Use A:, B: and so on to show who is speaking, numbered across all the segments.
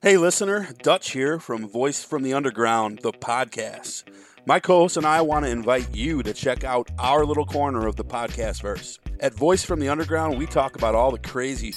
A: Hey, listener, Dutch here from Voice from the Underground, the podcast. My co host and I want to invite you to check out our little corner of the podcast verse. At Voice from the Underground, we talk about all the crazy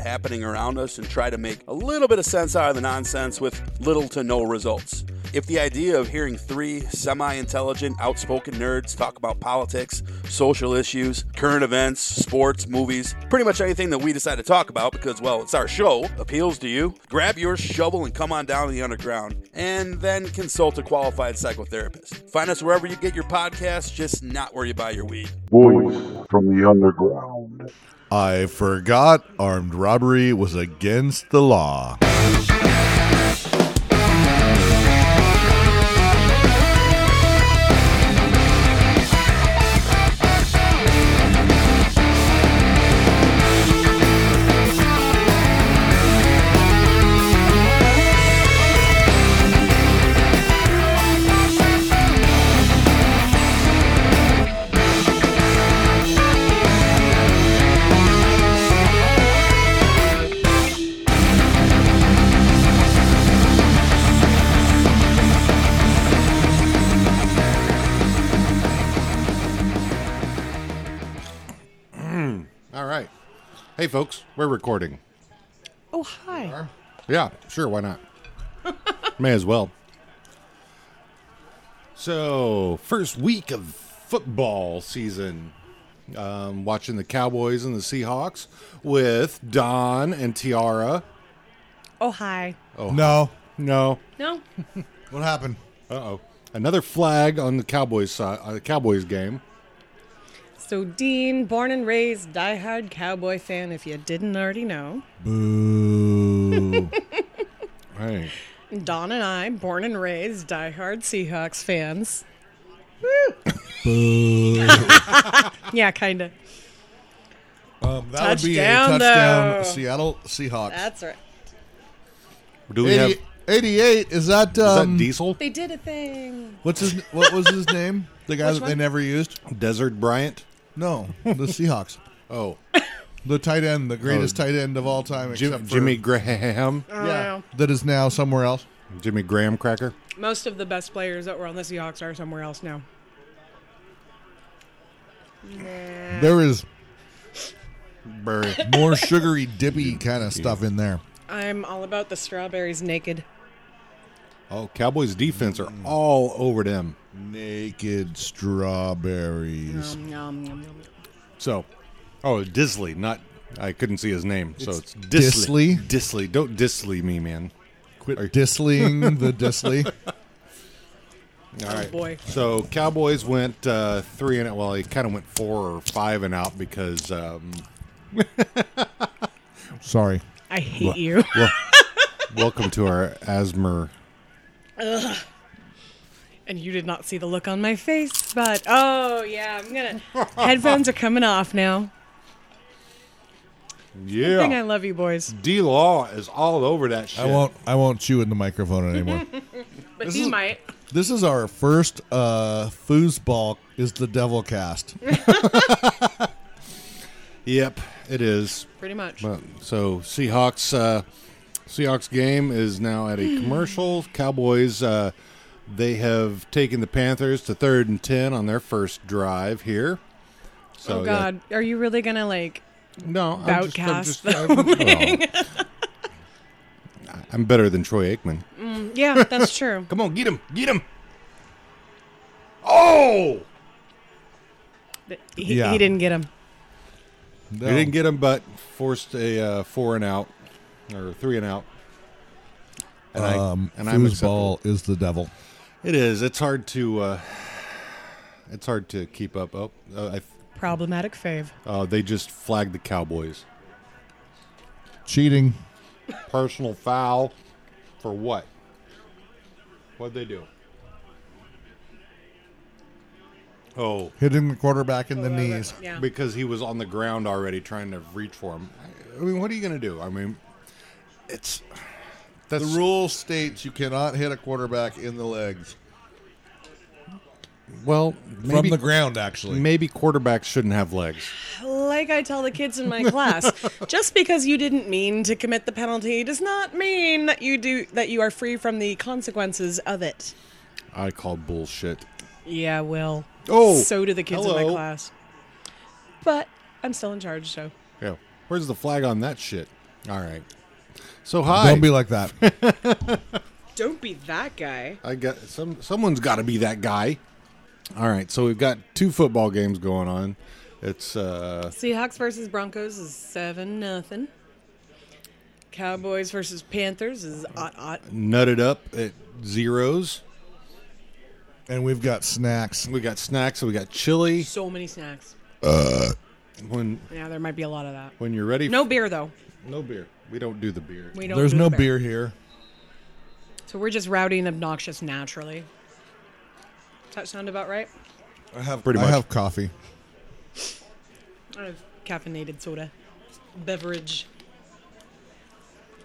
A: happening around us and try to make a little bit of sense out of the nonsense with little to no results. If the idea of hearing three semi intelligent, outspoken nerds talk about politics, social issues, current events, sports, movies, pretty much anything that we decide to talk about because, well, it's our show, appeals to you, grab your shovel and come on down to the underground and then consult a qualified psychotherapist. Find us wherever you get your podcasts, just not where you buy your weed.
B: Voice from the underground.
C: I forgot armed robbery was against the law.
D: All right. Hey, folks, we're recording.
E: Oh, hi.
D: Yeah, sure, why not? May as well. So, first week of football season. Um, watching the Cowboys and the Seahawks with Don and Tiara.
E: Oh, hi.
C: No.
D: No.
E: No?
C: What happened?
D: Uh oh. Another flag on the Cowboys side, on the Cowboys game.
E: So, Dean, born and raised, diehard cowboy fan, if you didn't already know.
C: Boo.
D: Hey.
E: And Don and I, born and raised, diehard Seahawks fans.
C: Boo.
E: Yeah, kind of.
C: Um, that would be a
E: Touchdown,
C: touchdown,
E: though.
C: Seattle Seahawks.
E: That's right.
D: Do we
C: 80
D: have. Is
C: 88. Is that,
D: that
C: um,
D: Diesel?
E: They did a thing.
C: what's his, what was his name? The guy
E: Which
C: that they
E: one?
C: never used?
D: Desert Bryant?
C: No, the Seahawks.
D: Oh.
C: The tight end, the greatest tight end of all time,
D: Jim-
C: except for,
D: Jimmy Graham?
C: Yeah, that is now somewhere else.
D: Jimmy Graham Cracker?
E: Most of the best players that were on the Seahawks are somewhere else now.
C: There is
D: Burry.
C: more sugary, dippy kind of stuff in there.
E: I'm all about the strawberries naked.
D: Oh, Cowboys defense are all over them.
C: Naked strawberries.
E: Nom, nom, nom, nom.
D: So, oh Disley, not I couldn't see his name, so it's Disley. Disley, don't Disley me, man.
C: Quit disling the disly.
D: All right,
E: boy.
D: So Cowboys went uh, three and out. Well, he kind of went four or five and out because um,
C: Sorry.
E: I hate you.
D: well, welcome to our asthma.
E: And you did not see the look on my face, but oh, yeah, I'm going to. Headphones are coming off now. Thing I
D: Yeah,
E: love you, boys.
D: D Law is all over that shit.
C: I won't. I won't chew in the microphone anymore.
E: But
C: This
E: you
C: is-
E: might.
C: this is our first uh, foosball. Is the devil cast?
D: Yep, it is.
E: Pretty much.
D: But, so Seahawks uh, Seahawks game is now at a commercial. Cowboys uh, they have taken the Panthers to third and ten on their first drive here. So,
E: oh
D: yeah.
E: God, are you really gonna like?
D: No, I'm just, I'm,
E: Boutcast
D: just,
E: the
D: I'm, well, I'm better than Troy Aikman.
E: Yeah, that's true.
D: Come on, get him, get him. Oh,
E: He,
C: Yeah.
E: he didn't get him.
C: No.
D: they didn't get him, but forced a uh, four and out or three and out. And
C: um,
D: I and I'm acceptable.
C: foosball is the devil.
D: It is. It's hard to. Uh, it's hard to keep up. Oh, uh,
E: Problematic fave.
D: I, uh, they just flagged the Cowboys.
C: Cheating.
D: Personal foul for what? What'd they do? Oh,
C: Hitting the quarterback in the knees.
E: Yeah.
D: because he was on the ground already trying to reach for him. I- I mean, what are you gonna do? I mean, it's that's
C: The rule states you cannot hit a quarterback in the legs.
D: Well, maybe,
C: from the ground, actually.
D: maybe quarterbacks shouldn't have legs.
E: Like I tell the kids in my class, just because you didn't mean to commit the penalty does not mean that you do that you are free from the consequences of it.
D: I call bullshit.
E: Yeah, Will.
D: Oh,
E: so do the kids in my
D: hello.
E: class. But I'm still in charge, so
D: Yeah. Where's the flag on that shit? All right. So hi.
C: Don't be like that.
E: don't be that guy.
D: I got some. Someone's got to be that guy. All right. So we've got two football games going on. It's uh
E: Seahawks versus Broncos is seven nothing. Cowboys versus Panthers is ot ot.
D: nutted up at zeros.
C: and we've got snacks.
D: We got snacks. We got chili.
E: So many snacks.
D: When
E: Yeah, there might be a lot of that.
D: when you're ready.
E: No beer though.
D: No beer. We don't do the beer.
E: We don't.
C: There's
E: do
C: no
E: the
C: beer here.
E: So we're just rowdy and obnoxious naturally. Does that sound about right?
C: I have
D: Pretty much.
C: I have coffee.
E: I have caffeinated soda beverage.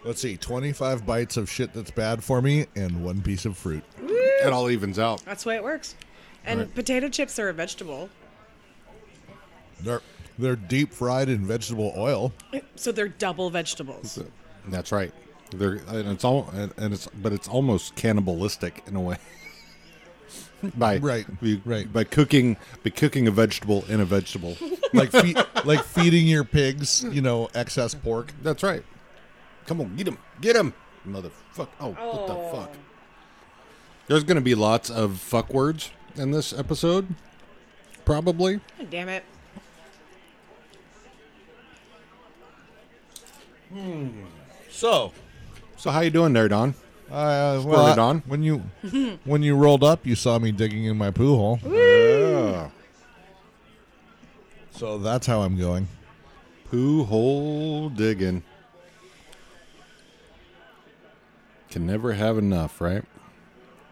C: Let's see, 25 bites of shit that's bad for me and one piece of fruit.
D: It all evens out.
E: That's the way it works. And
D: Right.
E: potato chips are a vegetable,
C: They're they're deep fried in vegetable oil.
E: so they're double vegetables.
D: That's right. They're and it's all and and it's but it's almost cannibalistic in a way. by
C: Right,
D: you-
C: right.
D: by cooking by cooking a vegetable in a vegetable.
C: Like fe- like feeding your pigs, you know, excess pork.
D: That's right. Come on, get him, get him, motherfucker! Oh, what the fuck? There's going to be lots of fuck words in this episode, probably.
E: God damn it.
C: So,
D: So how you doing there, Don?
C: I uh, well,
D: it
C: I-
D: on.
C: when you when you rolled up, you saw me digging in my poo hole. So that's how I'm going.
D: Poo hole digging. Can never have enough, right?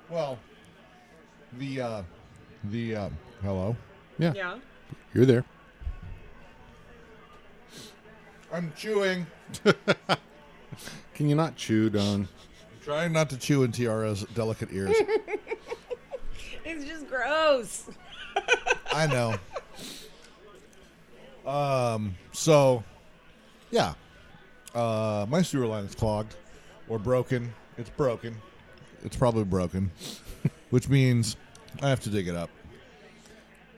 C: Well, the uh the uh hello.
D: Yeah,
E: Yeah.
D: you're there.
C: I'm chewing.
D: Can you not chew, Don?
C: Trying not to chew in Tiara's delicate ears.
E: It's just gross.
C: I know. Um. So, yeah, uh, my sewer line is clogged or broken. It's broken. It's probably broken, which means I have to dig it up.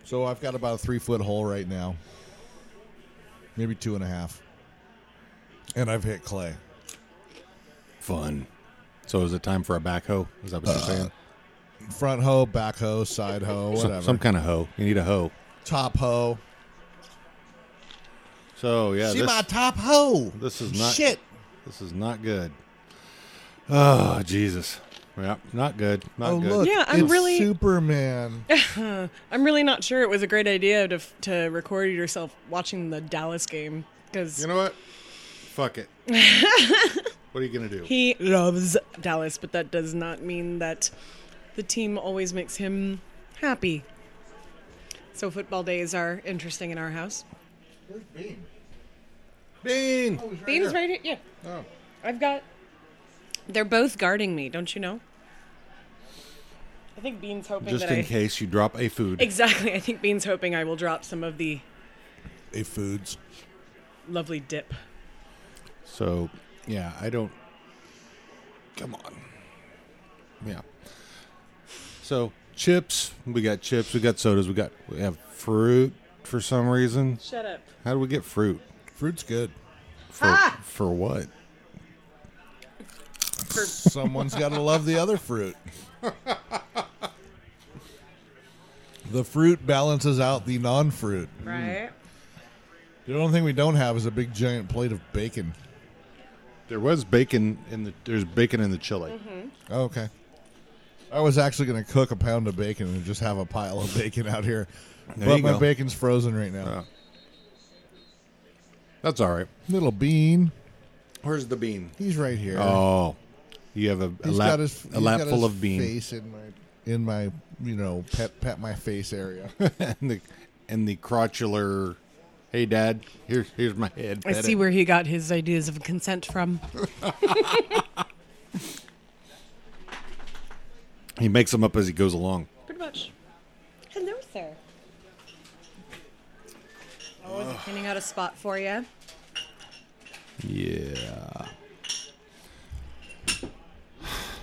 C: So I've got about a three foot hole right now, maybe two and a half, and I've hit clay.
D: Fun. So is it time for a backhoe? Is that what you're saying?
C: Front hoe, back hoe, side hoe,
D: So-
C: whatever.
D: some kind of hoe. You need a hoe.
C: top hoe.
D: So yeah,
C: See
D: this-
C: my top hoe.
D: this is not-
C: shit.
D: This is not good. Oh, Jesus. Yeah, not good. Not
C: Oh
D: good.
C: look,
E: Yeah, I'm
C: it's
E: really-
C: Superman.
E: I'm really not sure it was a great idea to, f- to record yourself watching the Dallas game because
D: You know what? Fuck it. what are you going to do?
E: he loves Dallas, but that does not mean that the team always makes him happy. So football days are interesting in our house.
C: Where's Bean?
D: Bean!
E: Bean's right here. Yeah.
D: Oh.
E: I've got. They're both guarding me, don't you know? I think Bean's hoping
D: Just
E: that I.
D: in case you drop a food.
E: Exactly. I think Bean's hoping I will drop some of the
C: A foods.
E: lovely dip.
D: So, yeah, I don't. Come on. Yeah. So, chips. We got chips. We got sodas. We got. We have fruit for some reason.
E: Shut up.
D: How do we get fruit?
C: Fruit's good.
D: For, for what?
C: Someone's got to love the other fruit. the fruit balances out the non-fruit.
D: Mm.
E: Right?
C: The only thing we don't have is a big giant plate of bacon.
D: There was bacon in the. There's bacon in the chili.
E: Mm-hmm.
C: Oh, okay. I was actually going to cook a pound of bacon and just have a pile of bacon out here,
D: There
C: but
D: you
C: my
D: go.
C: bacon's frozen right now.
D: Oh. That's all right.
C: Little bean,
D: Where's the bean?
C: he's right here.
D: Oh, you have a, a
C: He's
D: lap,
C: got his,
D: a
C: he's
D: lap
C: got
D: full
C: his
D: of bean,
C: Face in my in my you know pet pet my face area.
D: and the and the crotchular. Hey, Dad, here's here's my head.
E: I
D: pet
E: see
D: it."
E: where he got his ideas of consent from.
D: he makes them up as he goes along.
E: Pretty much. Oh, a spot for you.
D: Yeah.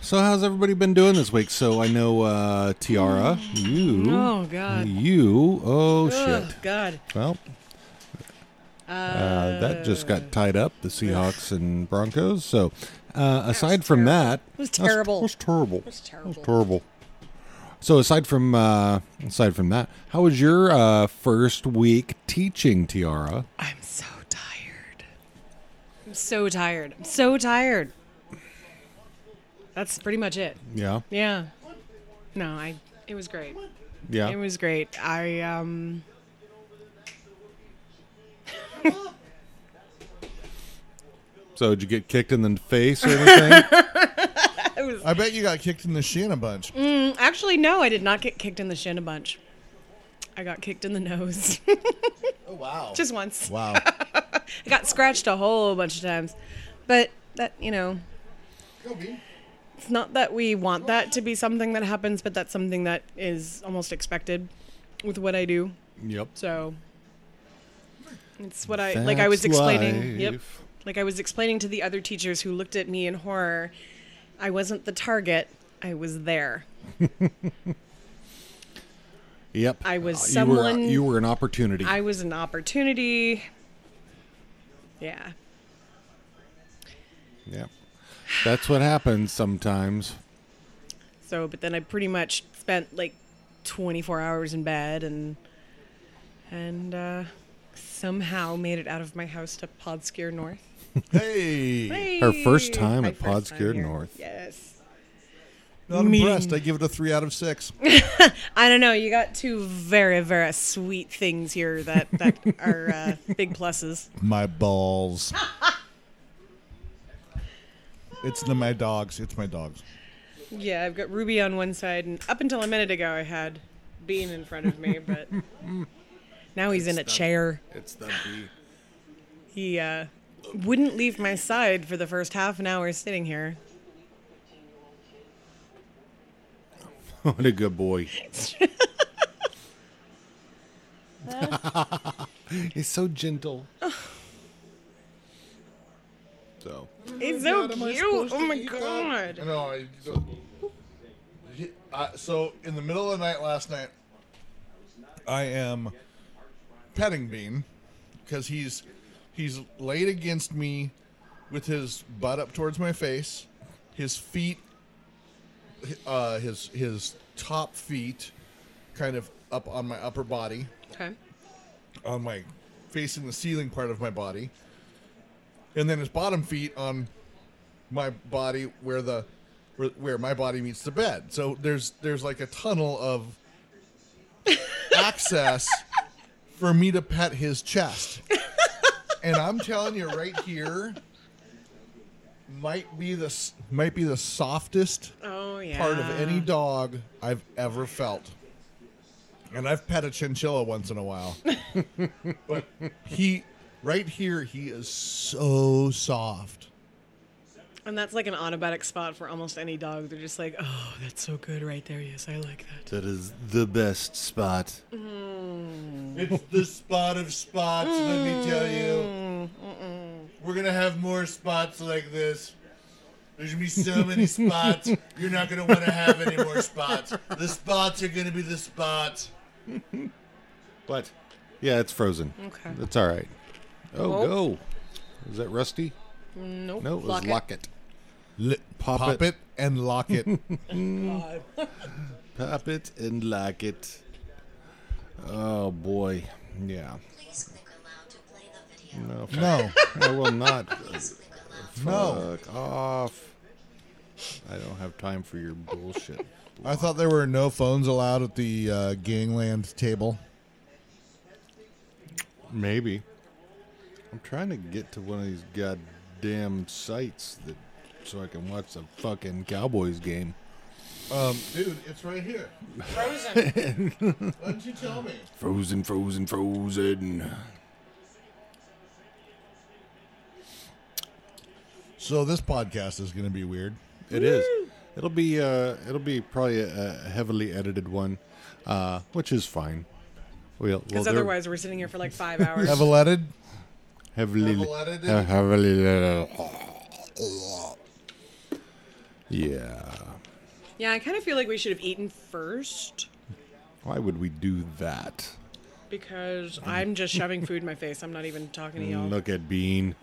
D: So how's everybody been doing this week? So I know uh Tiara, you,
E: Oh, God.
D: you, oh
E: Oh,
D: Mm, shit.
E: God.
D: Well, uh, that just got tied up, the Seahawks and Broncos. So uh, aside from
E: terrible.
D: that,
E: It was
D: that's-
E: terrible.
D: That was terrible.
E: was
D: That was
E: terrible.
D: terrible. So aside from uh, aside from that, how was your uh, first week teaching, Tiara?
E: I'm so tired. I'm so tired. I'm so tired. That's pretty much it.
D: Yeah,
E: Yeah. No, I. It was great.
D: yeah.
E: It was great. I um.
D: So did you get kicked in the face or anything?
C: I bet you got kicked in the shin a bunch.
E: Actually, no, I did not get kicked in the shin a bunch. I got kicked in the nose
C: Oh wow!
E: just once.
D: Oh,
C: wow.
E: I got scratched a whole bunch of times, but that you know, it's not that we want that to be something that happens, but that's something that is almost expected with what I do.
D: yep.
E: So it's what I like. I was
D: That's
E: explaining. Yep.
D: life.
E: Like I was explaining to the other teachers who looked at me in horror. I wasn't the target. I was there.
D: Yep.
E: I was
D: Uh, you were-
E: someone-
D: You were, an opportunity.
E: I was an opportunity. Yeah.
D: yep. That's what happens sometimes.
E: So, but then I pretty much spent like 24 hours in bed and and uh, somehow made it out of my house to Podskier North.
C: Hey,
D: Her first time
E: My
D: at
E: first time
D: Podskier
E: here.
D: North.
E: Yes.
C: not
E: Mean.
C: impressed. I give it a three out of six.
E: I don't know. You got two very very sweet things here that that are uh, big pluses.
C: my balls. it's the, my dogs. It's my dogs.
E: Yeah, I've got Ruby on one side, and up until a minute ago, I had Bean in front of me, but now he's in a chair.
D: It's the
E: He uh, wouldn't leave my side for the first half an hour sitting here.
D: What a good boy. He's so gentle. so.
E: It's so
C: God, am I
E: cute.
C: supposed
E: Oh
C: to
E: my
C: eat that?
E: god.
C: No, I. So, I- so in the middle of the night last night, I am petting Bean because he's he's laid against me with his butt up towards my face, his feet, uh, his his top feet, kind of up on my upper body
E: Okay.
C: on my facing the ceiling part of my body, and then his bottom feet on my body where the where, where my body meets the bed. So there's there's like a tunnel of access for me to pet his chest. And I'm telling you right here might be the s- might be the softest
E: Oh yeah.
C: part of any dog I've ever felt. And I've pet a chinchilla once in a while. but he, right here, he is so soft.
E: And that's like an automatic spot for almost any dog. They're just like, oh, that's so good right there. Yes, I like that.
D: That is the best spot.
C: It's the spot of spots, let me tell you. We're going to have more spots like this. There's going to be so many spots. You're not going to want to have any more spots. The spots are going to be the spots.
D: But yeah, it's frozen.
E: Okay.
D: It's all right. Oh,
E: Oh.
D: go. Is that Rusty?
E: Nope.
D: No, it was
E: Lock it.
D: Locket. pop,
C: Pop it and lock it.
D: Pop it and lock it. Oh boy. Yeah.
F: Please click allow to play the video.
D: No. fuck-
C: No.
D: I will not.
F: Please click allow.
C: No.
D: Fuck off. I don't have time for your bullshit.
C: I thought there were no phones allowed at the uh, gangland table.
D: Maybe. I'm trying to get to one of these goddamn sites that so I can watch the fucking Cowboys game.
C: Dude, it's right here. Frozen. Why didn't you tell me?
D: Frozen, frozen, frozen.
C: So this podcast is going to be weird.
D: It is. It'll be uh, it'll be probably a, a heavily edited one, uh, which is fine. We'll,
E: Because
D: well, there-
E: otherwise, we're sitting here for like five hours.
C: Evoletted?
D: heavily,
C: Double edited?
D: uh, heavily. Yeah.
E: Yeah, I kind of feel like we should have eaten first
D: Why would we do that?
E: because
C: Mm-hmm.
E: I'm just shoving food in my face. I'm not even talking to y'all.
D: Look at Bean.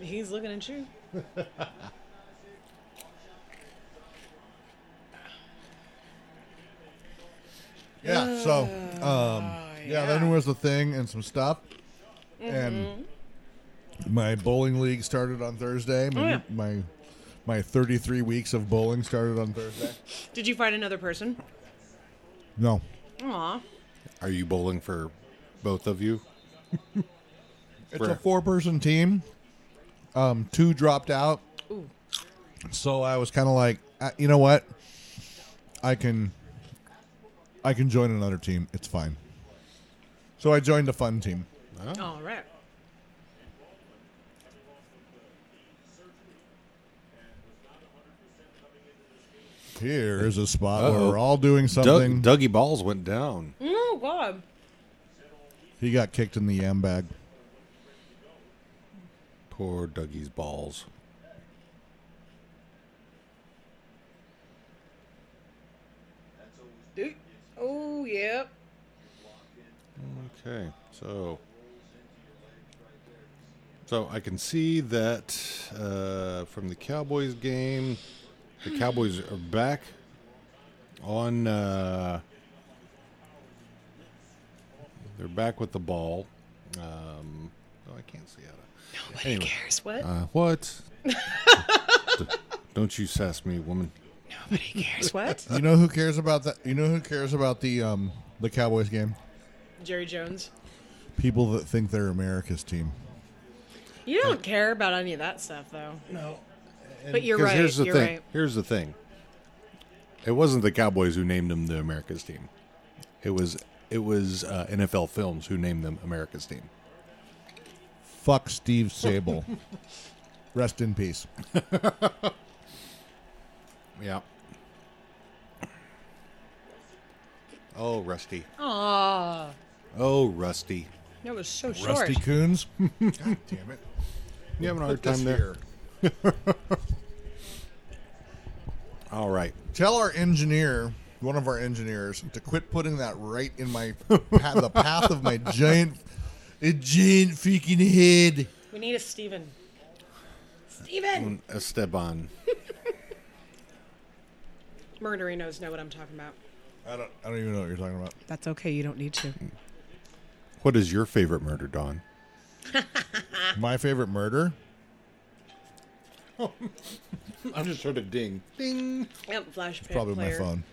E: He's looking at you.
C: Yeah. So, um, yeah, then was the thing and some stuff, and my bowling league started on Thursday. My
E: yeah.
C: my, my 33 weeks of bowling started on Thursday.
E: Did you find another person?
C: No,
E: Aw.
D: Are you bowling for both of you?
C: it's
D: For-
C: a four-person team. Um, two dropped out. So I was kind of like, uh, you know what? I can, I can join another team. It's fine. So I joined a fun team.
E: All right.
C: Here is a spot where
D: Uh-oh.
C: we're all doing something.
D: Doug, Dougie Balls went down.
E: Oh, God.
C: He got kicked in the yam bag.
D: Poor Dougie's balls.
E: Dude. Oh, yep.
D: Okay, so so I can see that uh, from the Cowboys game, the Cowboys are back on. Uh, they're back with the ball. Um, oh, I can't see how to.
E: Nobody
D: Anyway.
E: cares. What?
D: Uh, what? D- Don't you sass me, woman.
E: Nobody cares. What?
C: You know who cares about that? You know who cares about the um the Cowboys game?
E: Jerry Jones.
C: People that think they're America's team.
E: You don't care about any of that stuff, though.
D: No.
E: But you're
D: Because
E: right.
D: Here's the
E: you're
D: thing.
E: right.
D: Here's the thing. It wasn't the Cowboys who named them the America's team. It was it was uh, NFL Films who named them America's team.
C: Fuck Steve Sable. Rest in peace.
D: Yeah. Oh, Rusty.
E: Aw.
D: Oh, Rusty.
E: That was so short.
C: Rusty Coons. God damn it.
D: You having a hard
C: Put this
D: time there?
C: here.
D: All right.
C: Tell our engineer, one of our engineers, to quit putting that right in my path, the path of my giant, a giant freaking head.
E: We need a Steven. Steven!
D: Esteban.
E: Murdery knows know what I'm talking about.
C: I don't. I don't even know what you're talking about.
E: That's okay. You don't need to.
D: What is your favorite murder, Don?
C: My favorite murder.
D: I'm just heard a ding. Ding.
E: Yep, flash pa-
C: Probably my
E: player.
C: phone.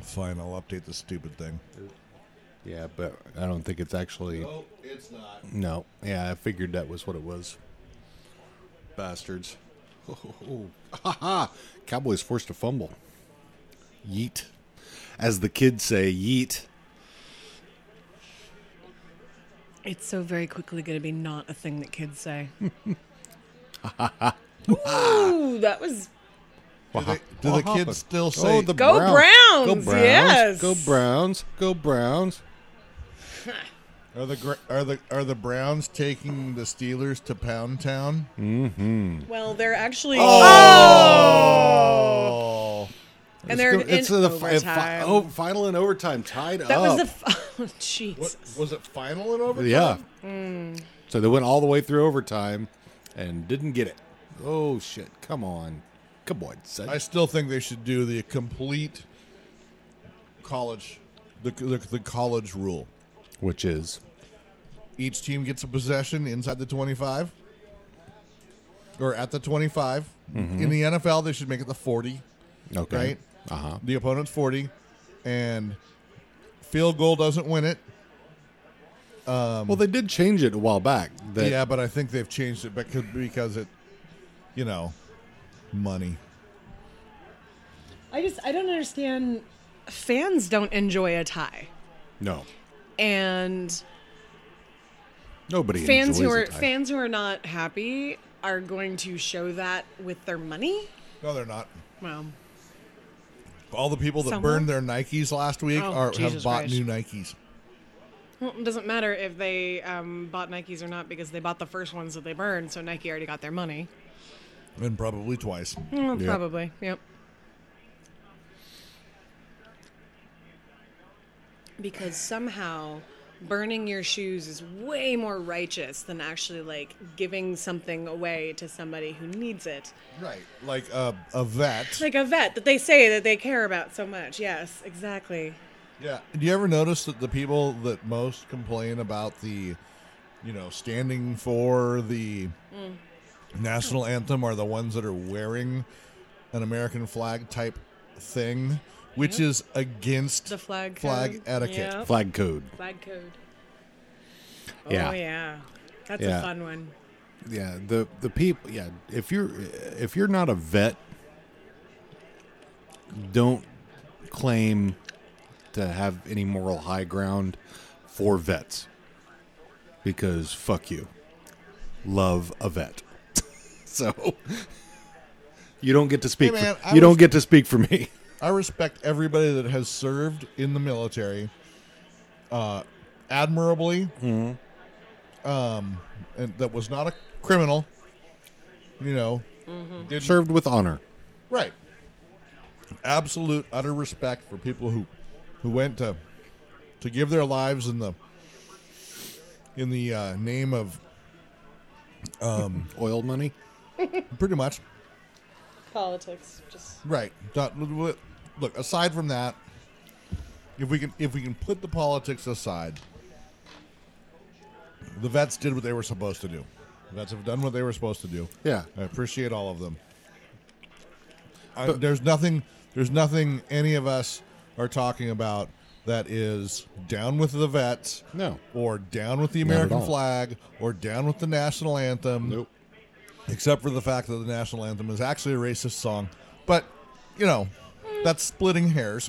C: Fine, I'll update the stupid thing.
D: Yeah, but I don't think it's actually.
C: Oh, it's not.
D: No. Yeah, I figured that was what it was. Bastards. Oh, Ha ha. Cowboys forced to fumble. Yeet. As the kids say, yeet.
E: It's so very quickly going to be not a thing that kids say. Ooh, that was.
C: Do, they, do the kids still say?
D: Oh, the
E: Go
D: Browns.
E: Browns, yes.
D: Go Browns. Go Browns.
C: are the Gra- are the are the Browns taking the Steelers to Pound Town?
E: Well, they're actually.
C: Oh,
E: Oh! and they're in
D: it's uh, the fi-
E: overtime.
D: fi- oh, final and overtime tied
E: that
D: up.
E: was the. F- oh, jeez.
C: was it final and over?
D: Yeah. So they went all the way through overtime and didn't get it. Oh shit! Come on, come on, son.
C: I still think they should do the complete college, the the, the college rule.
D: Which is
C: each team gets a possession inside the 25 or at the 25. In the NFL, they should make it the 40,
D: okay.
C: right?
D: Uh huh.
C: The opponent's 40, and field goal doesn't win it. Um,
D: Well, they did change it a while back. That,
C: yeah, but I think they've changed it because, because it, you know, money.
E: I just. I don't understand. Fans don't enjoy a tie.
D: No.
E: And
D: Nobody
E: fans who
D: enjoys
E: are
D: it. I-
E: fans who are not happy are going to show that with their money.
C: No, they're not.
E: Well,
C: All the people that
E: Somewhere.
C: burned their Nikes last week
E: Oh,
C: are, have
E: Jesus
C: bought
E: Christ.
C: new Nikes.
E: Well, it doesn't matter if they um, bought Nikes or not because they bought the first ones that they burned, so Nike already got their money.
C: And probably twice.
E: Well, Mm, Probably, yep. Because somehow burning your shoes is way more righteous than actually like giving something away to somebody who needs it.
C: Right. Like a, a vet.
E: Like a vet that they say that they care about so much. Yes, exactly.
C: Yeah. Do you ever notice that the people that most complain about the, you know, standing for the
E: Mm.
C: national anthem are the ones that are wearing an American flag type thing, which is against
E: The flag
C: flag
E: code.
C: etiquette.
E: Yep.
D: Flag code.
E: Flag code.
D: Yeah.
E: Oh yeah. That's
D: Yeah.
E: a fun one.
D: Yeah, the the people. Yeah, if you're if you're not a vet, don't claim to have any moral high ground for vets because fuck you. Love a vet, so you don't get to speak.
C: Hey, man,
D: for,
C: I
D: you don't
C: was-
D: get to speak for me.
C: I respect everybody that has served in the military uh, admirably. Um, and that was not a criminal. You know, did
D: Served with honor.
C: Right. Absolute utter respect for people who who went to to give their lives in the in the uh, name of
D: Oil money.
C: pretty much
E: Politics just
C: right. Not- Look, aside from that, if we can if we can put the politics aside, the vets did what they were supposed to do. The vets have done what they were supposed to do.
D: Yeah.
C: I appreciate all of them. I, there's nothing. There's nothing any of us are talking about that is down with the vets.
D: No.
C: Or down with the
D: Not at
C: American
D: all.
C: flag, or down with the national anthem.
D: Nope.
C: Except for the fact that the national anthem is actually a racist song, but you know, that's splitting hairs.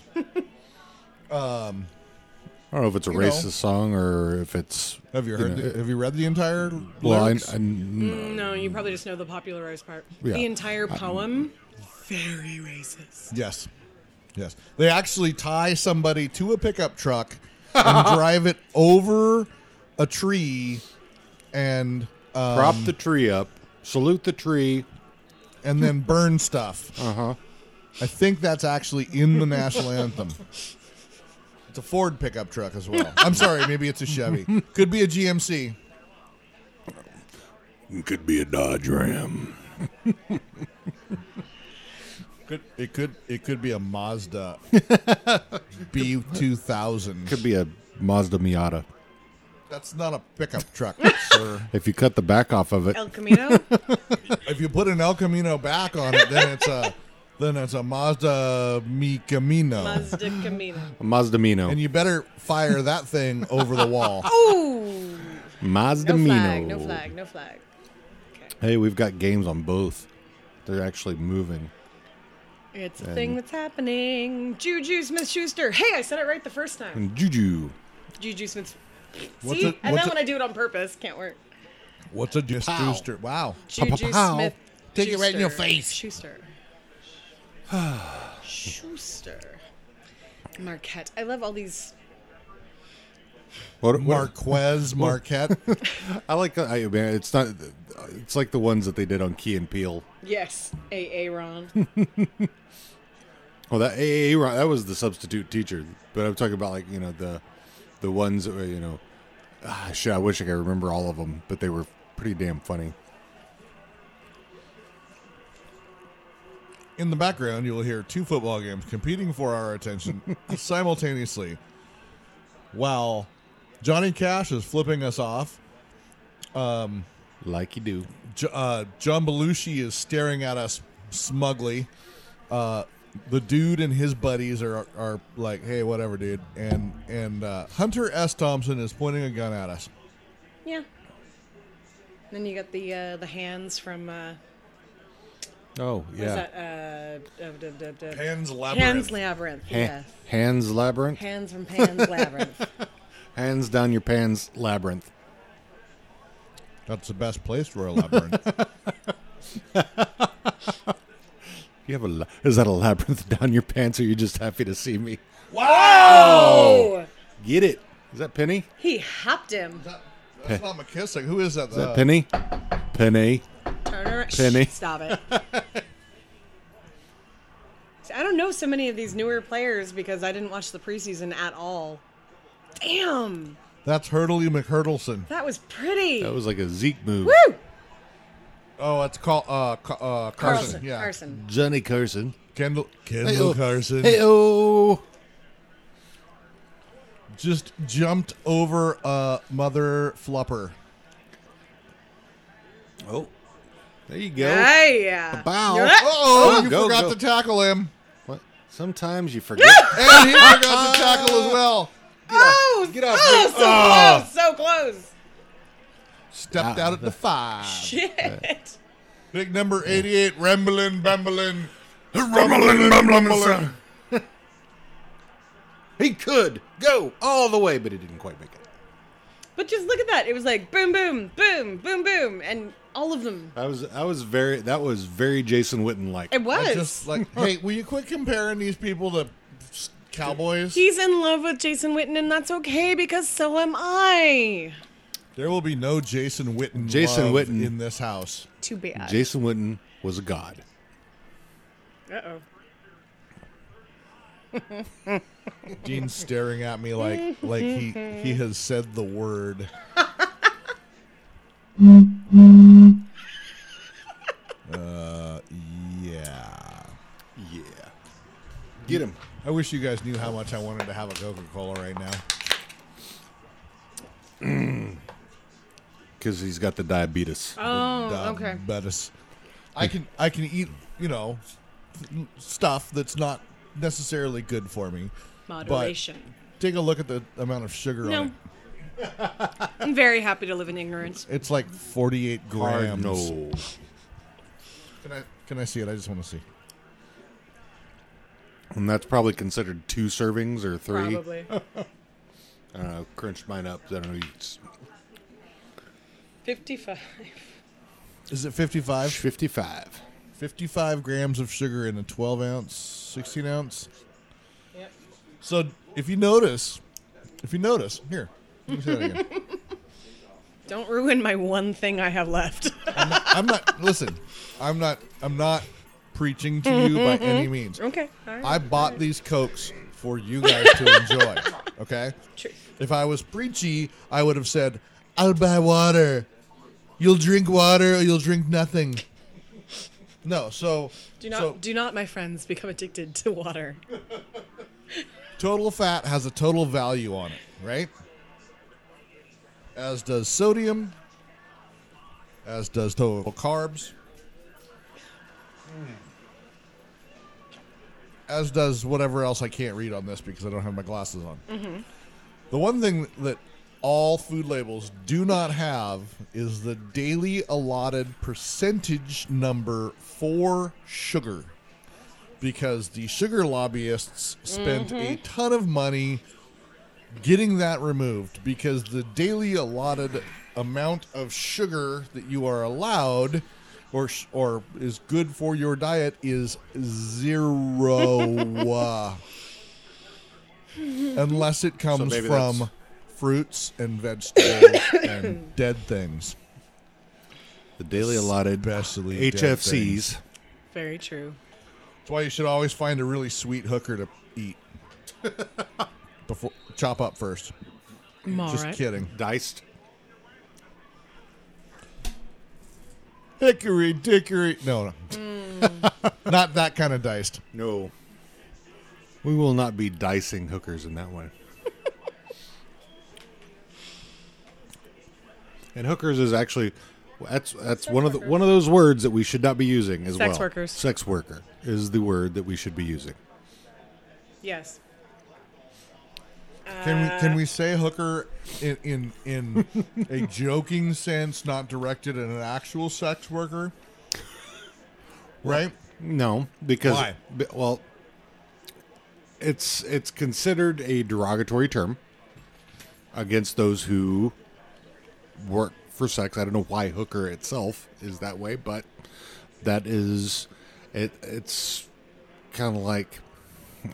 D: I don't know if it's a
C: You know.
D: racist song or if it's.
C: Have you
D: you
C: heard?
D: know,
C: the, have you read the entire?
D: well, I,
C: lyrics?
D: I- n-
E: Mm, No, you probably just know the popularized part.
D: Yeah.
E: The entire poem. Very racist.
C: Yes. Yes. They actually tie somebody to a pickup truck and drive it over a tree and uh,
D: prop the tree up, salute the tree,
C: and then burn stuff.
D: Uh-huh.
C: I think that's actually in the national anthem. It's a Ford pickup truck as well. I'm sorry, maybe it's a Chevy. Could be a GMC.
D: Could be a Dodge Ram.
C: Could it could it could be a Mazda B2000.
D: Could be a Mazda Miata.
C: That's not a pickup truck, sir.
D: If you cut the back off of it,
E: El Camino?
C: if you put an El Camino back on it, then it's a then it's a Mazda Mi Camino,
E: Mazda Camino.
D: a Mazda Mino.
C: and you better fire that thing over the wall.
E: Oh. Ooh!
D: Mazda
E: No
D: Mino.
E: flag, no flag, no flag.
D: Hey, we've got games on both. They're actually moving.
E: It's a thing that's happening. Juju Smith Schuster. Hey, I said it right the first time.
D: And Juju.
E: Juju Smith.
C: Hmm. What's
E: See?
C: it-
E: and
C: what's
E: then
C: it-
E: when I do it on purpose, can't work.
C: What's a Juice
D: Pow.
C: Rooster? Wow.
E: Juju
D: Pow.
E: Smith.
C: Take it right in your
E: Schuster.
C: face.
E: Schuster. Schuster. Marquette. I love all these.
D: What, what-
C: Marquez Marquette.
D: I like. uh, I mean, it's not. It's like the ones that they did on Key and Peele.
E: Yes. A.A. Ron.
C: Hmm.
D: Oh, that AA Ron, that was the substitute teacher. But I'm talking about like you know the the ones that were you know. Ah, shit, I wish I could remember all of them, but they were pretty damn funny.
C: in the background, you'll hear two football games competing for our attention simultaneously. While Johnny Cash is flipping us off,
D: Like you do.
C: J- uh, John Belushi is staring at us smugly. Uh, the dude and his buddies are are like, "Hey, whatever, dude." And and uh, Hunter S. Thompson is pointing a gun at us.
E: Yeah. Then you got the uh, the hands from uh,
D: Oh
E: what is
D: yeah.
E: that? Uh, duh, duh, duh, duh.
C: Hands labyrinth.
E: Pan's Labyrinth.
D: Ha-
E: Yes.
D: Hands labyrinth.
E: Hands from Pan's Labyrinth.
D: Hands down your pants labyrinth.
C: That's the best place for a labyrinth.
D: You have a la- is that a labyrinth down your pants? Or are you just happy to see me?
E: Oh,
D: Get it? Is that Penny?
E: he hopped him.
C: That's not McKissick. Who is that? Uh,
D: Is that Penny? Uh, Penny.
E: Turn around. Shh,
D: Penny.
E: stop it. See, I don't know so many of these newer players because I didn't watch the preseason at all. Damn,
C: That's Hurdley McHurdleson.
E: that was pretty.
D: That was like a Zeke move.
E: Woo!
C: Oh, it's called uh, Ca- uh, Carson.
E: Carson.
C: Yeah,
E: Carson.
D: Johnny Carson.
C: Kendall Kendall
D: Hey-oh.
C: Carson
D: oh. Hey-oh.
C: just jumped over uh, Mother Flupper.
D: Oh. There you go.
E: Hey, yeah.
D: Bow.
E: Yeah.
C: Oh, you
D: Go,
C: forgot
D: go.
C: to tackle him,
D: What? Sometimes you forget.
C: and he forgot to tackle as well.
E: Oh,
D: Get off
E: oh,
D: me.
E: so close, so close.
C: Stepped out at the five.
E: Shit.
C: Big number eighty-eight, rambling, bumbling.
D: Rumbling, rumbling, son. he could go all the way, but he didn't quite make it.
E: But just look at that. It was like boom, boom, boom, boom, boom, and all of them.
D: I was, I was very. That was very Jason Witten like.
E: It was.
C: I just like, hey, will you quit comparing these people to s- cowboys?
E: He's in love with Jason Witten, and that's okay because so am I.
C: There will be no Jason Witten.
D: Jason
C: love
D: Witten.
C: in this house.
E: Too bad.
D: Jason Witten was a god.
E: uh oh.
C: Dean's staring at me like like he he has said the word. uh, yeah.
D: Yeah. Get him.
C: I wish you guys knew how much I wanted to have a Coca Cola right now.
D: Because he's got the diabetes.
E: Oh,
C: Dumb
E: okay.
C: Bettis. I can I can eat you know th- stuff that's not necessarily good for me.
E: Moderation.
C: Take a look at the amount of sugar on
E: No.
C: it.
E: I'm very happy to live in ignorance.
C: It's like forty-eight
D: Hard
C: grams.
D: no.
C: Can I can I see it? I just want to see.
D: And that's probably considered two servings or three.
E: Probably.
D: I don't know. Crunched mine up. I don't know. It's
E: 55.
C: Is it fifty-five?
D: 55.
C: 55 grams of sugar in a 12 ounce, 16 ounce.
E: Yep.
C: So if you notice, if you notice, here, let me say that again.
E: Don't ruin my one thing I have left.
C: I'm not, I'm not- listen, I'm not, I'm not preaching to you by any means.
E: Mm-hmm. okay. All right.
C: I bought these Cokes for you guys to enjoy, okay?
E: True.
C: If I was preachy, I would have said, I'll buy water. You'll drink water or you'll drink nothing. No, so
E: Do not,
C: so,
E: do not, my friends, become addicted to water.
C: Total fat has a total value on it, right? As does sodium, as does total carbs, as does whatever else I can't read on this because I don't have my glasses on. The one thing that all food labels do not have is the daily allotted percentage number for sugar because the sugar lobbyists spent a ton of money getting that removed because the daily allotted amount of sugar that you are allowed or sh- or is good for your diet is zero unless it comes
D: maybe
C: from
D: that's-
C: fruits and vegetables and dead things
D: The daily allotted
C: Especially dead
D: HFCs.
E: Very true.
C: That's why you should always find a really sweet hooker to eat. Before chop up first.
E: I'm all
C: Just
E: right.
C: kidding.
D: Diced.
C: Hickory dickory. No, no.
E: Hmm.
C: Not that kind of diced.
D: No. We will not be dicing hookers in that one. and hookers is actually that's that's one of the one of those words that we should not be using as
E: Sex
D: well.
E: workers.
D: Sex worker is the word that we should be using.
E: Yes.
C: Can we
E: Uh.
C: can we say hooker in in, in a joking sense, not directed at an actual sex worker? Right?
D: No, because
C: Why?
D: b- well it's it's considered a derogatory term against those who work for sex. I don't know why hooker itself is that way, but that is It it's kind of like,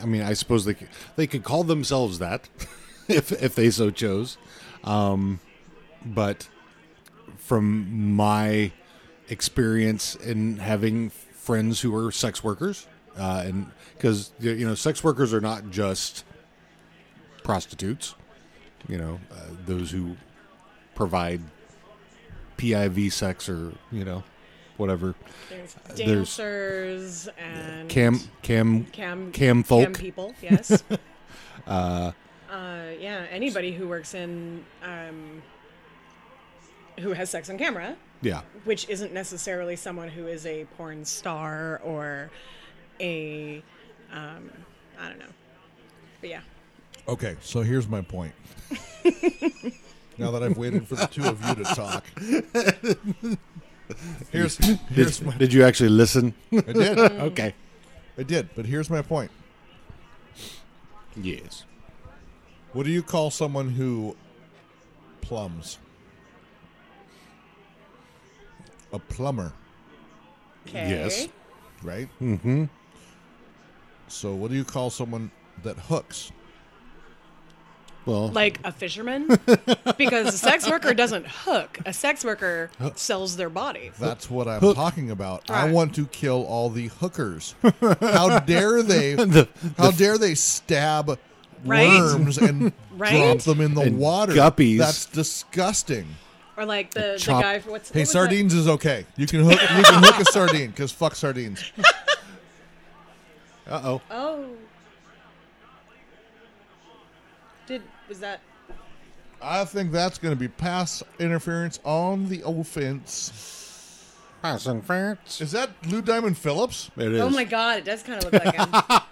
D: I mean, I suppose they could, they could call themselves that if if they so chose, um, but from my experience in having friends who are sex workers, uh, and because you know, sex workers are not just prostitutes, you know, uh, those who provide PIV sex or you know, whatever.
E: There's
D: there's-
E: dancers and
D: Cam cam
E: cam
D: cam folk. Uh,
E: people. Yes. uh, yeah. Anybody who works in um, who has sex on camera,
D: yeah,
E: which isn't necessarily someone who is a porn star or a um, I don't know, but yeah.
C: Okay, so here's my point. now that I've waited for the two of you to talk, here's here's my.
D: did, did you actually listen?
C: I did,
D: okay.
C: I did, but here's my point.
D: Yes.
C: What do you call someone who plums? A plumber,
E: Okay.
D: Yes.
C: right? Mm-hmm. So what do you call someone that hooks?
D: Well,
E: Like a fisherman, because a sex worker doesn't hook. A sex worker sells their bodies.
C: That's what I'm talking about. I
E: Right.
C: want to kill all the hookers. How dare they? how dare they stab
E: Right?
C: worms and
E: Right?
C: drop them in the
D: And
C: water?
D: guppies.
C: That's disgusting.
E: Or like the, the
D: Chop-
E: guy for what's
C: Hey,
E: what was that?
C: sardines is okay. You can hook. You can hook a sardine because fuck sardines.
D: uh oh.
E: Oh. Did was that
C: I think that's going to be pass interference on the offense.
D: Passing France.
C: Is that Lou Diamond Phillips?
D: It is.
E: Oh my god, it does kind of look like him. but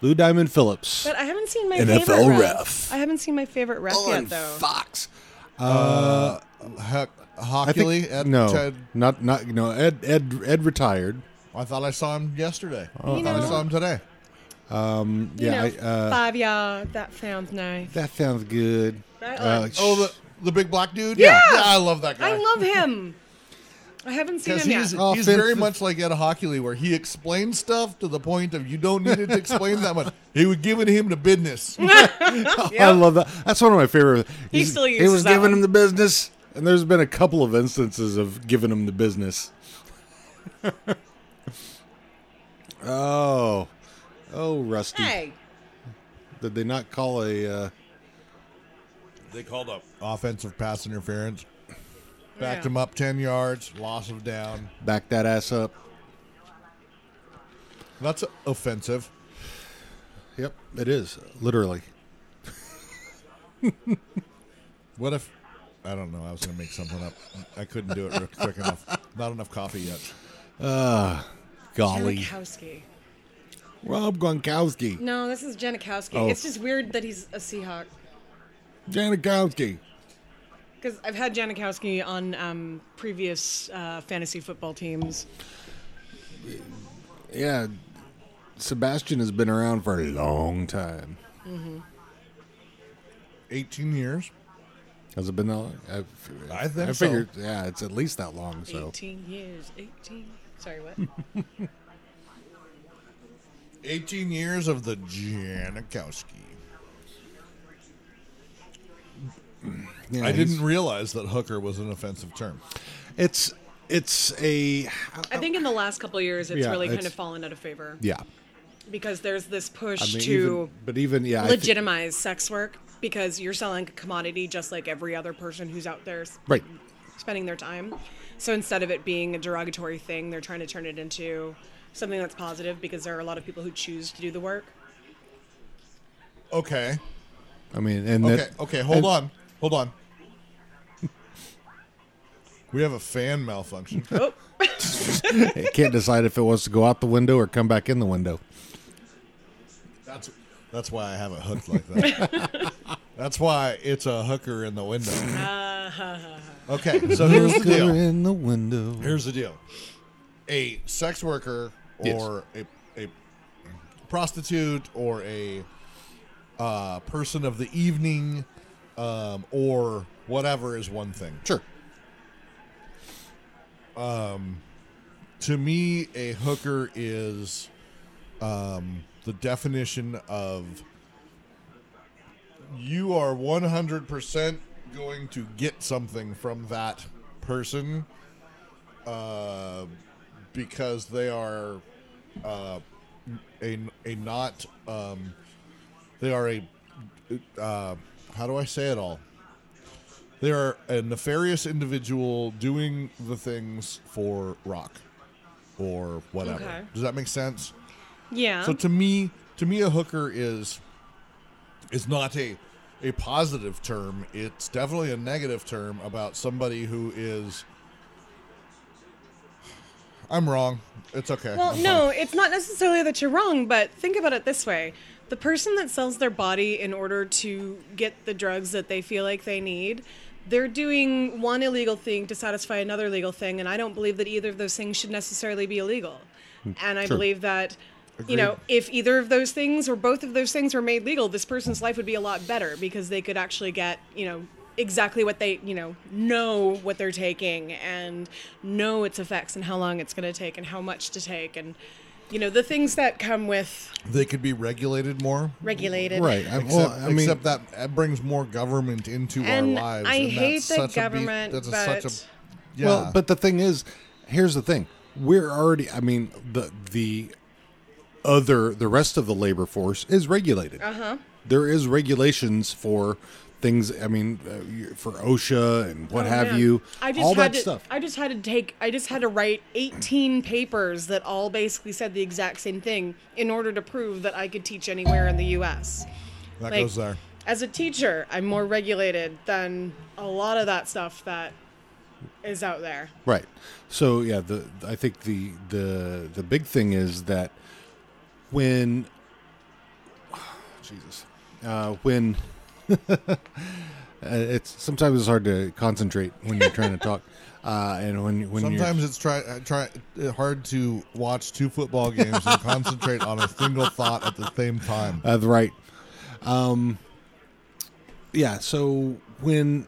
D: Lou Diamond Phillips.
E: I haven't seen my
D: NFL
E: favorite ref.
D: ref.
E: I haven't seen my favorite ref
D: on
E: yet though.
D: Fox.
C: Heck,
D: I
C: Hockley
D: think
C: at
D: no,
C: Ted.
D: not not no. Ed Ed Ed retired.
C: I thought I saw him yesterday.
D: Oh.
E: You
C: I thought I
E: know-
C: saw him today.
E: You
D: yeah,
E: know,
D: I, uh,
E: five yard. That sounds nice.
D: that sounds good.
E: Right
D: Uh,
E: on.
C: Oh, the the big black dude.
E: Yeah.
C: I love that guy.
E: I love him. I haven't seen
C: because
E: him yet.
C: he's,
D: Yeah.
C: he's Oh, very
D: Offensive.
C: much like Ed Hockley, where he explains stuff to the point of you don't need it to explain that much. He would giving him the business.
D: I love that. That's one of my favorite.
E: He
D: he's-
E: still
D: He
E: uses
D: was
E: that
D: giving
E: one.
D: him the business, and there's been a couple of instances of giving him the business. oh, oh, Rusty!
E: Hey,
D: Did they not call a? Uh,
C: They called up offensive pass interference. Backed
E: Yeah.
C: him up ten yards, loss of down.
D: back that ass up.
C: That's offensive.
D: Yep, it is literally.
C: What if? I don't know. I was gonna make something up. I couldn't do it real quick enough. Not enough coffee yet.
D: Golly,
E: Janikowski.
D: Rob Gronkowski,
E: No, this is Janikowski.
D: Oh.
E: It's just weird that he's a Seahawk
D: Janikowski.
E: because I've had Janikowski on um, previous uh, fantasy football teams.
D: Yeah, Sebastian has been around for a long time.
C: Eighteen years.
D: Has it been that long? I,
C: I think
D: I
C: so.
D: figured, yeah, it's at least that long. So
E: 18 years. 18. Sorry, what?
C: 18 years of the Janikowski.
D: Yeah,
C: I
D: he's-
C: didn't realize that hooker was an offensive term.
D: It's it's a
E: I think in the last couple of years, it's
D: Yeah,
E: really kind
D: it's-
E: of fallen out of favor
D: yeah.
E: because there's this push
D: I mean,
E: to
D: even, but even yeah, I thi-
E: legitimize sex work because you're selling a commodity just like every other person who's out there s-
D: right.
E: spending their time. So instead of it being a derogatory thing, they're trying to turn it into something that's positive because there are a lot of people who choose to do the work.
C: Okay.
D: I mean, and
C: Okay.
D: that-
C: Okay. Hold
D: and-
C: on. Hold on. We have a fan malfunction.
E: Oh,
D: It can't decide if it wants to go out the window or come back in the window.
C: That's that's why I have it hooked like that. That's why it's a hooker in the window. Okay. So here's the
D: Go
C: deal.
D: in the window.
C: Here's the deal. A sex worker
D: Yes.
C: or a, a prostitute or a uh, person of the evening um, or whatever is one thing.
D: Sure.
C: Um, to me, a hooker is um, the definition of you are 100% going to get something from that person uh, because they are uh, a, a not, um, they are a, uh, how do I say it all? They are a nefarious individual doing the things for rock or whatever.
E: Okay.
C: Does that make sense?
E: Yeah.
C: So to me, to me, a hooker is is not a a positive term. It's definitely a negative term about somebody who is. I'm wrong. It's okay.
E: Well,
C: I'm
E: no,
C: fine.
E: it's not necessarily that you're wrong, but think about it this way. The person that sells their body in order to get the drugs that they feel like they need, they're doing one illegal thing to satisfy another legal thing, and I don't believe that either of those things should necessarily be illegal.
C: Hmm,
E: And I believe that you know, if either of those things or both of those things were made legal, this person's life would be a lot better because they could actually get, you know, exactly what they, you know, know what they're taking and know its effects and how long it's going to take and how much to take and, you know, the things that come with
C: They could be regulated more.
E: regulated.
D: Right. I,
C: Except,
D: well, I mean,
C: except that that brings more government into
E: And
C: our lives.
E: I
C: and
E: hate
C: that's
E: the
C: such a beast-
E: government,
C: that's a-
E: but-
C: such a yeah.
D: Well, but the thing is, here's the thing: we're already. I mean, the the other the rest of the labor force is regulated. Uh
E: Uh-huh.
D: huh. There is regulations for things. I mean, uh, you- for OSHA and what
E: Oh,
D: have
E: man.
D: you.
E: I just
D: all that
E: had to,
D: stuff.
E: I just had to take. I just had to write 18 papers that all basically said the exact same thing in order to prove that I could teach anywhere in the U.S.
C: that
E: like-
C: goes there.
E: As a teacher, I'm more regulated than a lot of that stuff that is out there.
D: Right. So yeah, the I think the the the big thing is that when Jesus, uh, when uh, it's sometimes it's hard to concentrate when you're trying to talk, uh, and when when
C: Sometimes it's try uh, try uh, hard to watch two football games and concentrate on a single thought at the same time.
D: you're uh, right. Um, yeah. So when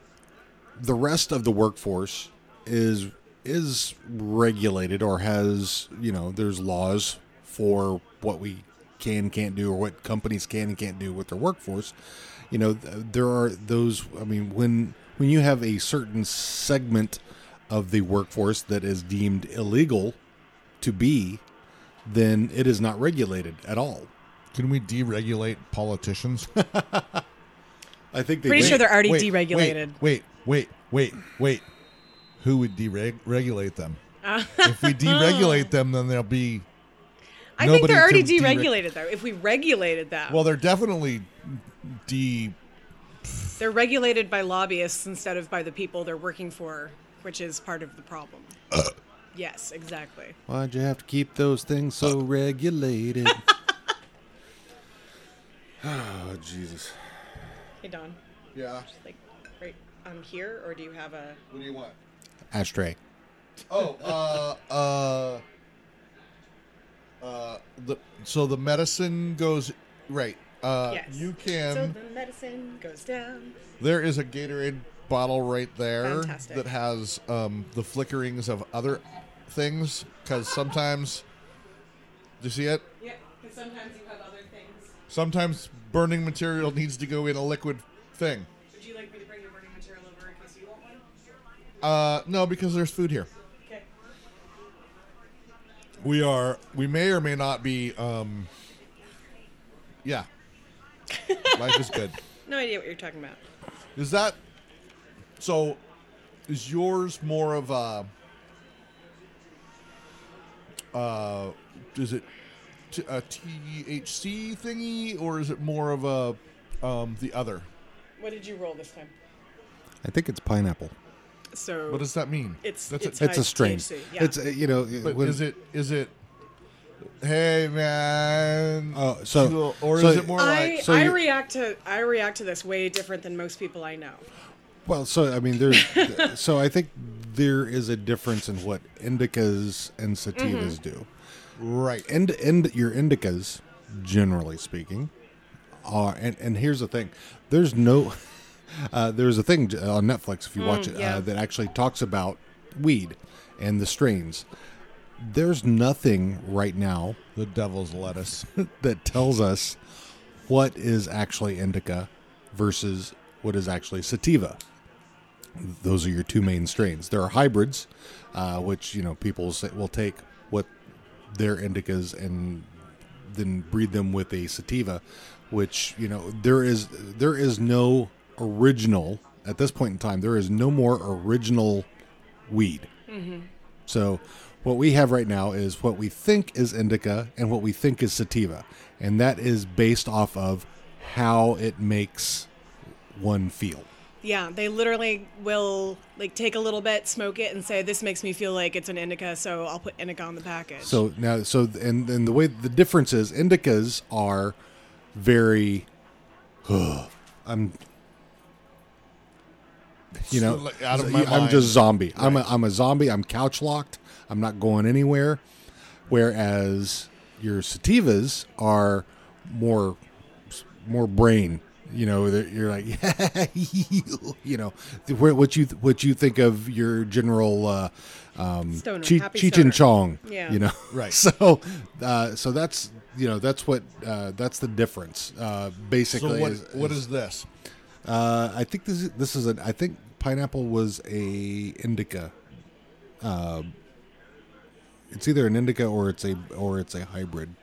D: the rest of the workforce is is regulated or has you know there's laws for what we can can't do or what companies can and can't do with their workforce you know th- there are those i mean when when you have a certain segment of the workforce that is deemed illegal to be then it is not regulated at all
C: Can we deregulate politicians?
D: i think they
E: Pretty
D: did.
E: sure they're already
C: Wait,
E: deregulated.
C: Wait, wait, wait, wait, wait. Who would deregulate them?
E: Uh,
C: if we deregulate them, then they'll be.
E: I think
C: nobody
E: they're already
C: can dereg-
E: deregulated though. If we regulated them,
C: Well, they're definitely de.
E: they're regulated by lobbyists instead of by the people they're working for, which is part of the problem. yes, exactly.
D: Uh.
E: Uh.
D: Why'd you have to keep those things so regulated? oh, Jesus.
E: Hey Don.
C: Yeah.
E: like right on here or do you have a
C: What do you want?
D: Ashtray.
C: Oh, uh, uh, uh, the so the medicine goes right. Uh,
E: yes
C: you can.
E: so the medicine goes down
C: There is a Gatorade bottle right there
E: Fantastic.
C: that has um, the flickerings of other things because sometimes. Do you see it?
E: yeah because sometimes you have other things
C: Sometimes burning material needs to go in a liquid thing.
E: would you like me to bring your burning material over in case you want one
C: Uh, no, because there's food here.
E: okay
C: We are. We may or may not be. Um, yeah. Life is good.
E: no idea what you're talking about
C: Is that so? Is yours more of a? Uh, is it t- a THC thingy, or is it more of a um, the other?
E: what did you roll this time
D: I think it's pineapple.
E: so
C: What does that mean?
E: it's
C: That's
E: it's,
C: a,
D: It's a
E: high
D: strain.
E: THC, yeah.
D: It's, uh, you know,
C: but
D: when-
C: is it is it? Hey man.
D: Oh, so-
C: Cool. or
D: so-
C: is it more
E: I,
C: like?
D: so
E: I
D: you-
E: react to I react to this way different than most people I know.
D: Well, so I mean, there's so I think there is a difference in what indicas and sativas
E: Mm-hmm.
D: do.
C: Right.
D: Ind, ind, your indicas, generally speaking, are and and here's the thing: there's no uh, there's a thing uh, on Netflix if you watch it
E: yeah.
D: uh, that actually talks about weed and the strains, There's nothing right now
C: The devil's lettuce.
D: that tells us what is actually indica versus what is actually sativa. Those are your two main strains. There are hybrids, uh, which you know people say, will take what their indicas and then breed them with a sativa, which you know there is there is no original at this point in time. There is no more original weed. So what we have right now is what we think is indica and what we think is sativa, and that is based off of how it makes one feel.
E: Yeah, they literally will like take a little bit, smoke it, and say, "This makes me feel like it's an indica, so I'll put indica on the package."
D: So now, so and and the way the difference is, indicas are very. I'm. You know,
C: Like, out of my
D: I'm
C: mind.
D: just zombie. I'm a I'm a zombie. I'm couch locked. I'm not going anywhere. Whereas your sativas are more more brain. You know, that you're like, you know, the- where- what you what you think of your general uh, um,
E: Stoner,
D: Cheech,
E: happy
D: Cheech and
E: stoner.
D: Chong.
E: Yeah.
D: You know,
C: Right.
D: So, uh, so that's you know that's what uh, that's the difference. Uh,
C: so
D: basically,
C: what,
D: is-
C: what is this?
D: uh, I think this is, this is an I think pineapple was a indica. Uh, it's either an indica or it's a or it's a hybrid.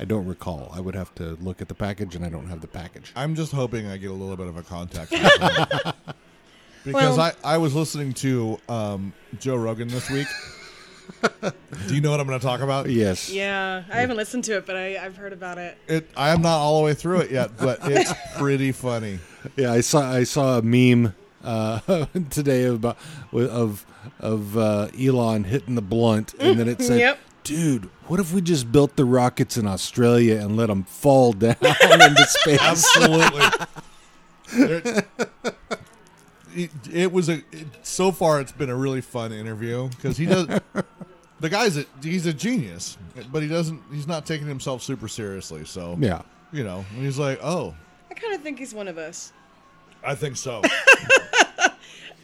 D: I don't recall. I would have to look at the package, and I don't have the package.
C: I'm just hoping I get a little bit of a contact. with him. because
E: Well-
C: I, I was listening to um, Joe Rogan this week. Do you know what I'm going to talk about?
D: Yes.
E: yeah, I haven't listened to it, but I, I've heard about it.
C: It, I am not all the way through it yet, but it's pretty funny.
D: Yeah, I saw I saw a meme uh, today about of of uh, Elon hitting the blunt, and then it said,
E: Yep.
D: "Dude, what if we just built the rockets in Australia and let them fall down into space?"
C: Absolutely. There- it, it was a. It, so far, it's been a really fun interview because he does. the guy's a he's a genius, but he doesn't. He's not taking himself super seriously. So
D: Yeah.
C: you know, and he's like, oh,
E: I kind of think he's one of us.
C: I think so.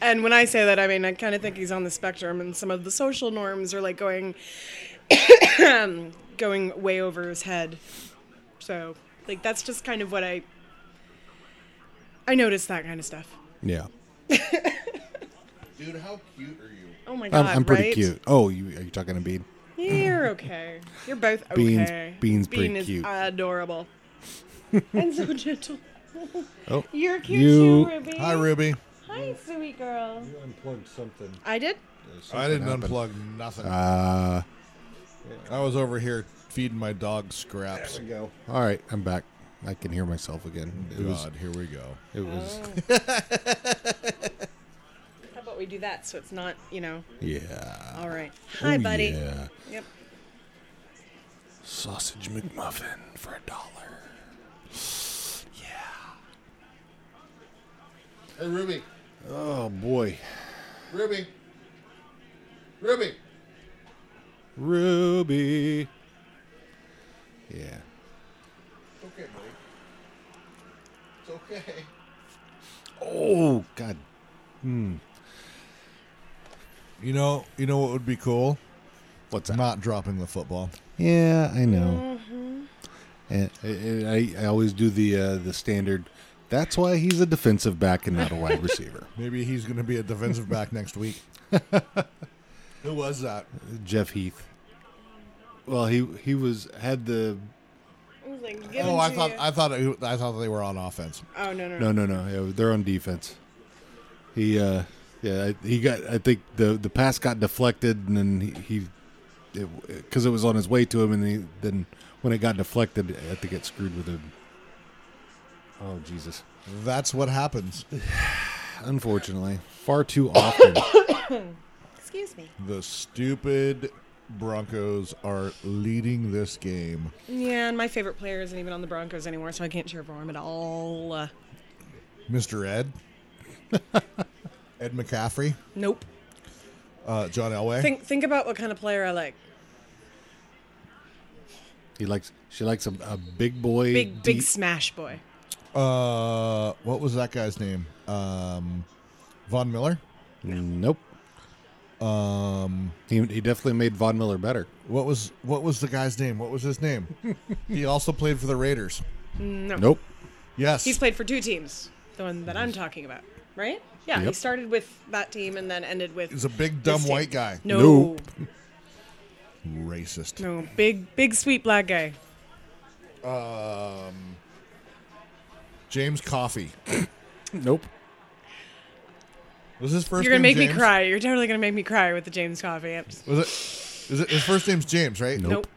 E: And when I say that, I mean I kind of think he's on the spectrum, and some of the social norms are like going, going way over his head. So, like that's just kind of what I, I noticed that kind of stuff.
D: Yeah.
C: Dude, how cute are you?
E: Oh my god,
D: I'm, I'm pretty
E: right?
D: cute. Oh, you, are you talking to Bean?
E: You're okay. You're both
D: Bean's-
E: okay.
D: Bean's
E: Bean
D: pretty
E: is
D: cute.
E: adorable. and so gentle.
D: Oh,
E: You're cute
D: You-
E: too, Ruby.
C: Hi, Ruby.
E: Hi, sweet girl.
D: unplugged something.
E: I did.
C: I didn't
D: happened.
C: unplug nothing.
D: Uh,
C: I was over here feeding my dog scraps.
D: go. All right, I'm back. I can hear myself again. It was.
C: God, here we go.
D: It was.
E: How about we do that so it's not, you know,
D: Yeah.
E: all right. Hi,
D: Oh,
E: buddy.
D: Yeah.
E: Yep.
D: Sausage McMuffin for a dollar.
C: Hey, Ruby.
D: Oh boy,
C: Ruby. Ruby.
D: Ruby. Yeah.
C: Okay, buddy. It's okay.
D: Oh God.
C: You know, you know what would be cool?
D: What's that?
C: Not dropping the football.
D: Yeah, I know.
E: Mm-hmm.
D: And and I, I always do the uh, the standard. That's why he's a defensive back and not a wide receiver.
C: Maybe he's going to be a defensive back next week. Who was that?
D: Jeff Heath. Well, he he was had the
E: I was like, give
C: Oh,
E: it
C: I
E: to
C: thought
E: you.
C: I thought it, I thought they were on offense.
E: Oh no no no.
D: no no no yeah, they're on defense. He uh yeah I- he got I think the the pass got deflected and then he because it, 'cause it was on his way to him and he, then when it got deflected I think it screwed with him. Oh Jesus!
C: That's what happens.
D: Unfortunately, far too often.
E: Excuse me.
C: The stupid Broncos are leading this game.
E: Yeah, and my favorite player isn't even on the Broncos anymore, so I can't cheer for him at all. Uh,
C: Mr. Ed, Ed McCaffrey,
E: nope.
C: uh, John Elway.
E: Think think about what kind of player I like.
D: He likes she likes a, a big boy.
E: Big big
D: deep-
E: smash boy.
C: uh, what was that guy's name? Um, Von Miller.
D: Nope.
C: Um,
D: He, he definitely made Von Miller better.
C: what was what was the guy's name? What was his name? he also played for the Raiders.
E: No.
D: Nope.
C: Yes,
E: He's played for two teams. The one that I'm talking about, right? Yeah, he
D: Yep.
E: started with that team and then ended with.
C: He's a big
E: this
C: dumb
E: team.
C: white guy.
E: No.
D: Nope.
C: Racist.
E: No, big, big, sweet black guy.
C: James Coffee
D: Nope.
C: was his 1st
E: You're gonna
C: name
E: make me
C: James?
E: cry. You're totally gonna make me cry with the James Coffee. I'm just-
C: Was it? Is it his first name's James? Right?
E: nope.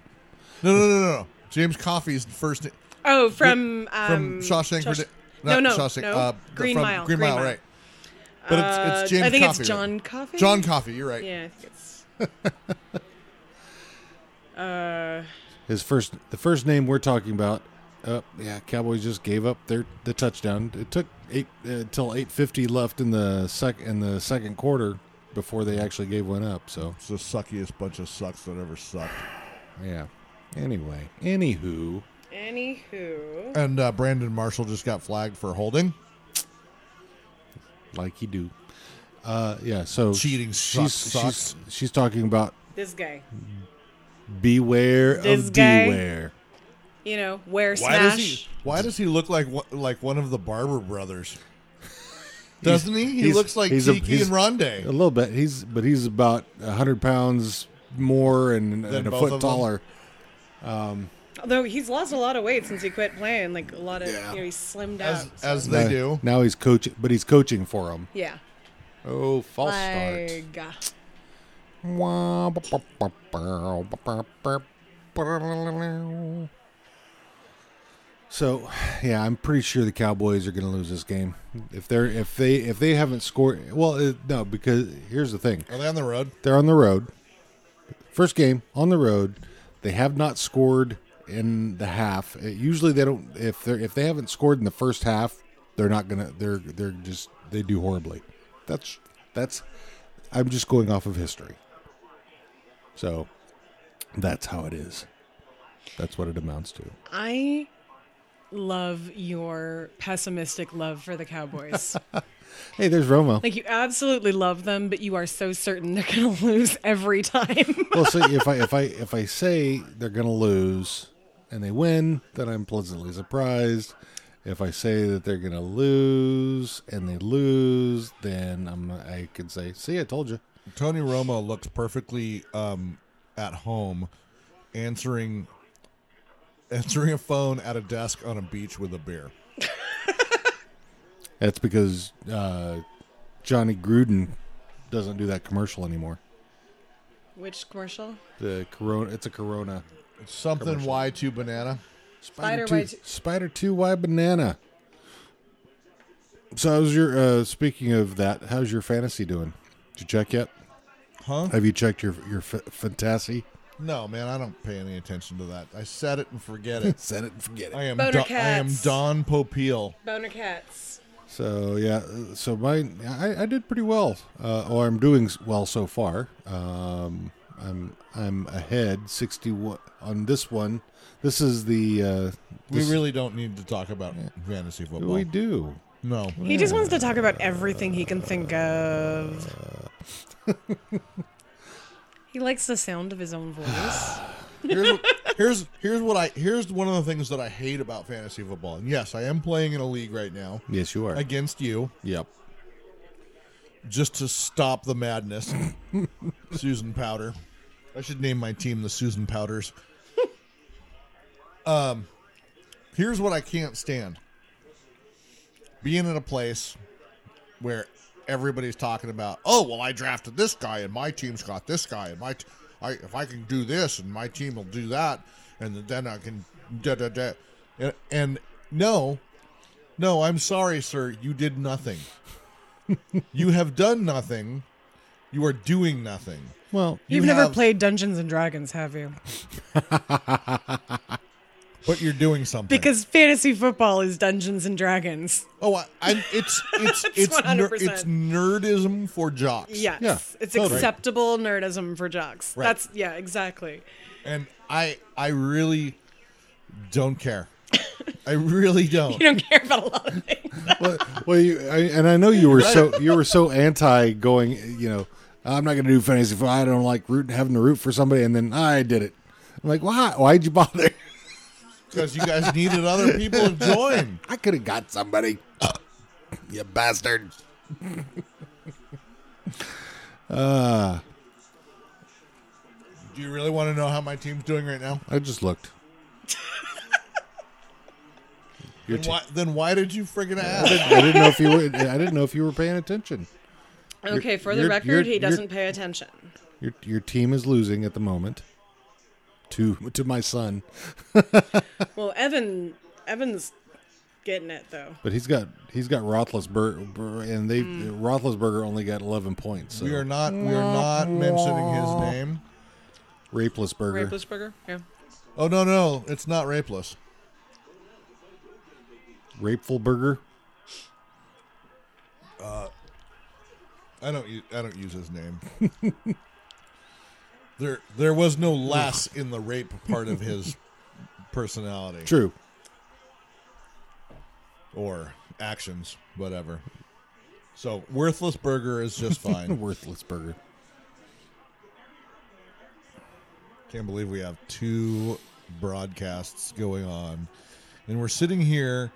C: No, no, no, no. no. James Coffee's first name.
E: Oh, from um,
C: from Shawshank.
E: Shawsh-
C: Rede-
E: no,
C: not
E: no,
C: Shawshank,
E: no.
C: uh,
E: Green
C: from
E: Mile.
C: Green Mile, right? But it's,
E: Uh,
C: it's James.
E: I think
C: Coffey,
E: it's
C: right?
E: John Coffee.
C: John Coffee. You're right.
E: Yeah, I think it's.
D: His first, the first name we're talking about. Uh, yeah, Cowboys just gave up their the touchdown. It took eight uh, until eight fifty left in the sec in the second quarter before they actually gave one up. So
C: It's the suckiest bunch of sucks that ever sucked.
D: yeah. Anyway, anywho,
E: Anywho,
C: And uh, Brandon Marshall just got flagged for holding.
D: like you do. Uh, yeah. So
C: Cheating
D: she's
C: sucks,
D: she's
C: sucks.
D: she's talking about
E: this guy.
D: beware
E: This
D: of
E: guy.
D: beware.
E: You know, wear
C: Why does he?
E: smash.
C: Why does he look like one- like one of the Barber brothers? Doesn't he? He
D: he's-
C: looks like
D: he's a-
C: Tiki
D: he's-
C: and Rondé.
D: A little bit. He's but he's about hundred pounds more and, and a
C: both of them?
D: foot taller.
E: Although he's lost a lot of weight since he quit playing. Like a lot of, you know, he's slimmed
C: as
E: out. so-
C: as they
D: Now-
C: do.
D: Now he's coaching, but he's coaching for him.
E: yeah.
D: Oh, false start.
E: Like, uh,
D: Wah, ba, ba, ba, ba, ba, ba, ba. So, yeah, I'm pretty sure the Cowboys are going to lose this game. If they're if they if they haven't scored, well, uh, no, because here's the thing:
C: Are they on the road?
D: they're on the road. First game on the road. They have not scored in the half. Uh, usually they don't if they are if they haven't scored in the first half, they're not going to they're they're just they do horribly. That's that's I'm just going off of history. So that's how it is. That's what it amounts to.
E: I love your pessimistic love for the Cowboys.
D: Hey, there's Romo.
E: like you absolutely love them, but you are so certain they're gonna lose every time.
D: well, see, if I if I if I say they're gonna lose and they win, then I'm pleasantly surprised. If I say that they're gonna lose and they lose, then I'm I could say, "See, I told you."
C: Tony Romo looks perfectly um, at home, answering answering a phone at a desk on a beach with a beer.
D: That's because uh, Johnny Gruden doesn't do that commercial anymore.
E: Which commercial?
D: The Corona, it's a Corona
C: Something Y two banana.
E: Spider
D: two,
E: Y2.
D: Spider Two Y Banana. So, how's your uh, speaking of that? How's your fantasy doing? Did you check yet?
C: Huh?
D: Have you checked your your f- fantasy?
C: No, man, I don't pay any attention to that. I said it and forget it.
D: Set it and forget
C: I am
E: Boner
C: Don- I am
E: cats.
C: Don Popeil.
E: Boner cats.
D: So yeah, so my I, I did pretty well, uh, or I'm doing s- well so far. Um, I'm I'm ahead sixty one on this one. This is the uh,
C: We
D: this-
C: really don't need to talk about fantasy football.
D: we do.
C: no.
E: He just wants to talk about everything he can think of. he likes the sound of his own voice.
C: Here's, here's here's what I here's one of the things that I hate about fantasy football. And yes, I am playing in a league right now
D: Yes, you are.
C: against you.
D: yep.
C: just to stop the madness. Susan Powder. I should name my team the Susan Powders. um, here's what I can't stand: being in a place where everybody's talking about, "Oh, well, I drafted this guy, and my team's got this guy, and my, t- I, if I can do this, and my team will do that, and then I can da da da," and, and no, no, I'm sorry, sir, you did nothing. You have done nothing. You are doing nothing.
D: Well,
E: You've
C: You
E: never
C: have-
E: played Dungeons and Dragons, have you?
C: But you're doing something.
E: Because fantasy football is Dungeons and Dragons.
C: oh, I, I'm, it's it's it's ner-
E: 100%.
C: it's nerdism for jocks.
E: Yes.
D: Yeah,
E: it's
D: totally.
E: acceptable nerdism for jocks.
C: Right.
E: That's yeah, exactly.
C: and I I really don't care. I really don't.
E: You don't care about a lot of things.
D: well, well you, I, and I know you were so you were so anti going. You know, I'm not going to do fantasy football. I don't like root, having to root for somebody, and then I did it. I'm like, why? Why'd you bother?
C: because you guys needed other people to join.
D: I could have got somebody. you bastard.
C: Do you really want to know how my team's doing right now?
D: I just looked.
C: Then
D: team.
C: why, then why did you friggin' ask?
D: I didn't know if you were. I didn't know if you were paying attention.
E: Okay, for the
D: you're-
E: record,
D: you're-
E: he
D: you're-
E: doesn't pay attention.
D: Your your team is losing at the moment. To to my son,
E: Well, Evan, Evan's getting it though.
D: but he's got he's got Roethlisberger, and they Roethlisberger only got 11 points. So
C: Hmm. We are not. We are not mentioning his name.
D: Raplesberger.
E: Raplesberger, yeah.
C: Oh no, no, it's not rapeless.
D: Rapeful Burger.
C: I don't. u- I don't use his name. there, there was no lass in the rape part of his personality
D: True.
C: or actions, whatever. So worthless burger is just fine.
D: Worthless burger.
C: Can't believe we have two broadcasts going on, and we're sitting here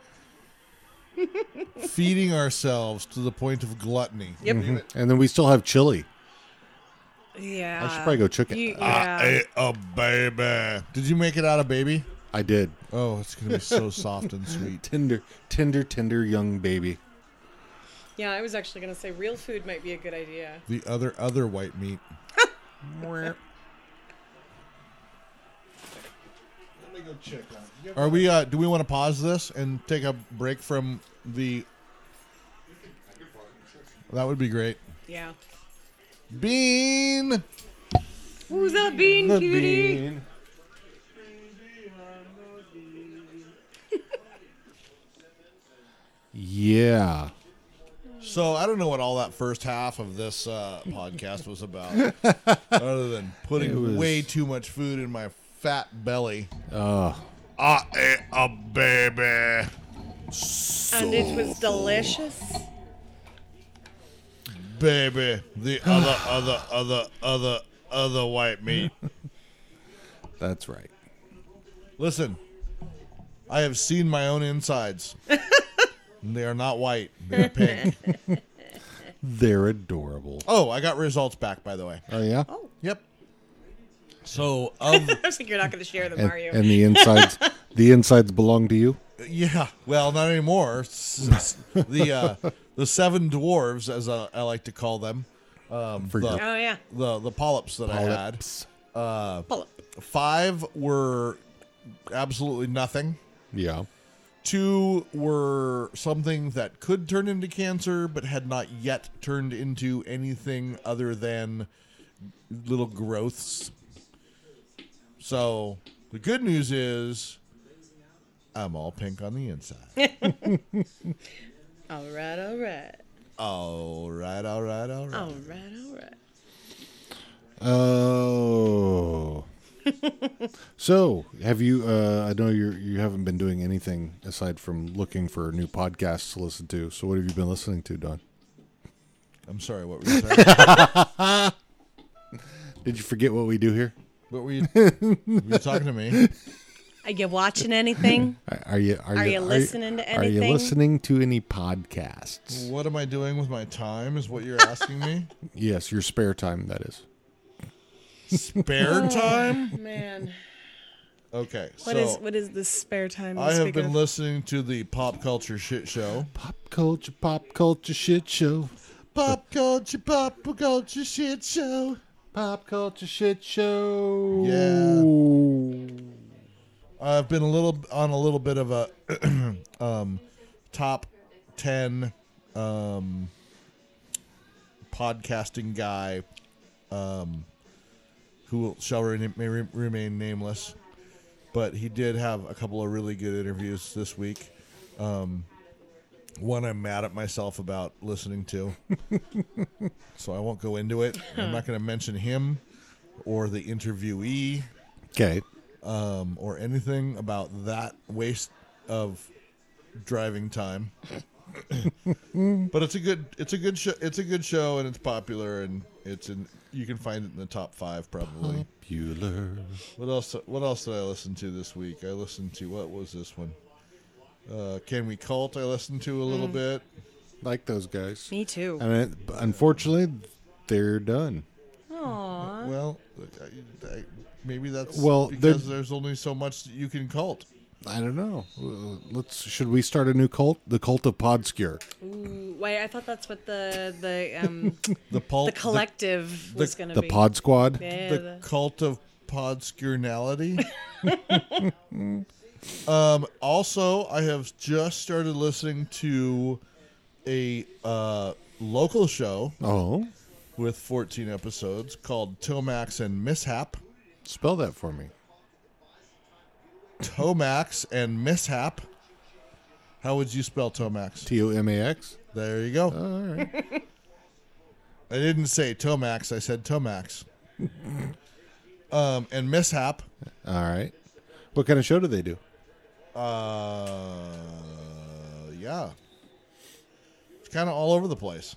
C: feeding ourselves to the point of gluttony.
E: Yep.
D: And then we still have chili.
E: Yeah.
D: I should probably go Ah, chicken.
E: You-
C: I
D: eh,
E: yeah.
C: ate a baby. Did you make it out of baby?
D: I did.
C: Oh, it's gonna be so soft and sweet.
D: Tender, tender, tender young baby.
E: yeah, I was actually gonna say real food might be a good idea.
C: The other other white meat. Are we? Uh, do we want to pause this and take a break from the? That would be great.
E: Yeah.
C: Bean.
E: Who's that bean cutie?
D: Yeah.
C: So I don't know what all that first half of this uh, podcast was about, other than
D: It
C: putting
D: was-
C: way too much food in my fat belly.
D: Oh,
C: I ate a baby.
E: And it was delicious.
C: Baby, the other, other, other, other, other white meat.
D: that's right.
C: Listen, I have seen my own insides. And they are not white. They're pink.
D: They're adorable.
C: oh, I got results back, by the way.
D: Oh yeah.
C: Yep. So, of,
E: I was like, you're not gonna share them,
D: And,
E: are you?
D: and the insides, the insides belong to you.
C: yeah, well, not anymore. S- s- the uh, the seven dwarves, as I, I like to call them, um,
D: For
C: the,
E: oh yeah.
C: the the polyps that I had.
E: Pull up.
C: Five were absolutely nothing.
D: Yeah.
C: Two were something that could turn into cancer, but had not yet turned into anything other than little growths. So the good news is, I'm all pink on the inside.
E: All right, all right,
C: all right, all right, all right.
E: all right, all right.
D: Oh. so, have you? Uh, I know you you haven't been doing anything aside from looking for new podcasts to listen to. So, what have you been listening to, Don?
C: I'm sorry. What were you saying?
D: Did you forget what we do here?
C: what were you? Were you talking to me?
E: Are you watching anything?
D: Are- Are you are,
E: Are you listening to
D: Are you
E: anything?
D: listening to any podcasts?
C: What am I doing with my time? Is what you're asking me?
D: Yes, your spare time that is.
C: Spare time?
E: Man,
C: Okay.
E: what
C: so
E: is what is this spare time?
C: I
E: you
C: have
E: speak
C: been
E: of?
C: listening to the pop culture shit show.
D: Pop culture, pop culture shit show.
C: Pop culture, pop culture shit show.
D: Pop culture shit show.
C: I've been a little on a little bit of a um, top ten um, podcasting guy um, who will- shall re- may re- remain nameless, but he did have a couple of really good interviews this week. Um, one I'm mad at myself about listening to, so I won't go into it. I'm not going to mention him or the interviewee
D: Okay.
C: um, or anything about that waste of driving time. but it's a good it's a good show it's a good show and it's popular and it's in you can find it in the top five probably.
D: Uh-huh. Bueller.
C: What else? What else did I listen to this week? I listened to what was this one? Uh, Can we cult? I listened to a little bit.
D: Like those guys.
E: Me too.
D: And it, unfortunately, they're done.
E: Aww.
C: Well, I, I, maybe that's
D: Well, they're-
C: because there's only so much that you can cult.
D: I don't know. Uh, Let's. Should we start a new cult? The cult of Podskier.
E: Ooh, wait, I thought that's what the the um,
C: Oh, The pulp,
E: the collective was going to
D: The
E: be.
D: Pod Squad.
E: Yeah,
C: the,
E: the-
C: cult of podskurnality. um, also, I have just started listening to a uh, local show
D: Oh,
C: with 14 episodes called Tomax and Mishap.
D: spell that for me.
C: Tomax and Mishap. How would you spell Tomax?
D: T O M A X.
C: There you go. I didn't say Tomax. I said Tomax. um, and Mishap.
D: All right. What kind of show do they do?
C: Uh, yeah. It's kind of all over the place.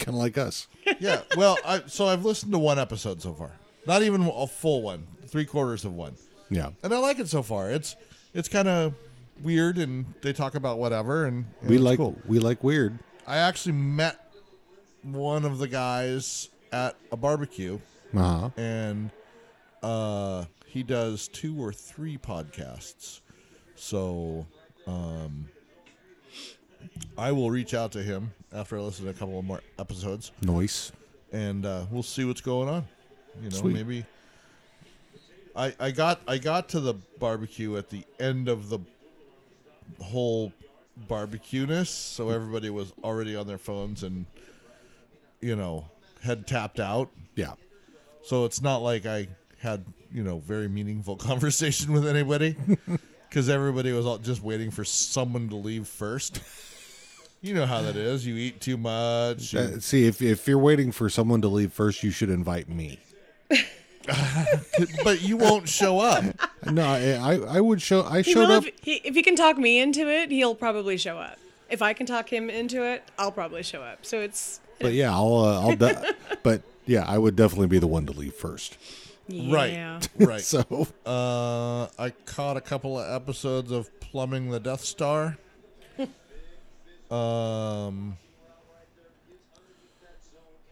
D: Kind of like us.
C: Yeah. Well, I, so I've listened to one episode so far. Not even a full one. Three quarters of one.
D: Yeah.
C: And I like it so far. It's it's kind of weird, and they talk about whatever. And, and
D: We
C: it's
D: like
C: cool.
D: we like weird.
C: I actually met one of the guys at a barbecue,
D: Uh huh.
C: and uh, he does two or three podcasts. So um, I will reach out to him after I listen to a couple of more episodes,
D: Noise.
C: and uh, we'll see what's going on. You know,
D: Sweet.
C: maybe. I, I got I got to the barbecue at the end of the whole barbecueness, so everybody was already on their phones and you know had tapped out.
D: Yeah.
C: So it's not like I had you know very meaningful conversation with anybody because everybody was all just waiting for someone to leave first. You know how that is. You eat too much. you-
D: Uh, see, if if you're waiting for someone to leave first, you should invite me.
C: but you won't show up.
D: No, I I, I would show. I
E: He
D: showed
E: will
D: up.
E: if, he, if he can talk me into it, he'll probably show up. If I can talk him into it, I'll probably show up. So it's
D: But yeah, I'll uh, I'll. De- but yeah, I would definitely be the one to leave first.
E: yeah.
C: Right. Right.
D: So
C: Uh, I caught a couple of episodes of Plumbing the Death Star. um,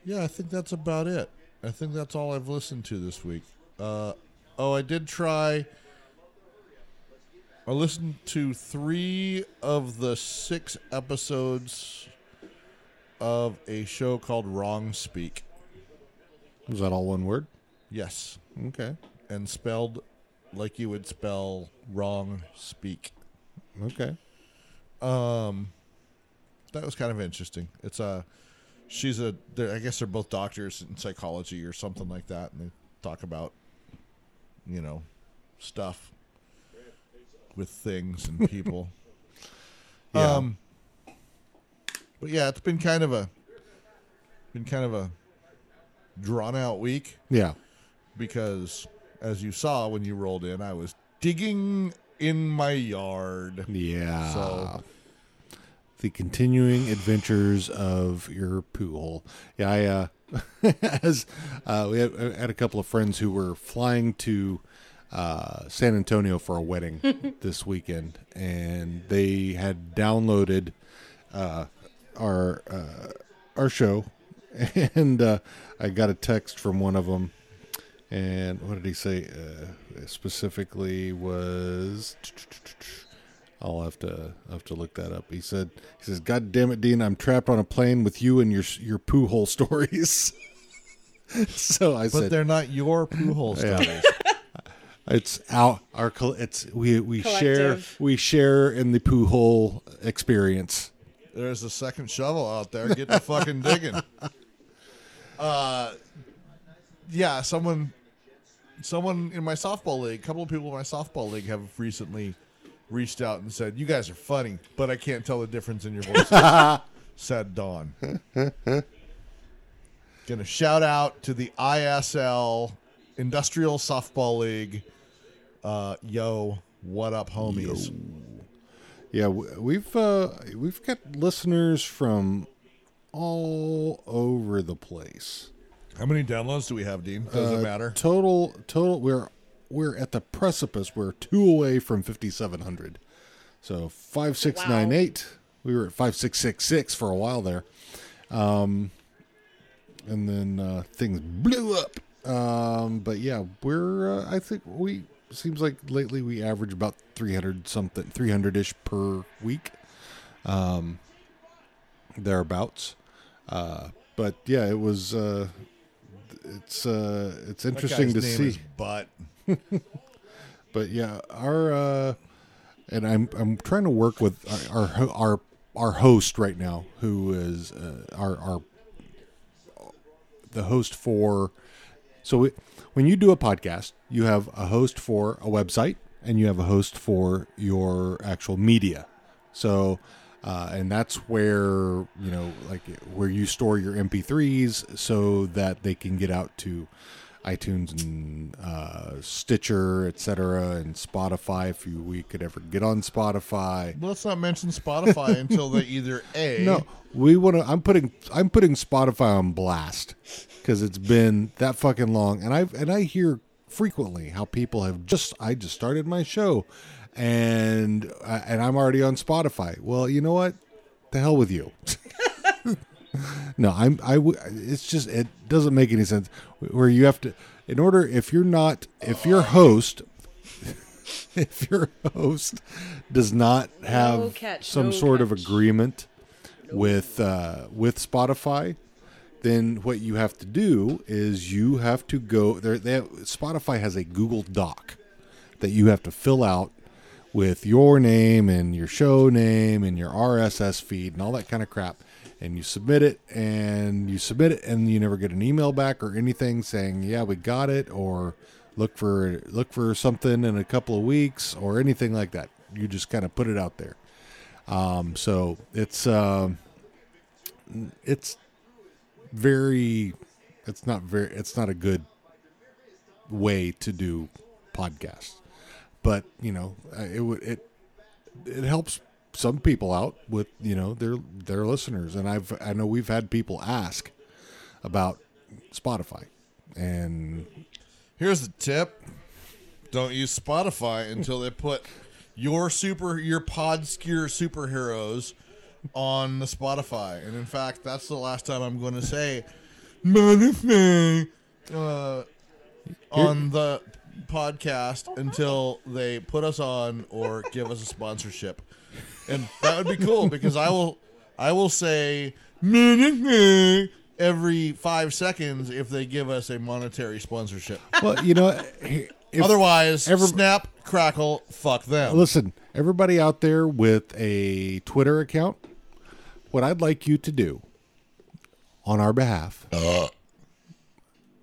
C: yeah, I think that's about it. I think that's all I've listened to this week. Uh, oh, I did try. I listened to three of the six episodes of a show called Wrong Speak.
D: was that all one word?
C: Yes.
D: Okay.
C: and spelled like you would spell wrong speak. Um,
D: Okay.
C: That was kind of interesting. It's a she's a they're, I guess they're both doctors in psychology or something like that, and they talk about you know stuff with things and people.
D: Yeah.
C: Um, but yeah, it's been kind of a been kind of a drawn out week.
D: Yeah.
C: because as you saw when you rolled in, I was digging in my yard.
D: Yeah.
C: So-
D: the continuing adventures of your poo hole. Yeah, I, uh, as uh, we had, had a couple of friends who were flying to uh, San Antonio for a wedding this weekend, and they had downloaded uh, our uh, our show, and uh, I got a text from one of them. And what did he say? Uh, specifically was I'll have to I'll have to look that up. He said he says, "God damn it, Dean, I'm trapped on a plane with you and your your poo hole stories." so I
C: But
D: said,
C: they're not your poo hole stories.
D: "It's out our col- it's we we
E: Collective.
D: share we share in the poo hole experience."
C: There's a second shovel out there. Get the fucking digging. Uh, yeah, someone, someone in my softball league, a couple of people in my softball league have recently reached out and said, "You guys are funny, but I can't tell the difference in your voices." said Dawn. Gonna shout out to the ISL Industrial Softball League. Uh, yo, what up, homies?
D: Yeah, w- we've uh, we've got listeners from all over the place.
C: How many downloads do we have, Dean? Does
D: Uh,
C: it matter?
D: Total total we're we're at the precipice. We're two away from 5700. So 5698. We were at 5666 for a while there. Um and then uh things blew up. Um but yeah, we're uh, I think we seems like lately we average about 300 something 300ish per week. Um thereabouts. Uh but yeah, it was uh it's uh it's
C: That
D: interesting to
C: guy's name
D: see
C: is Butt.
D: but yeah, our uh, and I'm I'm trying to work with our our ho- our, our host right now, who is uh, our our the host for. So we, when you do a podcast, you have a host for a website, and you have a host for your actual media. So. Uh, and that's where you know, like, where you store your MP3s so that they can get out to iTunes and uh, Stitcher, etc., and Spotify. If you, we could ever get on Spotify,
C: Let's not mention Spotify until they either a
D: no, we want to. I'm putting I'm putting Spotify on blast because it's been that fucking long, and I have and I hear frequently how people have just I just started my show, and uh, and I'm already on Spotify. Well, you know what? The hell with you. No, I'm. I. w- It's just it doesn't make any sense. Where you have to, in order, if you're not, if your host, if your host does not have
E: No catch,
D: some
E: no
D: sort of
E: catch.
D: agreement with uh, with Spotify, then what you have to do is you have to go there. They have, Spotify has a Google Doc that you have to fill out with your name and your show name and your RSS feed and all that kind of crap. And you submit it and you submit it and you never get an email back or anything saying, yeah, we got it or look for look for something in a couple of weeks or anything like that. You just kind of put it out there. Um, so it's um, it's very it's not very it's not a good way to do podcasts but you know uh, it would it it helps some people out with you know their their listeners and i've i know we've had people ask about spotify and
C: Here's a tip: Don't use Spotify until they put your super your Podskier superheroes on the Spotify. And in fact, that's the last time I'm going to say Spotify uh, on the podcast until they put us on or give us a sponsorship. And that would be cool because I will I will say every 5 seconds if they give us a monetary sponsorship.
D: well you know if,
C: Otherwise,
D: every-
C: snap, crackle, fuck them.
D: listen everybody out there with a twitter account what i'd like you to do on our behalf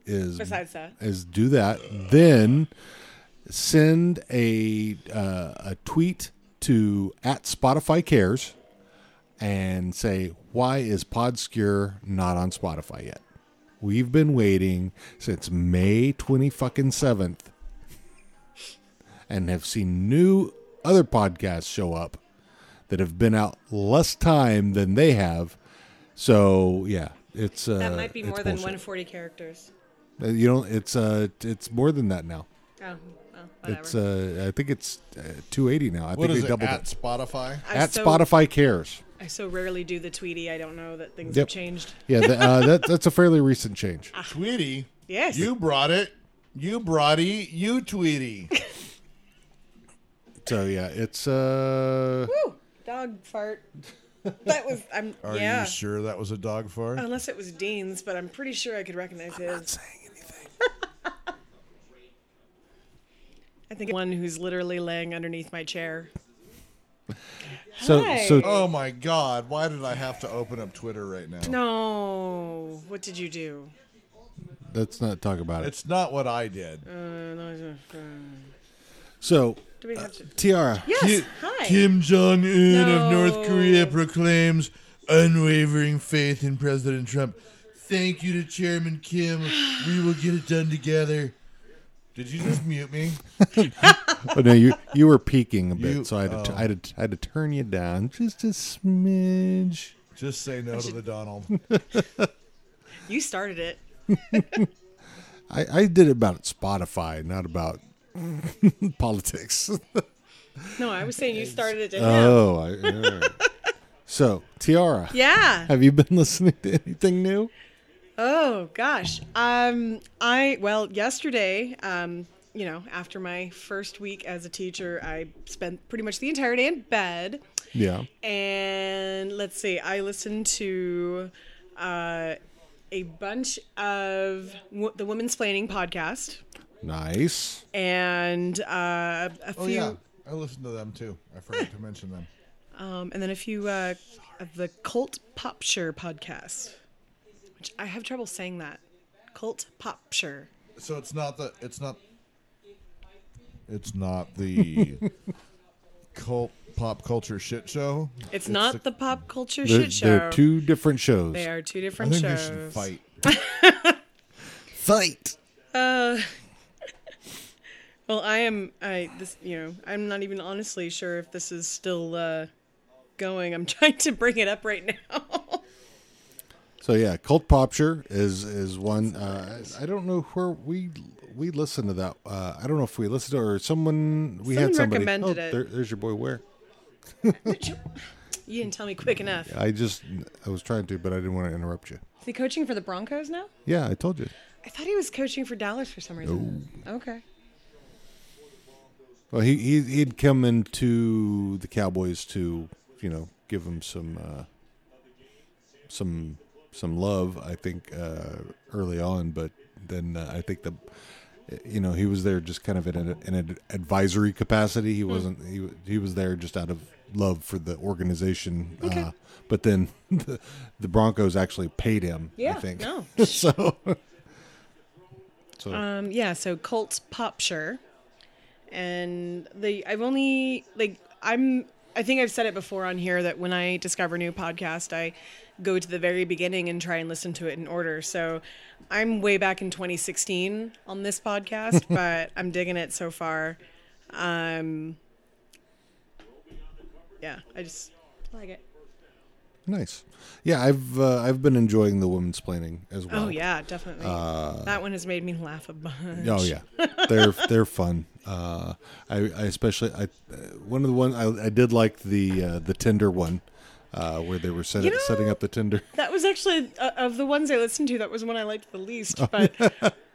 D: is
E: Besides that,
D: is do that. Then send a uh, a tweet to at Spotify Cares and say why is Podscure not on Spotify yet? We've been waiting since May twenty fucking seventh, and have seen new other podcasts show up that have been out less time than they have. So yeah, it's uh,
E: that might be
D: it's
E: more than
D: bullshit.
E: 140 characters.
D: Uh, You don't. It's uh, t- it's more than that now.
E: Oh, well, whatever.
D: It's uh, I think it's uh, 280 now. I
C: What
D: think
C: is
D: they
C: it
D: doubled
C: at
D: it.
C: Spotify?
E: I
D: uh, At
E: so,
D: Spotify cares.
E: I so rarely do the Tweety. I don't know that things
D: Yep.
E: have changed.
D: Yeah, th uh, that that's a fairly recent change.
C: Tweety.
E: Ah. Yes.
C: You brought it. You broughty. You Tweety.
D: So yeah, it's uh,
E: Woo! Dog fart. That was. I'm.
C: Are
E: yeah. Um,
C: you sure that was a dog fart?
E: Unless it was Dean's, but I'm pretty sure I could recognize his. I think one who's literally laying underneath my chair.
D: so
E: Hi.
D: so
C: Oh my god, why did I have to open up Twitter right now?
E: No. What did you do?
D: let's not talk about it.
C: It's not what I did.
E: Uh,
C: Uh,
D: So
E: Do we have to?
D: Tiara,
E: Yes.
C: Ki-
E: hi.
C: Kim Jong Un of
E: No.
C: North Korea proclaims unwavering faith in President Trump. Thank you to Chairman Kim. We will get it done together. Did you just mute me?
D: But Oh, no, you you were peaking a bit,
C: You-
D: so I had, to,
C: oh.
D: I, had to, I had to turn you down just a smidge.
C: Just say no to the Donald.
E: You started it.
D: I, I did it about Spotify, not about politics.
E: No, I was saying you started it to him.
C: Uh,
D: Oh, I, all right. so Tiara,
E: Yeah.
D: have you been listening to anything new?
E: Oh gosh. Um I well yesterday um you know after my first week as a teacher I spent pretty much the entire day in bed
D: Yeah,
E: and let's see I listened to uh a bunch of w- the Women's Planning podcast
D: nice. and
E: and uh, a few
C: Oh yeah, I listened to them too. I forgot to mention them.
E: Um, and then a few uh, of the Cult Popshire podcast, which I have trouble saying that. Cult Popshire.
C: So it's not the it's not it's not the cult pop culture shit show.
E: It's, not the, pop culture
D: They're,
E: shit show.
D: they're two different shows.
E: They are two
C: I
E: different
C: think they
E: shows.
C: should fight.
D: Fight.
E: Uh, Well, I am. I this you know I'm not even honestly sure if this is still uh, going. I'm trying to bring it up right now.
D: So yeah, Cult Popture is is one. Uh, I don't know where we we listened to that. Uh, I don't know if we listened to it or someone we had
E: Someone
D: somebody.
E: recommended
D: oh,
E: it.
D: There, there's your boy. Where
E: you didn't tell me quick enough.
D: I just I was trying to, but I didn't want to interrupt you.
E: Is he coaching for the Broncos now?
D: Yeah, I told you.
E: I thought he was coaching for Dallas for some reason. Okay.
D: Well, he, he he'd come into the Cowboys to you know give him some uh, some some love. I think uh, early on, but then uh, I think the you know he was there just kind of in an, in an advisory capacity.
E: Hmm.
D: He wasn't he wa- he was there just out of love for the organization. Uh, but then the, the Broncos actually paid him.
E: Yeah.
D: I think
E: No.
D: so. so
E: Um, yeah, so Colts Popshire. And the I've only like I'm I think I've said it before on here that when I discover a new podcast, I go to the very beginning and try and listen to it in order. So I'm way back in 2016 on this podcast, but I'm digging it so far. Um, yeah, I just like it.
D: Nice. Yeah, I've uh, I've been enjoying the women's planning as well.
E: Oh yeah, definitely. that one has made me laugh a bunch.
D: Oh yeah. They're they're fun. Uh, I, I especially I uh, one of the one I, I did like the uh, the Tinder one uh, where they were set,
E: You know-
D: setting up the Tinder.
E: That was actually uh, of the ones I listened to. That was the one I liked the least. But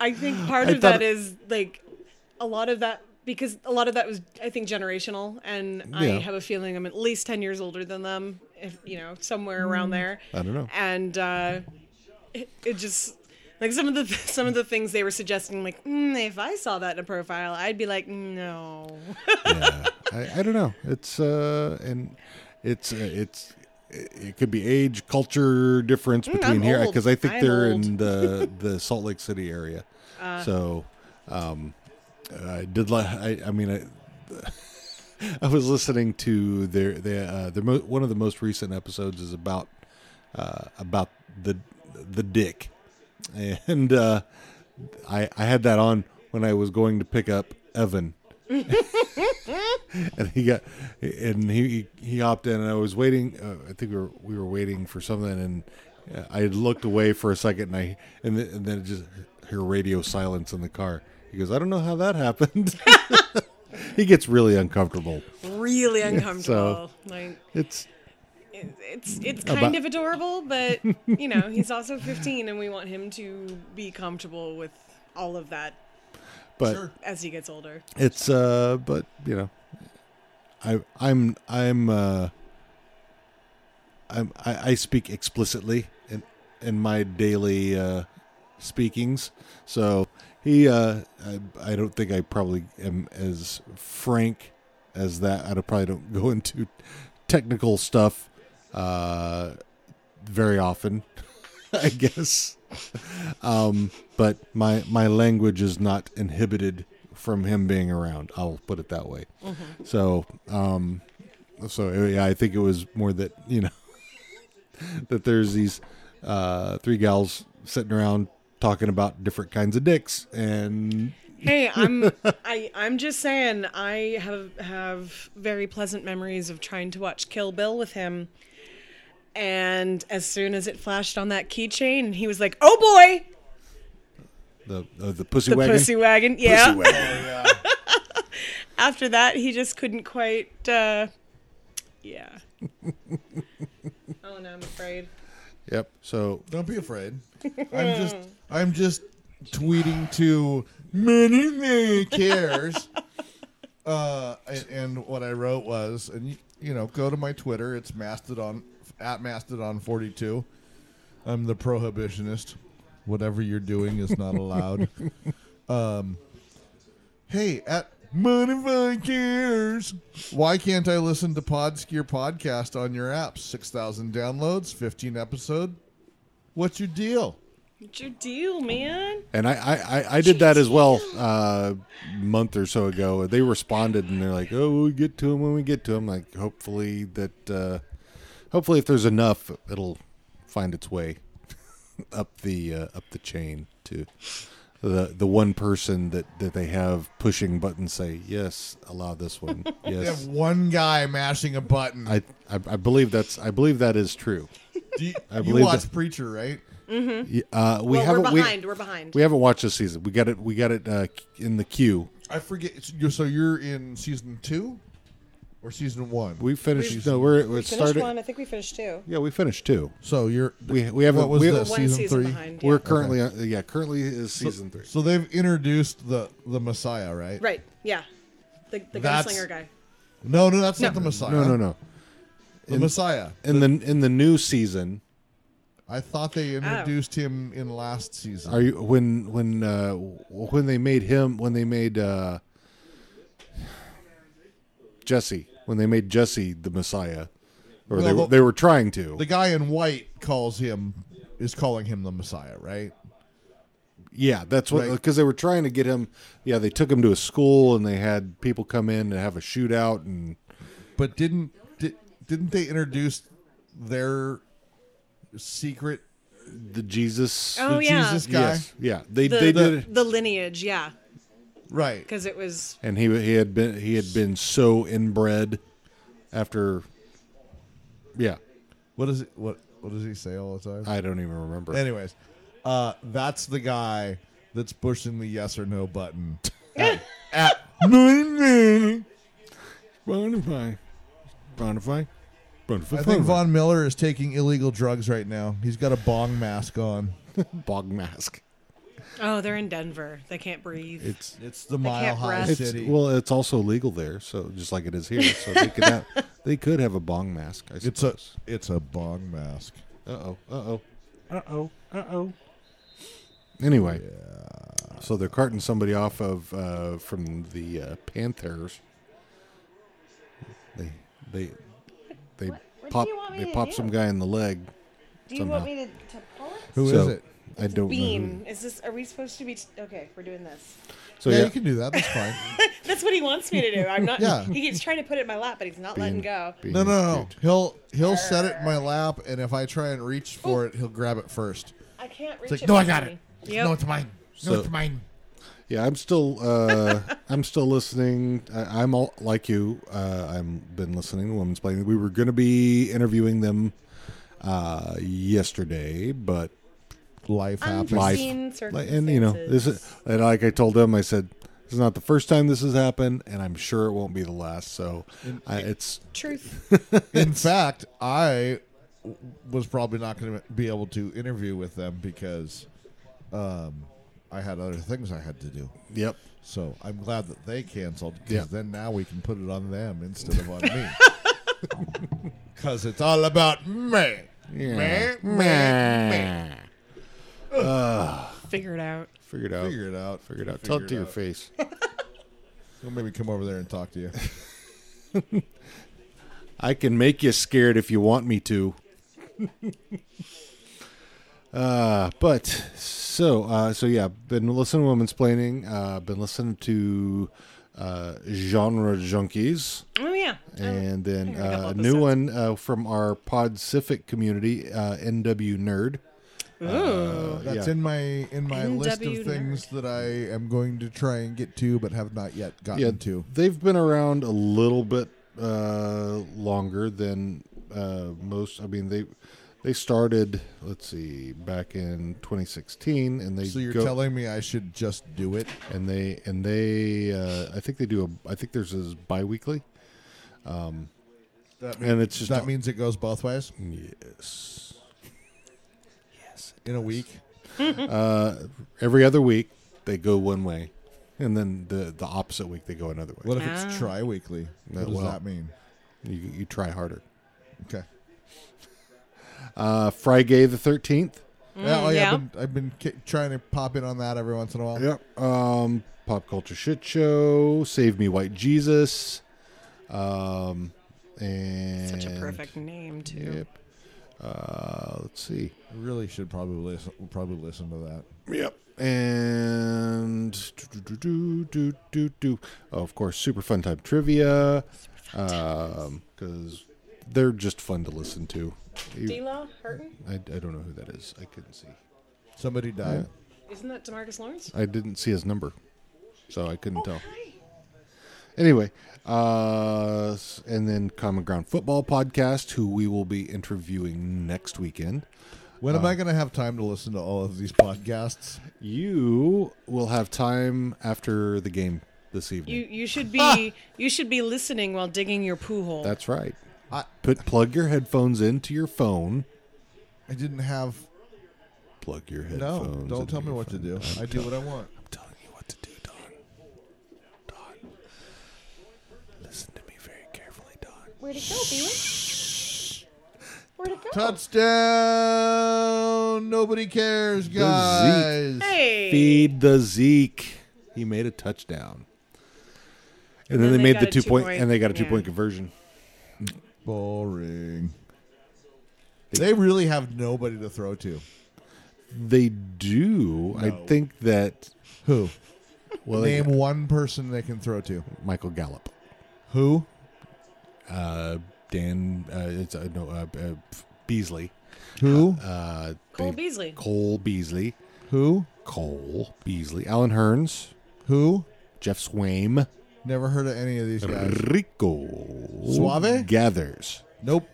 E: I think part
D: Oh. I thought-
E: of that is like a lot of that because a lot of that was I think generational, and I
D: Yeah.
E: have a feeling I'm at least ten years older than them, if you know somewhere around there.
D: Mm. I don't know.
E: And uh, it, it just like some of the some of the things they were suggesting, like mm, if I saw that in a profile, I'd be like, no.
D: yeah. I, I don't know. It's uh and it's uh, it's it it could be age, culture difference between
E: I'm
D: here
E: old.
D: because I think
E: I'm
D: they're in
E: old. Uh.
D: the the Salt Lake City area. so um I did like I I mean I I was listening to their their uh, their mo- one of the most recent episodes is about uh, about the the dick, and uh, I I had that on when I was going to pick up Evan, and he got and he he hopped in and I was waiting. Uh, I think we were we were waiting for something and uh, I had looked away for a second and I and, th- and then it just her radio silence in the car. He goes, I don't know how that happened. he gets really uncomfortable.
E: Really uncomfortable. Like
D: It's
E: it's it's kind
D: About-
E: of adorable, but you know he's also 15, and we want him to be comfortable with all of that
D: but
E: as he gets older.
D: it's uh but you know I I'm I'm uh I'm I, I speak explicitly in in my daily uh speakings. So he uh I, I don't think I probably am as frank as that. I don't- probably don't go into technical stuff uh very often, I guess Um, but my my language is not inhibited from him being around. I'll put it that way.
E: Mm-hmm.
D: So, um, so yeah, I think it was more that you know that there's these uh, three gals sitting around talking about different kinds of dicks, and
E: Hey, I'm I I'm just saying I have have very pleasant memories of trying to watch Kill Bill with him. And as soon as it flashed on that keychain, he was like, "Oh boy,
D: The uh, the pussy
E: the
D: wagon.
E: pussy wagon." Oh, Yeah.
D: Pussy wagon.
E: After that, he just couldn't quite uh yeah. oh no, I'm afraid.
D: yep. So
C: Don't be afraid. I'm just I'm just tweeting to many many cares. Uh, and, and what I wrote was, and you, you know, go to my Twitter. It's mastodon at mastodon forty two. I'm the prohibitionist. Whatever you're doing is not allowed. um, hey, at Modify Cares. Why can't I listen to Podskier podcast on your apps? Six thousand downloads, fifteen episode, What's your deal?
E: What's your deal, man?
D: and I I, I, I did that as well uh, a month or so ago. They responded and they're like, "Oh, we get to them when we get to them." Like hopefully that uh, hopefully if there's enough, it'll find its way up the uh, up the chain to the the one person that that they have pushing buttons say yes, allow this one.
C: They have
D: Yes.
C: one guy mashing a button.
D: I, I, I believe that's I believe that is true.
C: Do you,
D: I
C: you
D: believe
C: watch
D: that-
C: Preacher, right?
D: Y- Uh, we
E: well,
D: haven't
E: we're behind.
D: We,
E: are behind.
D: we haven't watched this season. We got it. We got it uh, in the queue.
C: I forget. it's- you're- So you're in season two or season one?
D: We finished. no, we're we
E: finished
D: started.
E: one. I think we finished two.
D: Yeah, we finished two.
C: so you're
D: We- we haven't-
C: What was
D: we-
C: this,
E: One
C: season,
E: season
C: three?
E: behind.
D: We're
E: yeah.
D: currently on, yeah currently is season three.
C: So they've introduced the the Messiah, right?
E: Right. Yeah. The, the
C: That's-
E: gunslinger guy.
C: No, no, that's not the Messiah.
D: No, no, no.
C: The Messiah.
D: In the in the new season,
C: I thought they introduced him in last season.
D: are you when when uh when they made him when they made uh Jesse when they made Jesse the Messiah, or
C: Well,
D: they
C: the-
D: were they were trying to.
C: the guy in white calls him is calling him the Messiah, right?
D: Yeah, that's what
C: Right.
D: because they were trying to get him. Yeah, they took him to a school and they had people come in and have a shootout and
C: But didn't di- didn't they introduce their secret
D: the Jesus.
E: Oh
C: the
E: yeah.
C: Jesus guy?
D: Yes, yeah, they
E: The,
D: they
E: the,
D: did it,
E: the lineage, yeah,
C: Right.
E: because it was
D: and he he had been he had been so inbred after. Yeah,
C: What is it? What What does he say all the time?
D: I don't even remember.
C: Anyways, uh, that's the guy that's pushing the yes or no button. at, at
D: Bonify, Bonify, Bonify.
C: I think Von Miller is taking illegal drugs right now. He's got a bong mask on.
D: Bog Mask.
E: oh they're in Denver, they can't breathe.
D: It's
C: It's the
E: can't
C: mile high
E: breath.
D: It's,
C: city.
D: Well, it's also legal there, so just like it is here, so they could have, they could have a bong mask. I
C: it's a
D: suppose.
C: it's a bong mask.
D: Uh oh. Uh oh. Uh oh. Uh oh. Anyway, so they're carting somebody off of uh, from the uh, Panthers. They they they
F: what do
D: pop
F: you want me
D: they
F: to
D: pop
F: do?
D: some guy in the leg.
F: Do you
D: somehow.
F: want me to, to pull it?
C: Who is
D: So,
C: it?
D: I don't know.
E: Bean, is this? Are we supposed to be? T- okay, we're doing this.
D: who- So
C: yeah,
D: yeah,
C: you can do that. That's fine.
E: That's what he wants me to do. I'm not.
C: Yeah.
E: He keeps trying to put it in my lap, but he's not letting
D: Bean-
E: go.
D: Bean
C: no, no,
D: is
C: no.
D: cute.
C: He'll he'll set it in my lap, and if I try and reach for it, he'll grab it first.
E: I can't reach
C: It's like,
E: it.
C: no, I
E: with
C: got
E: me."
C: it.
E: Yep.
C: No, it's mine.
D: So-
C: no, it's mine.
D: Yeah, I'm still uh, I'm still listening. I, I'm all, like you. Uh, I've been listening to Women's Playing. We were going to be interviewing them uh, yesterday, but
C: Life happens.
E: Unforeseen
D: like,
E: circumstances.
D: and you know this is and like I told them, I said this is not the first time this has happened, and I'm sure it won't be the last. So I, it's
E: truth.
C: In fact, I w- was probably not going to be able to interview with them because um, I had other things I had to do.
D: yep.
C: So I'm glad that they canceled because
D: Yeah.
C: then now we can put it on them instead of on me. Because it's all about me.
D: Yeah.
C: Meh, meh,
E: Figure it out.
D: Figure it out.
C: Figure it out.
D: Figure it out. Tell it to your face.
C: Don't make me come over there and talk to you.
D: I can make you scared if you want me to. uh, but so uh, so yeah, been listening to women's planning. Uh, been listening to uh, genre junkies,
E: Oh yeah.
D: and then
E: I heard a couple
D: uh, a
E: episodes.
D: new one uh, from our Podcific community, uh, NW Nerd.
E: Ooh.
C: That's
D: Yeah.
C: in my in my list of
E: NW
C: things that I am going to try and get to, but have not yet gotten
D: yeah,
C: to.
D: they've been around a little bit uh, longer than uh, most. I mean, they they started. Let's see, back in 2016, and they
C: So you're
D: go,
C: telling me I should just do it?
D: and they and they. Uh, I think they do a. I think there's is biweekly, Um,
C: That
D: and it's just
C: that means it goes both ways
D: yes.
C: in a week.
D: Every other week they go one way, and then the the opposite week they go another way.
C: What if
E: Ah.
C: it's tri-weekly? What
D: Uh,
C: does
D: well.
C: that mean?
D: You, you try harder.
C: Okay.
D: Uh, Friday the 13th.
C: yeah, oh, yeah,
E: Mm, yeah.
C: I've been, I've been ki- trying to pop in on that every once in a while.
D: Yep. Um, pop culture shit show. Save me, white Jesus. Um, and
E: Such a perfect name too.
D: Yep. Uh, let's see.
C: I really should probably listen, probably listen to that.
D: Yep. And do, do, do, do, do, do. Oh, of course, super fun time trivia. Um, because they're just fun to listen to. You-
E: D-Law Hurton?
D: I, I don't know who that is. I couldn't see.
C: Somebody died.
E: Isn't that Demarcus Lawrence?
D: I didn't see his number, so I couldn't tell. Anyway, uh, s- and then Common Ground Football Podcast, who we will be interviewing next weekend.
C: When am I going to have time to listen to all of these podcasts?
D: You will have time after the game this evening.
E: You you should
C: Ah.
E: be you should be listening while digging your poo hole.
D: That's right.
C: I-
D: Put plug your headphones into your phone.
C: I didn't have.
D: Plug your
C: No,
D: headphones.
C: don't
D: into
C: tell me
D: your
C: what to
D: phone.
C: do. I do what I want.
D: I'm telling you what to do, Don. Don, listen to me very carefully, Don.
G: Where'd it go, Beeler? Where'd it go?
C: Touchdown! Nobody cares, guys.
E: hey.
D: Feed the Zeke. He made a touchdown. And, then, they, made
E: got
D: the
E: a
D: two point,
E: two-point-
D: and they got a
E: yeah.
D: two point conversion.
C: Boring. They really have nobody to throw to.
D: They do. I
C: No.
D: think that
C: Who? uh,
D: well, they
C: Name one person they can throw to.
D: got Michael Gallup,
C: Who?
D: uh, Dan, uh, it's uh, no uh, uh, Beasley,
C: Who?
D: uh,
E: Cole
D: they-
E: Beasley.
D: Cole Beasley,
C: Who?
D: Cole Beasley, Alan Hearns,
C: Who?
D: Jeff Swaim,
C: Never heard of any of these guys.
D: Rico
C: Suave?
D: Gathers,
C: Nope.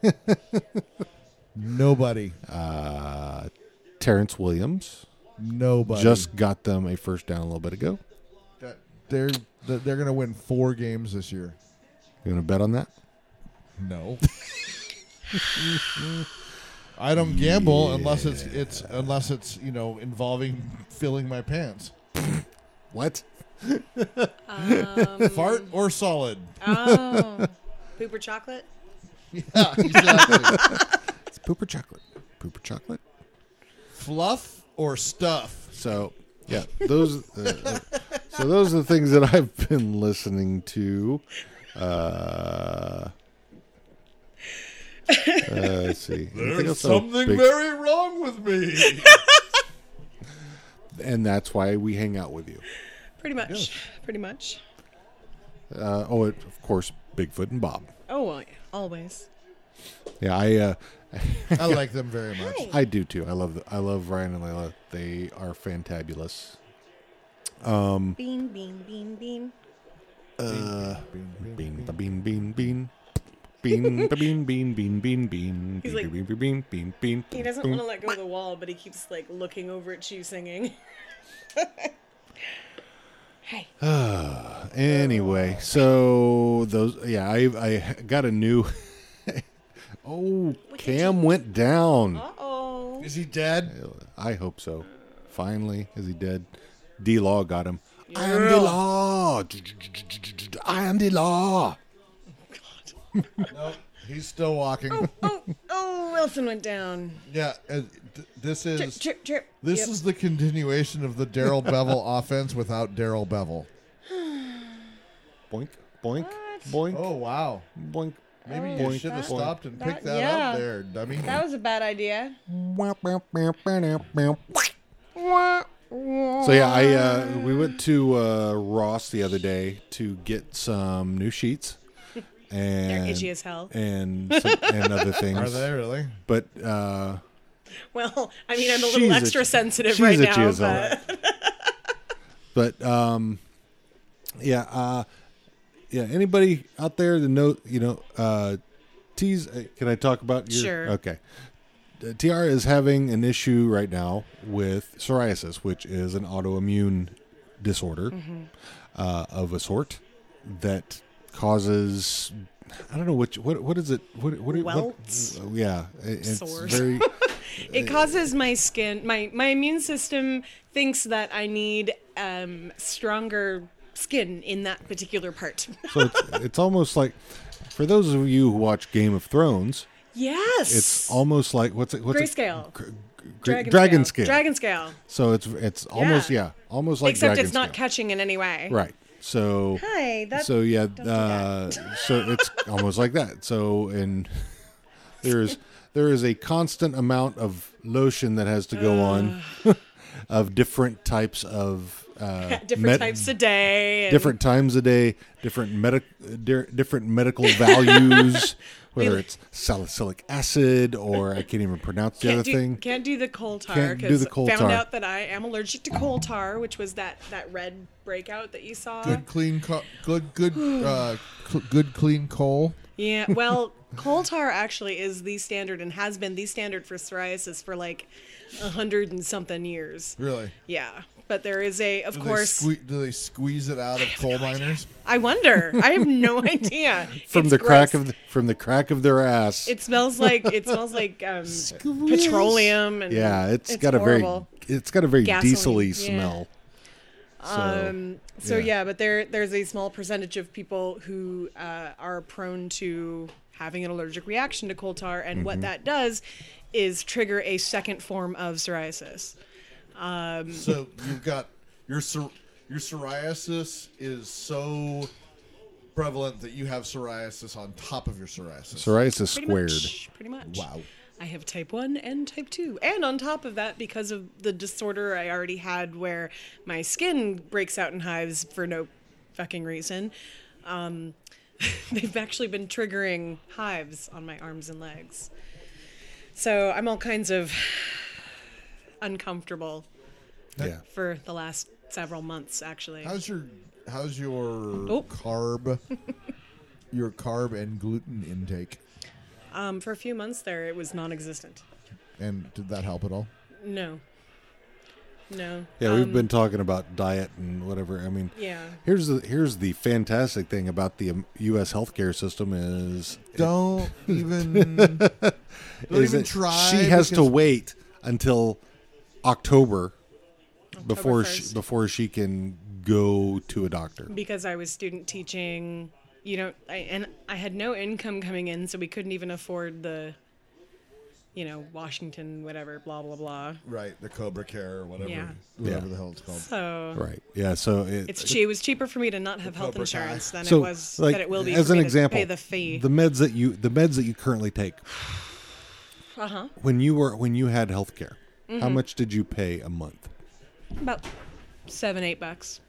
C: nobody.
D: uh, Terrence Williams.
C: Nobody.
D: Just got them a first down a little bit ago.
C: That- they're that they're gonna win four games this year.
D: You want to bet on that?
C: No. I don't gamble unless it's it's unless it's you know involving filling my pants,
D: What?
C: fart or solid.
E: Oh. Pooper chocolate?
C: Yeah, exactly.
D: It's pooper chocolate. Pooper chocolate.
C: Fluff or stuff.
D: So yeah, those. Uh, so those are the things that I've been listening to. Uh, uh, let's see. Anything else? Oh, big-
C: very wrong with me.
D: and that's why we hang out with you.
E: Pretty much. Pretty much.
D: Uh, oh, it, of course, Bigfoot and Bob.
E: Oh well, yeah, always.
D: Yeah, I uh,
C: I like them very much.
D: I do too. I love the, I love Ryan and Layla. They are fantabulous. Um,
G: Bean, bean, bean, bean.
D: uh, Bean, ba bean, bean, bean. Bean, ba bean, bean, bean, bean, bean.
E: He's
D: Bean,
E: like-
D: bean, bean, bean, bean, bean.
E: He doesn't
D: boom.
E: want to let go of the wall, but he keeps like looking over at you singing.
D: Anyway, so those, yeah, I, I got a new. oh, Cam went down.
E: Uh-oh.
C: Is he dead?
D: I hope so. Finally, is he dead? D Law got him. I am
E: Yeah.
D: the law. I am the law.
C: No, he's still walking.
E: Oh, oh, Wilson went down.
C: Yeah, uh, th- this
E: Trip,
C: is
E: trip, trip.
C: this
E: Yep.
C: is the continuation of the Daryl Bevel offense without Daryl Bevel.
D: Boink, boink, boink,
C: Oh wow.
D: boink.
C: Maybe
D: boink,
C: you should have
D: boink.
C: stopped and picked
E: That-
C: that
E: yeah.
C: up there, dummy.
E: That was a bad idea.
D: So yeah, I uh, we went to uh, Ross the other day to get some new sheets, and
E: itchy as hell.
D: and some, and other things.
C: Are they really?
D: But uh,
E: Well, I mean, I'm a
D: She's
E: little
D: a-
E: extra sensitive
D: she's
E: right
D: a
E: now,
D: chisel.
E: but
D: But um, yeah, uh, yeah. Anybody out there that know you know uh, T's? uh, Can I talk about your?
E: Sure.
D: Okay. Uh, Tr is having an issue right now with psoriasis, which is an autoimmune disorder uh, of a sort that causes. I don't know what what what is it what what,
E: Welts.
D: what yeah it- it's
E: Sores.
D: very
E: it causes my skin, my my immune system thinks that I need um, stronger skin in that particular part.
D: so it's, it's almost like for those of you who watch Game of Thrones
E: yes,
D: it's almost like what's it what's
E: Grayscale.
D: it, Gr- gr-
E: dragon,
D: dragon
E: scale.
D: scale.
E: Dragon scale.
D: So it's it's almost yeah, almost like
E: Except
D: dragon
E: it's not
D: scale.
E: catching in any way.
D: right. So
E: Hi, that-
D: so yeah,
E: do
D: uh, so it's almost like that. So and there's there is a constant amount of lotion that has to go on of different types of uh,
E: Different
D: med-
E: types a day. and-
D: different times a day, different medic, di- different medical values, whether it's salicylic acid or I can't even pronounce the
E: Can't
D: other
E: do,
D: thing.
E: Can't do the coal tar
D: Can't do
E: because
D: the coal
E: found
D: tar.
E: out that I am allergic to coal tar, which was that that red breakout that you saw.
C: Good clean, co- good good uh, cl- good clean coal.
E: Yeah, well, coal tar actually is the standard and has been the standard for psoriasis for like a hundred and something years.
C: Really?
E: Yeah, but there is a, of
C: Do
E: course.
C: They sque- do they squeeze it out of coal miners?
E: I wonder. I have no idea.
D: from
E: It's
D: the crack
E: gross.
D: of the, from the crack of their ass.
E: It smells like it smells like um, petroleum and
D: yeah, it's got
E: horrible.
D: a very it's got a very
E: Gasoline,
D: diesely
E: yeah.
D: smell. So,
E: Um, so yeah.
D: yeah.
E: but there there's a small percentage of people who uh, are prone to having an allergic reaction to coal tar, and what that does is trigger a second form of psoriasis.
C: so you've got your psor- your psoriasis is so prevalent that you have psoriasis on top of your psoriasis.
D: psoriasis
E: Pretty
D: squared.
E: much. Pretty much.
C: Wow.
E: I have type 1 and type 2. And on top of that, because of the disorder I already had where my skin breaks out in hives for no fucking reason, um, they've actually been triggering hives on my arms and legs. So I'm all kinds of uncomfortable
D: Yeah.
E: for the last several months, actually.
C: How's your how's your
E: Oh.
C: carb your carb and gluten intake?
E: Um, for a few months there, it was non existent.
C: And did that help at all?
E: No. No.
D: Yeah, we've been talking about diet and whatever. I mean,
E: um, Yeah.
D: here's the here's the fantastic thing about the um, U.S. healthcare system is
C: Don't even don't
D: is
C: even
D: that
C: try.
D: she has to
C: because-
D: wait until October, before she,
E: 1st.
D: before she can go to a doctor.
E: because I was student teaching, you know, I, and I had no income coming in, so we couldn't even afford the, you know, Washington, whatever, blah, blah, blah.
C: right the Cobra Care or whatever
E: Yeah.
C: whatever
D: Yeah.
C: the hell it's called.
E: So
D: Right. Yeah. So it,
E: it's che- it was cheaper for me to not have health
C: Cobra Kai.
E: insurance than
D: so
E: it was that it will be
D: as
E: for
D: an
E: me
D: example
E: to pay the fee.
D: the meds that you the meds that you currently take
E: uh-huh.
D: when you were when you had health care
E: Mm-hmm.
D: how much did you pay a month
E: About seven, eight bucks.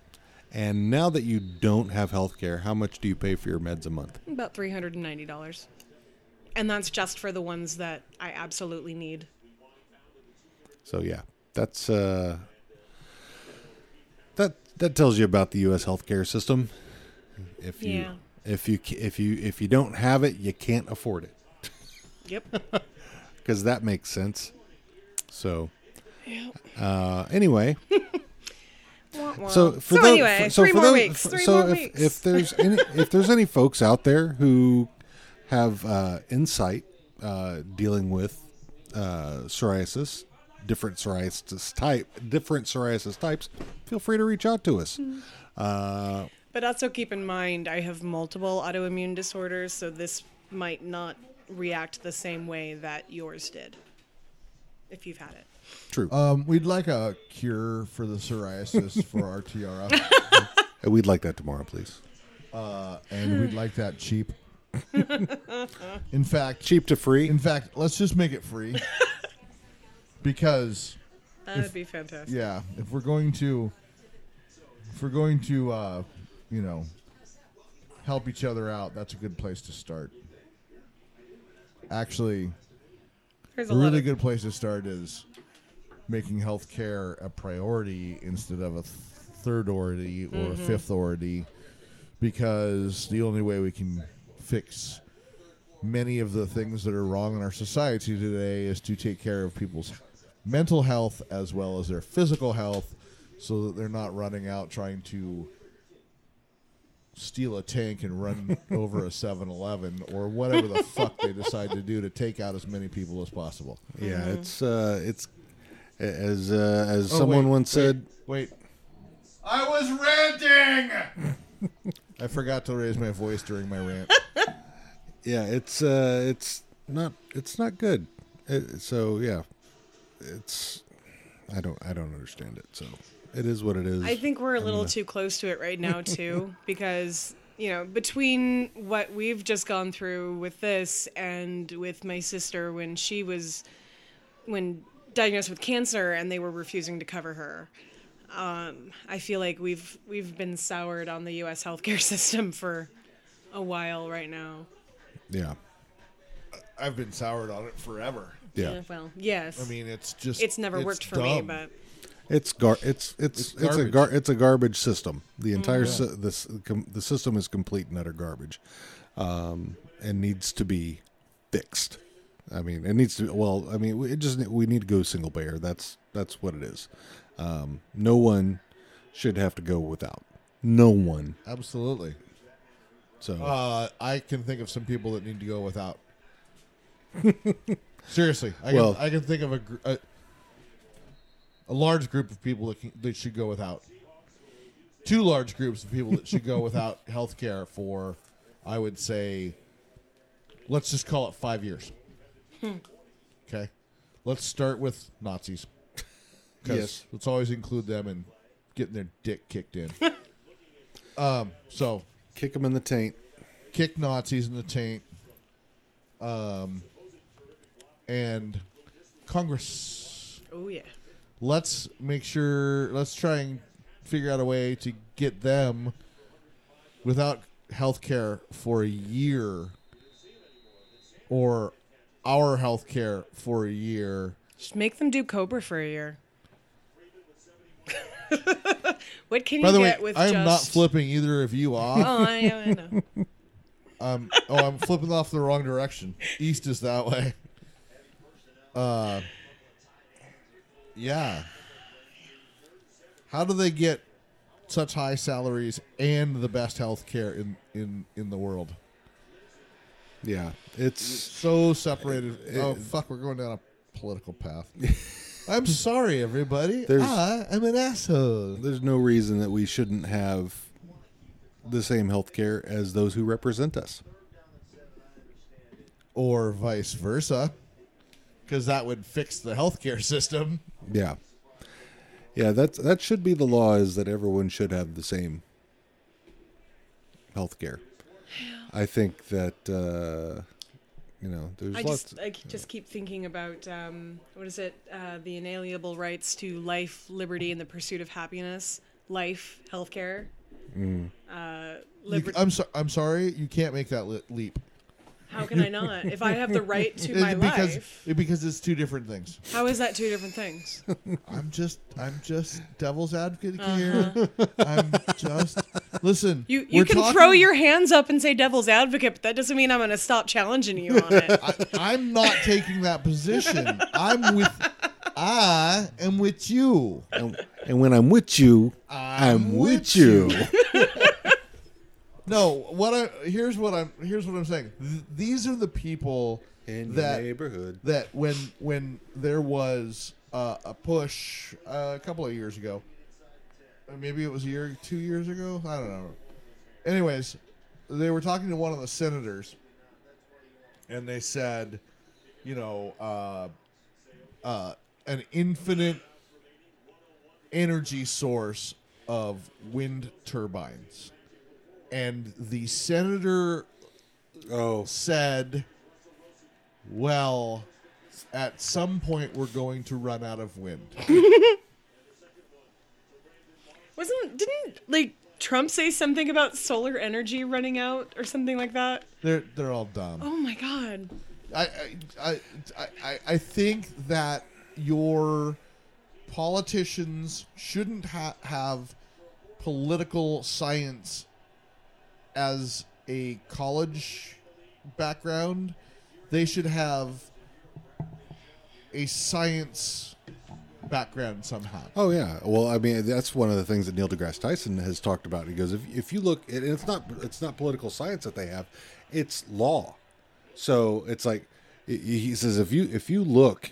D: and now that you don't have health care how much do you pay for your meds a month
E: About $390. And that's just for the ones that I absolutely need.
D: so yeah that's uh that that tells you about the us healthcare system if you
E: Yeah.
D: if you ca- if you if you don't have it you can't afford it
E: Yep.
D: because that makes sense so uh anyway
E: Wah, wah.
D: So for
E: so
D: tho-
E: anyway,
D: for- so
E: three
D: for
E: more
D: tho-
E: weeks.
D: for-
E: Three
D: so
E: more
D: if,
E: weeks.
D: if there's any if there's any folks out there who have uh, insight uh, dealing with uh, psoriasis, different psoriasis type, different psoriasis types, feel free to reach out to us.
E: Mm-hmm.
D: Uh,
E: But also keep in mind, I have multiple autoimmune disorders, so this might not react the same way that yours did if you've had it.
D: true,
C: Um, we'd like a cure for the psoariasis for our TRF,
D: And we'd like that tomorrow, please.
C: and we'd like that cheap. in fact,
D: Cheap to free.
C: In fact, let's just make it free, because
E: That'd be fantastic.
C: yeah, if we're going to, if we're going to, uh, you know, help each other out, that's a good place to start. Actually,
E: There's
C: A
E: a lot
C: really
E: of-
C: good place to start is making health care a priority instead of a th- third ority or a fifth ority because the only way we can fix many of the things that are wrong in our society today is to take care of people's mental health as well as their physical health so that they're not running out trying to steal a tank and run over a 7-Eleven or whatever the fuck they decide to do to take out as many people as possible.
D: Yeah,
E: Mm-hmm.
D: it's uh, it's a- as uh, as
C: Oh,
D: someone
C: wait,
D: once said.
C: Wait. I was ranting. I forgot to raise my voice during my rant.
D: Yeah, it's uh, it's not it's not good. It, so yeah, it's I don't I don't understand it. So it is what it is.
E: I think we're a little too close to it right now, too, because, you know, between what we've just gone through with this and with my sister when she was, when diagnosed with cancer and they were refusing to cover her. Um, I feel like we've we've been soured on the U.S. healthcare system for a while right now.
D: yeah,
C: I've been soured on it forever.
D: yeah.
E: Well, yes,
C: I mean, it's just
E: it's never worked for me,
C: dumb.
E: but
D: It's gar it's it's it's,
C: It's
D: a
C: garbage.
D: gar it's a garbage system. The entire sy- this com- the system is complete and utter garbage, um, and needs to be fixed. I mean, it needs to. Well, I mean, we- it just we need to go single payer. That's that's what it is. Um, no one should have to go without. No one.
C: absolutely.
D: So
C: Uh, I can think of some people that need to go without. Seriously, I,
D: Well-
C: can, I can think of a, gr- a a large group of people that, can, that should go without. Two large groups of people that should go without health care for, I would say, let's just call it five years. Okay, let's start with Nazis. 'Cause
D: Yes.
C: let's always include them in getting their dick kicked in. um, so
D: kick them in the taint.
C: kick Nazis in the taint, um, and Congress.
E: oh yeah,
C: Let's make sure. Let's try and figure out a way to get them without health care for a year, or our health care for a year.
E: just make them do Cobra for a year. what can
C: By
E: you
C: the way,
E: get with
C: I am
E: just...
C: not flipping either of you off.
E: Oh, I know, I know.
C: um, oh, I'm flipping off the wrong direction. East is that way. Uh, yeah. How do they get such high salaries and the best health care in, in, in the world?
D: Yeah, it's
C: So separated. Oh, fuck, we're going down a political path. I'm sorry, everybody.
D: There's-
C: I am an asshole.
D: there's no reason that we shouldn't have the same health care as those who represent us.
C: Or vice versa. Because that would fix the healthcare system.
D: Yeah. Yeah, that's that should be the law is that everyone should have the same health care. I think that uh you know, there's
E: I
D: lots
E: just, I c- just keep thinking about um, what is it? Uh, the inalienable rights to life, liberty, and the pursuit of happiness. Life, healthcare, uh,
C: Mm. You-
E: liberty.
C: I'm so, I'm sorry, you can't make that le- leap
E: How can I not? If I have the right to my
C: It- because
E: life,
C: it- because it's two different things.
E: how is that two different things?
C: I'm just I'm just devil's advocate here. I'm just listen.
E: Uh-huh. You you
C: we're
E: can
C: talking-
E: throw your hands up and say devil's advocate, but that doesn't mean I'm going to stop challenging you on it.
C: I, I'm not taking that position. I'm with. I am with you.
D: and, and when I'm with you, I'm, with,
C: with
D: you.
C: No, what I here's what I'm here's what I'm saying. Th- these are the people that
D: neighborhood.
C: that when when there was uh, a push uh, a couple of years ago, or maybe it was a year, two years ago. I don't know. Anyways, they were talking to one of the senators, and they said, you know, uh, uh, an infinite energy source of wind turbines, and the senator
D: Oh,
C: said, "Well, at some point we're going to run out of wind."
E: Wasn't didn't like Trump say something about solar energy running out or something like that?
C: They're they're all dumb.
E: Oh my god.
C: I, I, I, I, I think that your politicians shouldn't ha- have political science as a college background. They should have a science background somehow.
D: Oh yeah. Well, I mean, that's one of the things that Neil deGrasse Tyson has talked about. He goes, if, if you look, and it's not it's not political science that they have, it's law. So it's like he- he says, if you if you look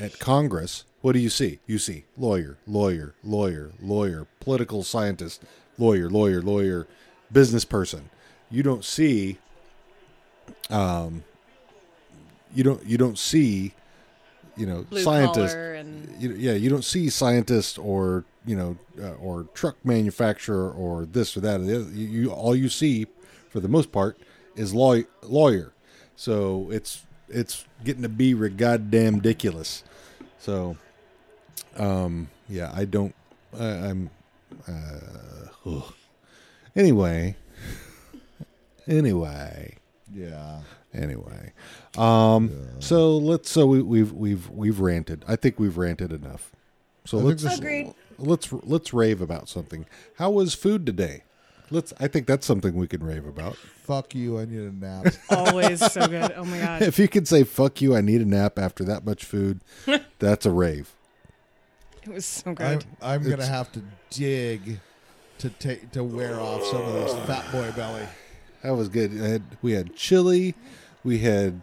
D: at Congress, what do you see? You see lawyer, lawyer, lawyer, lawyer, political scientist, lawyer, lawyer, lawyer, business person. You don't see, um, you don't you don't see, you know,
E: Blue
D: scientist
E: collar and
D: you, yeah, you don't see scientist or you know uh, or truck manufacturer or this or that. or the other. You, you all you see for the most part is law, lawyer. So it's it's getting to be re- goddamn ridiculous. So, um, yeah, I don't. I, I'm. Uh, ugh. Anyway, anyway.
C: Yeah.
D: Anyway, um, so let's so we, we've we've we've ranted. I think we've ranted enough. So
C: think
D: let's
C: there's-
E: Agreed.
D: let's let's rave about something. How was food today? Let's. I think that's something we can rave about.
C: Fuck you. I need a nap.
E: always so good. Oh my god.
D: If you can say "fuck you," I need a nap after that much food. that's a rave.
E: It was so
C: I'm,
E: good.
C: I'm gonna have to dig to take to wear off some of this fat boy belly.
D: That was good. I had, we had chili. We had.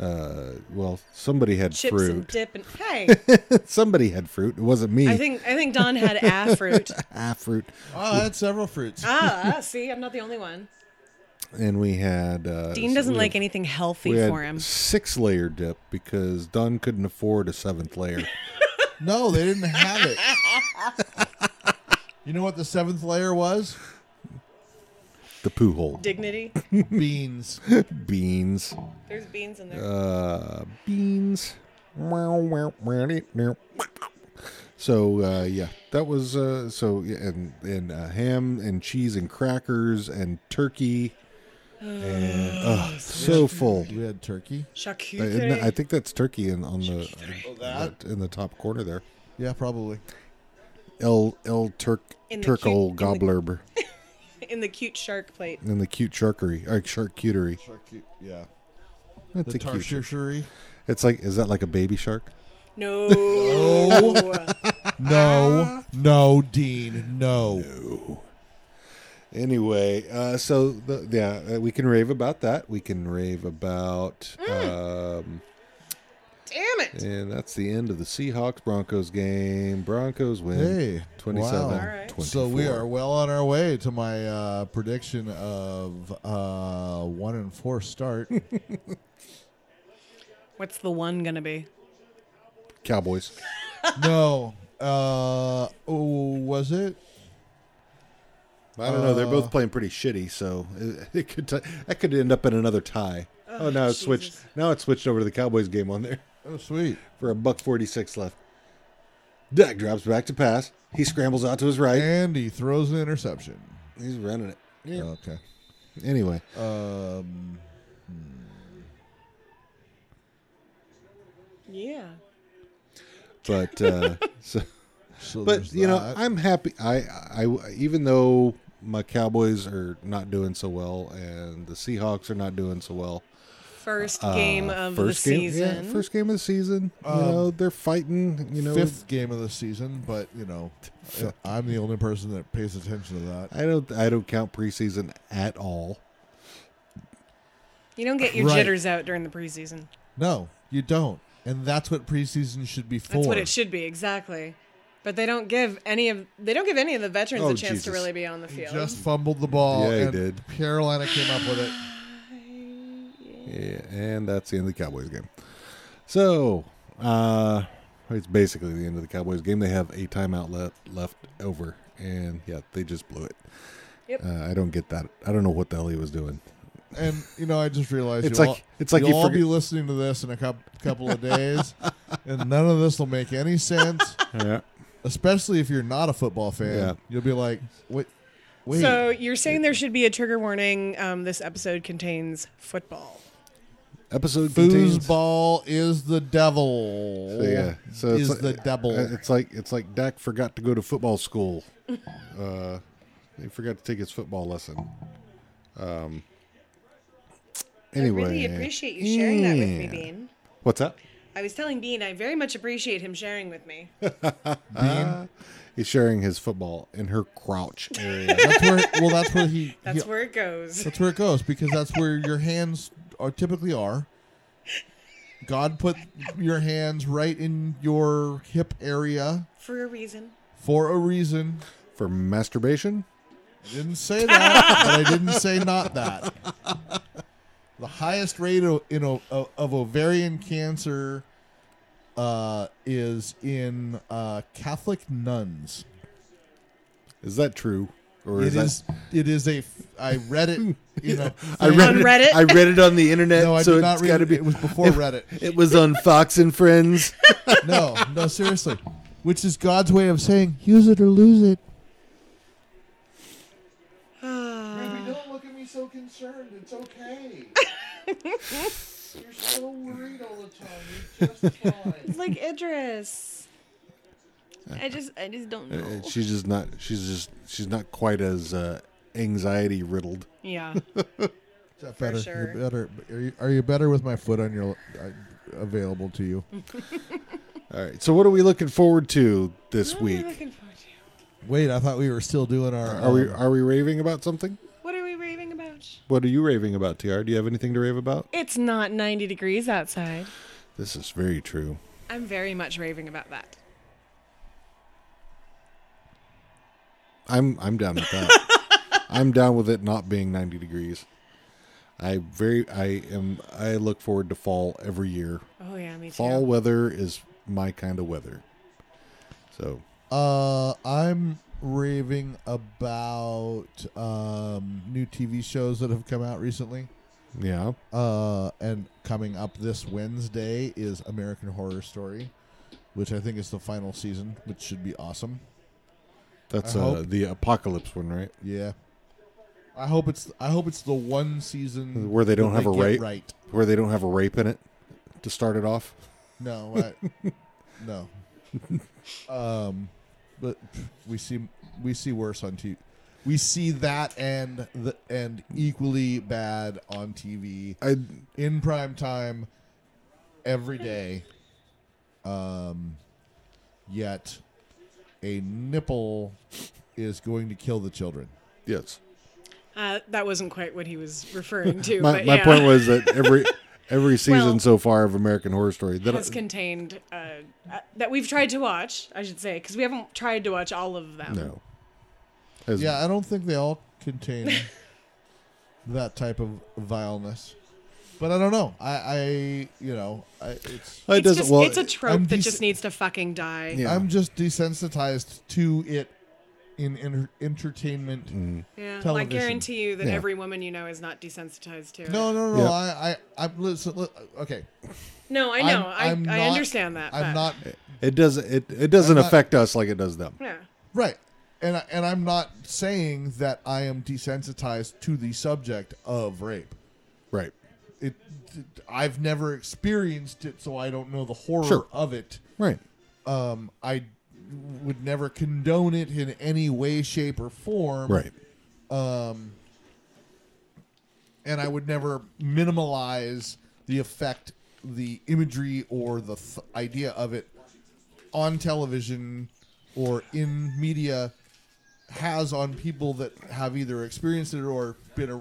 D: Uh, well, somebody had
E: Chips and
D: fruit.
E: dip and hey.
D: somebody had fruit. It wasn't me.
E: I think I think Don had a fruit.
D: ah, fruit.
C: Oh, I had several fruits.
E: Ah, see, I'm not the only one.
D: And we had. Uh,
E: Dean
D: so
E: doesn't
D: we had-
E: like anything healthy
D: we had
E: for him.
D: Six layer dip because Dunn couldn't afford a seventh layer.
C: No, they didn't have it. You know what the seventh layer was?
D: the poo hole.
E: Dignity.
C: Beans.
D: Beans.
E: There's beans in there.
D: Uh, beans. So uh, yeah, that was uh, so yeah, and and uh, ham and cheese and crackers and turkey and
E: Oh,
D: uh, so full.
C: We had turkey.
D: Uh,
E: Charcuterie.
D: isn't that- I think that's turkey in on the
C: Oh,
D: that- in the top corner there.
C: Yeah, probably.
D: El El Turk
E: In the cute-
D: Turkle
E: in the-
D: Gobbler
E: in the cute shark plate.
D: in the cute charcuterie or charcuterie.
C: Turkey. Yeah.
D: That's
C: The
D: a cute shark.
C: tartare.
D: It's like, is that like a baby shark?
E: No.
D: Oh.
C: No, no, Dean, no.
D: Anyway, uh, so the, yeah, uh, we can rave about that. We can rave about, um,
E: Damn it.
D: and that's the end of the Seahawks Broncos game. Broncos win.
C: Hey,
D: 27
C: wow. All
E: right.
D: 24.
C: So we are well on our way to my uh, prediction of uh, one and four start.
E: What's the one gonna be?
D: Cowboys.
C: no, uh, oh, was it?
D: I don't know. They're both playing pretty shitty, so it, it could t- that could end up in another tie. Oh, now it switched.
E: Jesus.
D: Now it switched over to the Cowboys game on there.
C: Oh, sweet.
D: for a buck 46 left. Dak drops back to pass. He scrambles out to his right.
C: And he throws an interception.
D: He's running it. Yeah.
C: Okay.
D: Anyway,
C: Um,
E: Yeah.
D: but uh, so,
C: so
D: but
C: there's
D: you know,
C: that.
D: I'm happy. I, I even though my Cowboys are not doing so well and the Seahawks are not doing so well.
E: First game of the
D: Uh, game,
E: season.
D: yeah, first game of the season. you know, they're fighting. You know,
C: Um, fifth game of the season, but you know, I'm the only person that pays attention to that.
D: I don't. I don't count preseason at all.
E: You don't get your
C: Right.
E: jitters out during the preseason.
C: No, you don't. And that's what preseason should be for.
E: That's what it should be, exactly. But they don't give any of they don't give any of the veterans
D: Oh,
E: a chance to
D: Jesus.
E: really be on the field.
C: Just fumbled the ball.
D: Yeah, he
C: and
D: did.
C: Carolina came up with it.
D: Yeah, and that's the end of the Cowboys game. So, uh, it's basically the end of the Cowboys game. They have a timeout left left over, and yeah, they just blew it.
E: Yep.
D: Uh, I don't get that. I don't know what the hell he was doing.
C: And you know, I just realized
D: It's
C: you'll
D: like-
C: all,
D: it's like
C: you'll
D: you
C: all be
D: forget-
C: listening to this in a couple couple of days, and none of this will make any sense.
D: Yeah.
C: Especially if you're not a football fan,
D: Yeah.
C: you'll be like, "Wait, wait,
E: So you're saying there should be a trigger warning. Um, this episode contains football.
D: Episode contains.
C: Foosball is the devil.
D: So, yeah, so
C: is
D: it's
C: the
D: like,
C: devil.
D: uh, It's like it's like Dak forgot to go to football school. uh, he forgot to take his football lesson. Um. Anyway,
E: I really appreciate you sharing that with me,
D: yeah.
E: Bean.
D: What's that?
E: I was telling Bean I very much appreciate him sharing with me.
D: He's sharing his football in her crotch area.
C: that's where. Well, that's where he.
E: That's
C: he-
E: where it goes.
C: That's where it goes because that's where your hands are typically are. God put your hands right in your hip area
E: For a reason.
C: for a reason.
D: For masturbation?
C: I didn't say that, but I didn't say not that. The highest rate of, in, o- of, of ovarian cancer uh, is in uh, Catholic nuns.
D: Is that true? Or
C: It
D: is that
C: is. It is a. f- I read it. You know.
D: I read
E: On
D: it,
E: Reddit?
D: I read it on the internet,
C: no, I
D: so
C: did not
D: it's
C: read
D: got to
C: it.
D: be.
C: It was before Reddit.
D: It was on Fox and Friends.
C: No, no, seriously. Which is God's way of saying, use it or lose it. Baby, don't look at me so concerned. It's okay. You're so worried all the time. You're just fine.
E: It's like Idris. I just I just
D: Uh,
E: don't know.
D: she's just not. She's just. She's not quite as uh, anxiety riddled.
E: Yeah.
C: Is that better?
E: sure.
C: You're better. Are you, are you better with my foot on your uh, available to you?
D: All right. So what are we looking forward to this
E: What are we
D: week?
E: looking forward to?
C: Wait, I thought we were still doing our.
D: Are we
C: um,
D: are we raving about something?
E: What are we raving about?
D: What are you raving about, Tr? Do you have anything to rave about?
E: It's not 90 degrees outside.
D: This is very true.
E: I'm very much raving about that.
D: I'm I'm down with that. I'm down with it not being 90 degrees. I very I am I look forward to fall every year.
E: Oh yeah, me too.
D: Fall weather is my kind of weather. So
C: Uh, I'm raving about um, new TV shows that have come out recently.
D: yeah,
C: Uh, and coming up this Wednesday is American Horror Story, which I think is the final season, which should be awesome.
D: that's
C: I
D: uh,
C: hope-
D: the apocalypse one, right?
C: Yeah, I hope it's I hope it's the one season
D: Where they don't
C: that
D: have a
C: get
D: rape,
C: Right?
D: where they don't have a rape in it to start it off.
C: No, I, no. Um, but we see we see worse on TV. We see that and the and equally bad on TV.
D: I
C: in prime time every day. Um, yet a nipple is going to kill the children.
D: yes.
E: Uh, that wasn't quite what he was referring to.
D: My
E: but
D: my
E: yeah.
D: point was that every every season
E: Well-
D: so far of American Horror Story that
E: has contained uh, uh, that we've tried to watch. I should say because we haven't tried to watch all of them.
D: no. Has-
C: Yeah, I don't think they all contain that type of vileness. But I don't know. I, I you know, I, it's
D: It
E: It's,
D: doesn't.
E: just,
D: well,
E: it's a trope
C: I'm
E: that
C: dec-
E: just needs to fucking die.
D: Yeah.
C: I'm just desensitized to it in enter entertainment.
D: Mm.
E: Yeah, well, I
C: Television.
E: guarantee you that
D: Yeah.
E: every woman you know is not desensitized to it.
C: No, no, no.
D: Yeah.
C: I, I, I'm listen. li- Okay,
E: no, I know, i
C: I'm
E: I
C: not-
E: understand that. but-
C: I'm not
D: It does it it doesn't
C: I'm not-
D: affect us like it does them.
E: Yeah,
C: Right. And I, and I'm not saying that I am desensitized to the subject of rape.
D: Right.
C: It, I've never experienced it, so I don't know the horror
D: Sure.
C: of it.
D: Right.
C: Um, I would never condone it in any way, shape, or form.
D: Right.
C: And I would never minimalize the effect, the imagery, or the th- idea of it on television or in media has on people that have either experienced it or been a,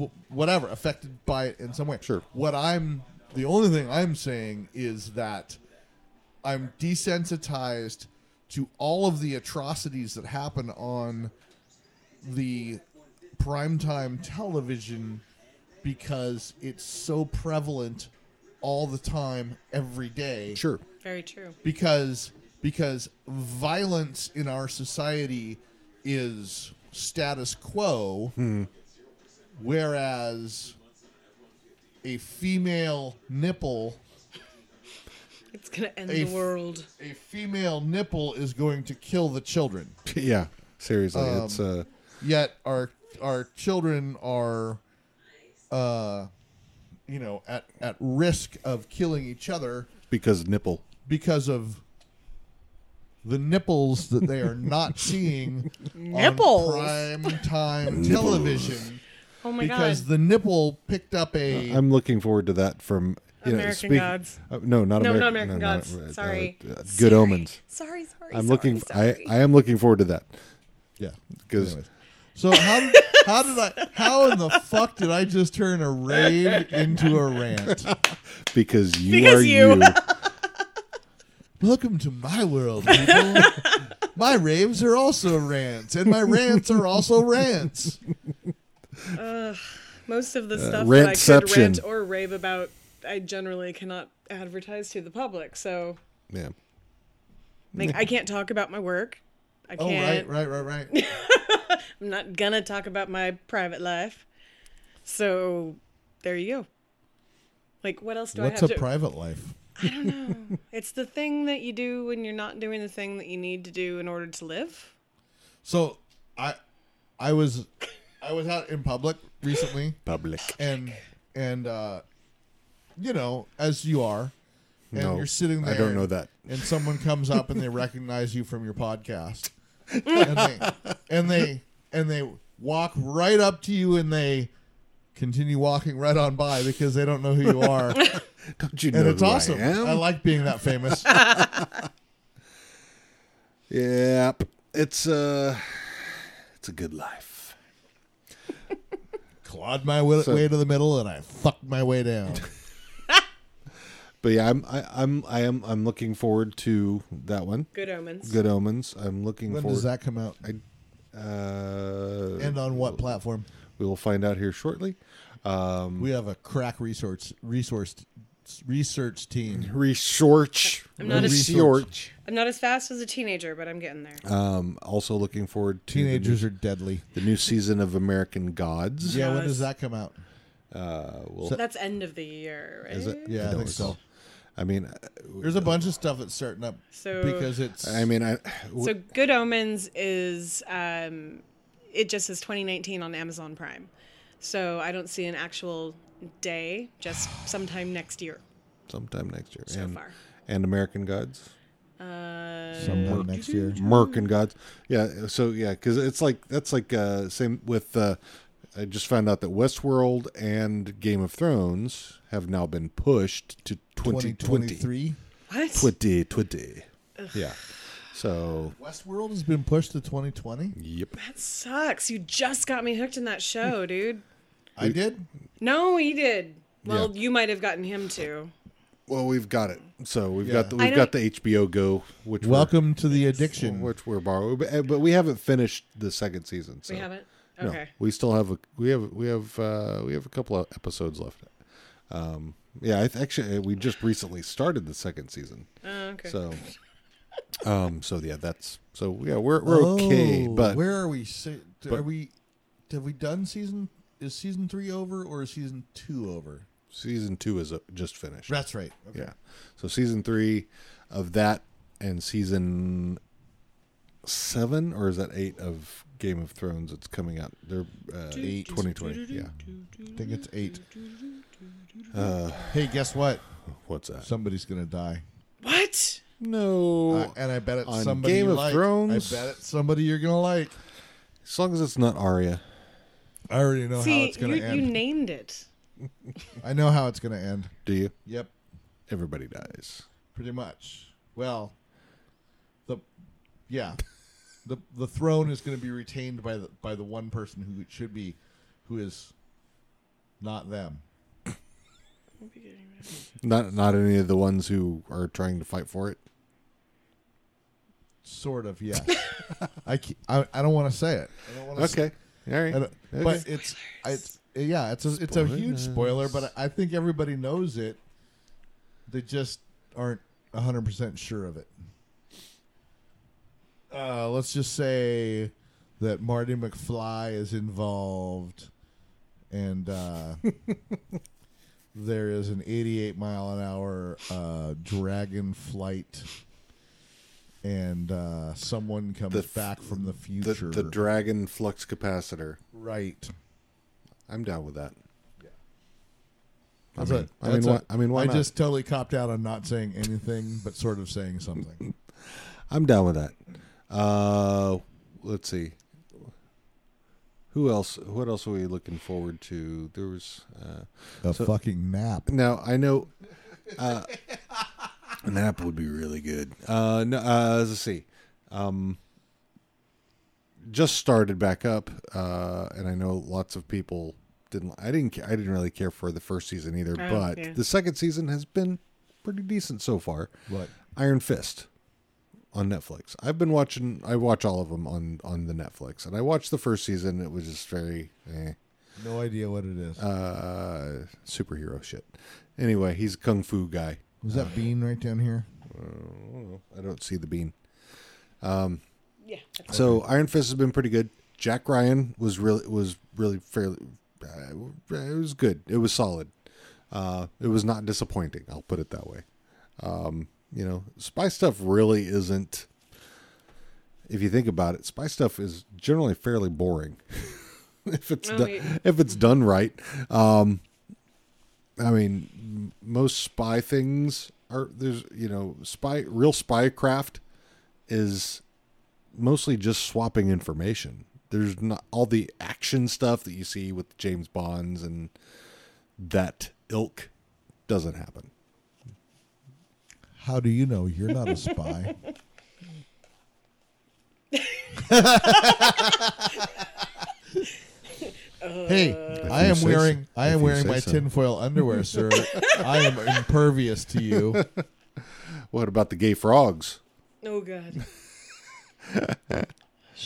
C: wh- whatever affected by it in some way.
D: Sure.
C: What I'm the only thing I'm saying is that I'm desensitized to all of the atrocities that happen on the primetime television because it's so prevalent all the time every day
D: Sure.
E: very true.
C: because because violence in our society is status quo whereas a female nipple
E: It's gonna end
C: A
E: the
C: f-
E: world.
C: a female nipple is going to kill the children
D: Yeah. Seriously, it's uh
C: yet our our children are uh you know at at risk of killing each other
D: because nipple.
C: because of the nipples that they are not seeing
E: Nipples?
C: on prime time television
E: Oh my
C: because
E: god.
C: the nipple picked up a
D: Uh, I'm looking forward to that from you know,
E: American
D: speak-
E: Gods.
D: uh, no, not
E: no,
D: American,
E: not American
D: no, not-
E: Gods.
D: uh,
E: sorry.
D: uh, good
E: Sorry.
D: omens.
E: Sorry, sorry.
D: I'm
E: sorry,
D: looking.
E: Sorry.
D: I I am looking forward to that
C: yeah
D: because
C: Anyways. so how how did I how in the fuck did I just turn a rave into a rant?
D: because you
E: Because
D: are
E: you.
D: you.
C: Welcome to my world, people. my raves are also rants, and my rants are also rants.
E: Most
D: uh,
E: of the stuff that I could rant
D: rantception.
E: or rave about, I generally cannot advertise to the public. So,
D: yeah.
E: like, I can't talk about my work. I
C: Oh,
E: can't.
C: right, right, right, right.
E: I'm not gonna talk about my private life. So, there you go. Like, what else do I
C: What's
E: have
C: a
E: to?
C: private life?
E: it's the thing that you do when you're not doing the thing that you need to do in order to live.
C: So, I, I was, I was out in public recently,
D: Public.
C: and and uh, you know, as you are, and
D: No,
C: you're sitting there.
D: I don't know that.
C: and someone comes up and they recognize you from your podcast and they and they and they walk right up to you and they continue walking right on by because they don't know who you are
D: Don't you know
C: and it's
D: who
C: awesome
D: I am?
C: I, like being that famous
D: Yep. It's uh it's a good life.
C: clawed my way,
D: So-
C: way to the middle and i fucked my way down
D: But yeah, I'm I, I'm I am I'm looking forward to that one.
E: Good omens.
D: Good omens. I'm looking
C: when
D: forward
C: does that come out
D: uh
C: and on what platform
D: we will find out here shortly. Um
C: we have a crack resource resource research
D: Mm-hmm.
C: team
D: research.
E: I'm not a-
D: research.
E: I'm not as fast as a teenager, but I'm getting there.
D: Um also looking forward to the new-
C: teenagers are deadly
D: the new season of American Gods.
C: yeah when
E: Nice.
C: does that come out
D: Uh we'll
E: That's end of the year, right?
D: is it?
C: yeah i
D: don't
C: think so
D: recall. I mean
C: There's a bunch of stuff that's starting up
E: So-
C: because it's
D: I mean I
E: So Good Omens is um, it just says 2019 on Amazon Prime. So I don't see an actual day, just sometime next year.
D: sometime next year.
E: So
D: and,
E: far.
D: and American Gods.
E: Uh,
C: sometime next year.
D: Merc and Gods. Yeah. So yeah, because it's like that's like uh, same with. Uh, I just found out that Westworld and Game of Thrones have now been pushed to 2020.
C: 2023.
E: what?
D: 2020.
C: Yeah.
D: So
C: Westworld has been pushed to 2020.
D: yep.
E: That sucks. You just got me hooked in that show, dude.
C: I did.
E: No, he did. Well,
D: Yeah.
E: you might have gotten him too.
D: Well, we've got it. So we've
C: Yeah.
D: got the,
E: I
D: we've got
E: don't-
D: the HBO Go, which we're-
C: Welcome to the addiction.
D: which we're borrowing, but, but we haven't finished the second season. So
E: We haven't.
D: no,
E: Okay.
D: we still have a we have we have uh, we have a couple of episodes left. Um, yeah, I th- actually we just recently started the second season.
E: Oh, okay.
D: So, um, so yeah, that's so yeah, we're we're okay,
C: Oh,
D: but
C: where are we? Si- are
D: but-
C: we? Have we done season? Is season three over or is season two over?
D: season two is uh, just finished.
C: That's right. Okay.
D: Yeah, so season three of that and season seven or is that eight of Game of Thrones? It's coming out. They're uh, eight twenty twenty. Yeah,
C: I think it's eight. Uh, hey, guess what?
D: what's that?
C: Somebody's gonna die,
E: what?
D: no,
C: Uh, and I bet it's
D: on
C: somebody
D: Game
C: you
D: of
C: like.
D: Thrones-
C: I bet it's somebody you're gonna like.
D: as long as it's not Arya.
C: I already know how
E: See,
C: it's
E: you,
C: gonna
E: you
C: end.
E: named it.
C: I know how it's gonna end.
D: Do you?
C: Yep.
D: Everybody dies.
C: pretty much. Well, the yeah, the the throne is going to be retained by the by the one person who it should be, who is not them.
D: Not not any of the ones who are trying to fight for it.
C: Sort of, yes. I, ca- I I don't want to say it. I don't want to.
D: Okay, all right.
C: I don't,
D: Okay.
C: uh, But it's it's yeah, it's a it's a huge spoiler, but I I think everybody knows it. They just aren't hundred percent sure of it. Uh, let's just say that Marty McFly is involved, and uh, there is an eighty-eight mile an hour uh, dragon flight. And uh, someone comes
D: The f-
C: back from the
D: the,
C: future.
D: the dragon flux capacitor.
C: right.
D: I'm down with that.
C: That's
D: mean-
C: it.
D: I mean,
C: That's
D: why-
C: it.
D: I mean, why
C: I
D: not?
C: just totally copped out on not saying anything, but sort of saying something.
D: I'm down with that. Uh, let's see. Who else? What else are we looking forward to? There was. Uh,
C: A fucking nap.
D: now I know. Uh, an app would be really good. Uh, no, uh, let's see. Um, just started back up, uh, and I know lots of people didn't. I didn't. ca- I didn't really care for the first season either,
E: Oh,
D: but
E: yeah.
D: the second season has been pretty decent so far.
C: What?
D: Iron Fist on Netflix. I've been watching. I watch all of them on on the Netflix, and I watched the first season. It was just very eh,
C: No idea what it is.
D: uh, superhero shit. Anyway, he's a kung fu guy.
C: Was
D: uh,
C: that bean right down here?
D: I don't see the bean. Um,
E: Yeah.
D: So Iron Fist has been pretty good. Jack Ryan was really was really fairly. Uh, it was good. It was solid. Uh, it was not disappointing. I'll put it that way. Um, you know, spy stuff really isn't. If you think about it, spy stuff is generally fairly boring. if it's
E: Oh,
D: done,
E: yeah.
D: if it's done right, um, I mean, m- most spy things are there's you know spy real spy craft is mostly just swapping information. There's not all the action stuff that you see with James Bonds and that ilk doesn't happen.
C: How do you know you're not a spy?
E: Uh,
C: hey, I
D: you
C: am
D: say
C: wearing
D: so-
C: I
D: if
C: am
D: you
C: wearing
D: say
C: my
D: so.
C: tinfoil underwear, sir. I am impervious to you.
D: What about the gay frogs?
E: Oh god.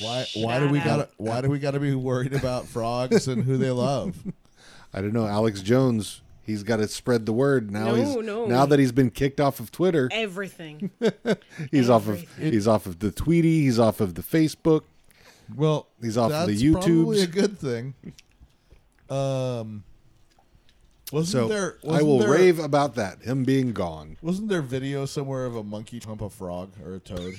C: Why why do we
E: Shout
C: gotta
E: out.
C: why do we gotta be worried about frogs and who they love?
D: I don't know. Alex Jones, he's got to spread the word now.
E: No,
D: he's
E: no.
D: now that he's been kicked off of Twitter,
E: Everything.
D: he's off of he's off of the Tweety, he's off of the Facebook.
C: Well,
D: He's off the
C: that's probably
D: YouTubes.
C: a good thing. Um, wasn't
D: So
C: there?
D: I
C: Wasn't
D: will
C: there,
D: rave about that. Him being gone.
C: Wasn't there video somewhere of a monkey hump a frog or a toad?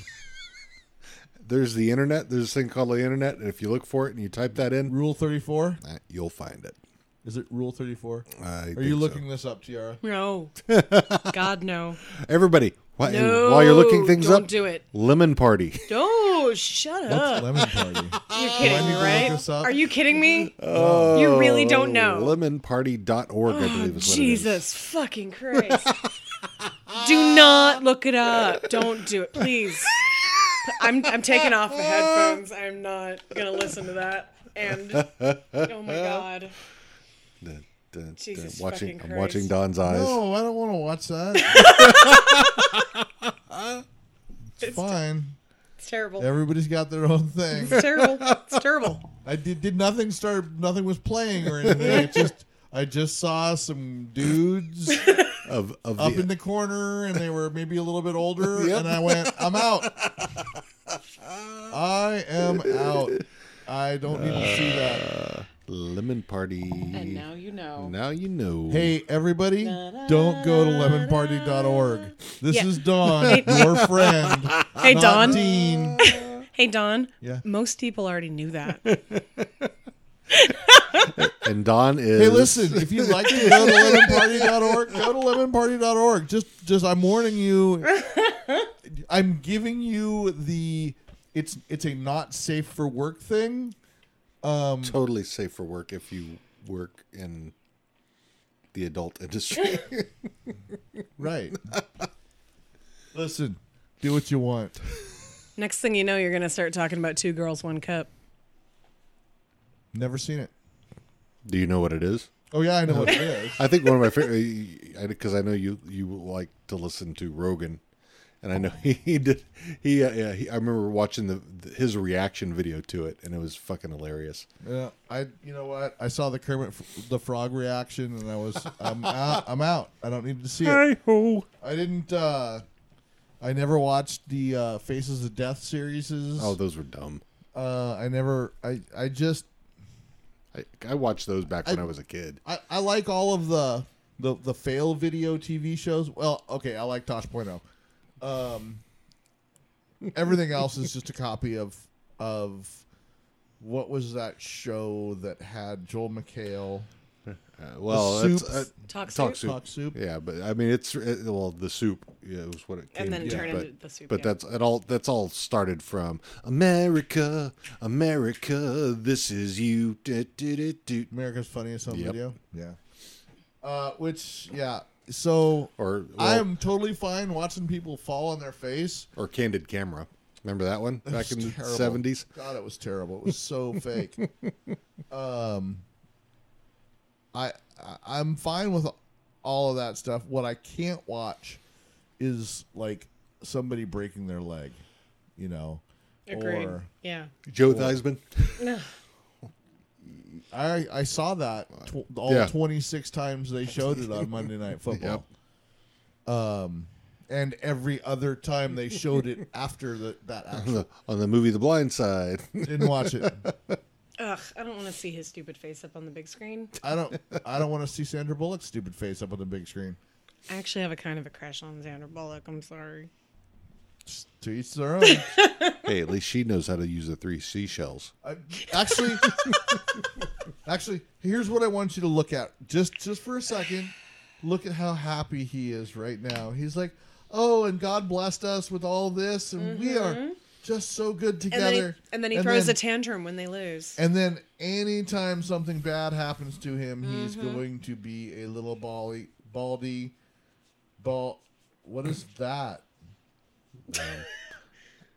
D: There's the internet. There's this thing called the internet, and if you look for it and you type that in,
C: rule thirty four?
D: eh, you'll find it.
C: Is it rule thirty four?
D: I
C: Are
D: think
C: you
D: so.
C: looking this up, Tiara?
E: No. God no.
D: Everybody, wh-
E: No,
D: while you're looking things
E: don't
D: up,
E: do it.
D: Lemon Party.
E: Oh, shut up.
C: Lemon party. Why
E: You're kidding,
C: did you look
E: right?
C: this up?
E: Are you kidding me? you really don't know.
D: Lemonparty.org, I believe is what it is.
E: Jesus fucking Christ. do not look it up. Don't do it, please. I'm I'm taking off the headphones. I'm not gonna listen to that. And oh my god.
D: Dun, dun, dun.
E: Jesus
D: watching,
E: fucking
D: I'm watching
E: Christ.
D: Don's eyes.
C: No, I don't want to watch that. it's fine.
E: It's terrible.
C: Everybody's got their own thing.
E: It's terrible. It's terrible.
C: I did, did nothing start nothing was playing or anything. It just I just saw some dudes
D: Of, of
C: up
D: the,
C: in the corner and they were maybe a little bit older
D: Yep.
C: and I went, I'm out. I am out. I don't need to see that.
D: Lemon Party.
E: And now you know.
D: Now you know.
C: Hey everybody, don't go to lemonparty.org. This
E: Yeah.
C: is Dawn, your friend.
E: Hey
C: not
E: Don.
C: Dean.
E: Hey Don.
C: Yeah.
E: Most people already knew that.
D: And Don is.
C: Hey, listen, if you'd like to go to lemonparty.org, go to lemonparty.org. Just just I'm warning you. I'm giving you the it's it's a not safe for work thing.
D: Totally safe for work if you work in the adult industry.
C: Right. listen, do what you want.
E: Next thing you know, you're gonna start talking about two girls, one cup.
C: Never seen it.
D: do you know what it is?
C: Oh yeah, I know what it is.
D: I think one of my favorite because I know you you like to listen to Rogan, and I know he did he, uh, yeah, he I remember watching the, the his reaction video to it, and it was fucking hilarious.
C: Yeah, I you know what? I saw the Kermit f- the Frog reaction and I was I'm out. I'm out. I don't need to see it.
D: ho!
C: I didn't uh I never watched the uh Faces of Death series.
D: Oh, those were dumb.
C: uh, I never. I I just
D: I, I watched those back when I, was a kid.
C: I, I like all of the the the fail video TV shows. Well, okay, I like Tosh Point oh. Um, everything else is just a copy of of what was that show that had Joel McHale?
D: Uh, well,
C: The
D: it's,
C: soup.
D: uh,
E: Talk soup?
C: Talk soup.
D: Yeah, but I mean, it's it, well, the soup yeah, was what it came.
E: And then
D: to,
E: turn
D: but,
E: into the soup,
D: But
E: yeah.
D: that's it all. That's all started from America, America. This is you. Du- du- du- du.
C: America's Funniest Home
D: Yep.
C: Video. Yeah. Uh, which yeah. So
D: Or well,
C: I'm totally fine watching people fall on their face.
D: or candid camera. Remember that one back
C: It
D: in
C: was
D: the
C: terrible.
D: seventies?
C: God, it was terrible. It was so fake. Um, I, I I'm fine with all of that stuff. What I can't watch is like somebody breaking their leg, you know.
E: Agreed.
C: Or
E: yeah.
D: Joe Theismann.
C: I I saw that tw- all
D: Yeah.
C: 26 times they showed it on Monday Night Football. Um, and every other time they showed it after the, that actual
D: on the movie The Blind Side.
C: didn't watch it.
E: Ugh, I don't want to see his stupid face up on the big screen.
C: I don't I don't want to see Sandra Bullock's stupid face up on the big screen.
E: I actually have a kind of a crush on Xander Bullock. I'm sorry.
C: To each their own.
D: hey, at least she knows how to use the three seashells.
C: I, actually, actually, here's what I want you to look at just just for a second. Look at how happy he is right now. He's like, "Oh, and God blessed us with all this, and we are just so good
E: Mm-hmm. And
C: together."
E: then he, and then he throws
C: then-
E: a tantrum when they lose.
C: And then anytime something bad happens to him, he's
E: Mm-hmm.
C: going to be a little bally, baldy, ball. What is that?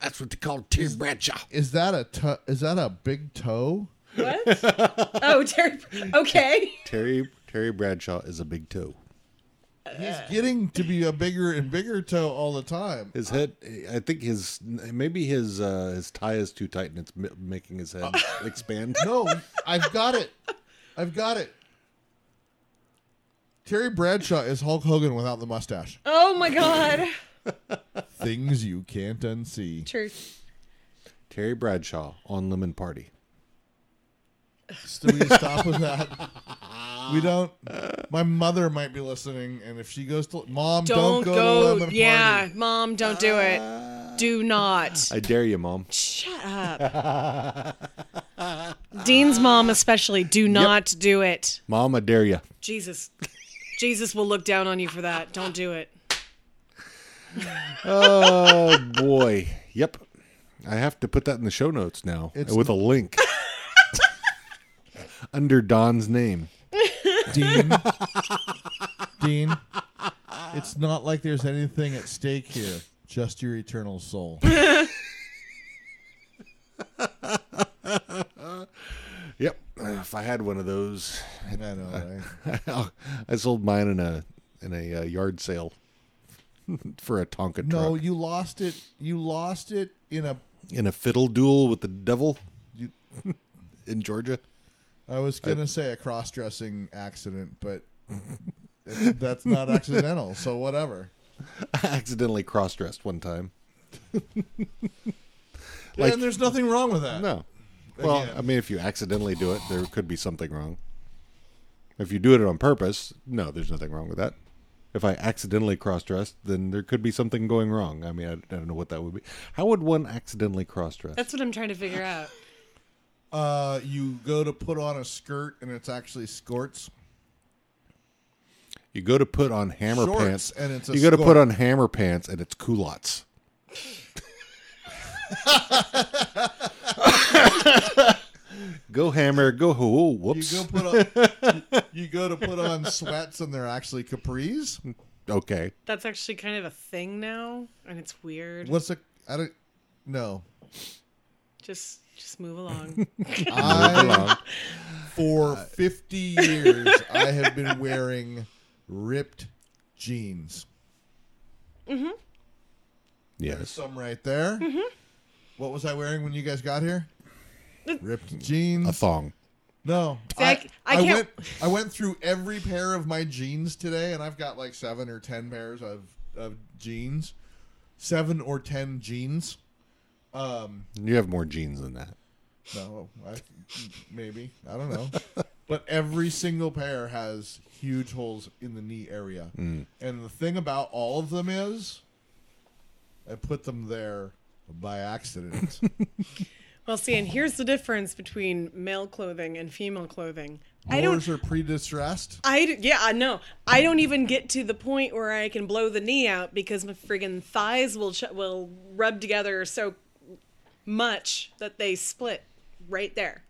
D: That's what they call tear bradshaw.
C: Is that a tu- is that a big toe?
E: What? oh, Terry. Okay.
D: Terry Terry Bradshaw is a big toe.
C: He's getting to be a bigger and bigger toe all the time.
D: His head, I think his maybe his uh, his tie is too tight and it's m- making his head expand.
C: No, Oh, I've got it. I've got it. Terry Bradshaw is Hulk Hogan without the mustache.
E: Oh my God.
C: Things you can't unsee.
E: Truth.
D: Terry Bradshaw on Lemon Party.
C: So we stop with that. We don't. My mother might be listening, and if she goes to mom, don't, go, to Lemon Party. Ah.
E: yeah, mom, don't do it. Do not.
D: I dare you, mom.
E: Shut up. Dean's mom, especially, do not do it.
D: Mom, I dare you.
E: Jesus. Jesus will look down on you for that. Don't do it.
D: Oh boy. Yep. I have to put that in the show notes now
C: It's-
D: with a link under Don's name.
C: Dean. Dean. It's not like there's anything at stake here. Just your eternal soul.
D: Yep. If I had one of those,
C: I know, right?
D: I sold mine in a in a uh, yard sale for a Tonka
C: No,
D: truck
C: you lost it. You lost it in a.
D: in a fiddle duel with the devil in Georgia.
C: I was gonna say a cross-dressing accident, but that's- that's not accidental. So whatever.
D: I accidentally cross dressed one time.
C: Like, and there's nothing wrong with that.
D: No. Well,
C: Again.
D: I mean, if you accidentally do it, there could be something wrong. If you do it on purpose, no, there's nothing wrong with that. If I accidentally cross dressed, then there could be something going wrong. I mean, I, I don't know what that would be. How would one accidentally cross dress?
E: That's what I'm trying to figure out.
C: Uh, you go to put on a skirt, and it's actually skorts.
D: You go to put on hammer
C: Shorts,
D: pants,
C: and it's a
D: you go to
C: skirt.
D: put on hammer pants, and it's culottes. go hammer, go whoa,
C: You
D: whoops.
C: go put on. you go to put on sweats, and they're actually capris.
D: okay,
E: That's actually kind of a thing now, and it's weird.
C: What's a? I don't. No,
E: Just just move along.
C: I for fifty years I have been wearing ripped jeans. There's
D: yes,
C: some right there.
E: Mm-hmm.
C: What was I wearing when you guys got here? Ripped jeans.
D: a thong.
C: no,
E: See, I- I can't-
C: went. I went through every pair of my jeans today, and I've got like seven or ten pairs of of jeans. Seven or ten jeans.
D: You have more jeans than that.
C: No, I, maybe I don't know. but every single pair has huge holes in the knee area, and the thing about all of them is, I put them there by accident.
E: well, see, and here's the difference between male clothing and female clothing. I don't-
C: Yours are pre-distressed.
E: I d- yeah, I know. I don't even get to the point where I can blow the knee out because my friggin' thighs will ch- will rub together so much that they split right there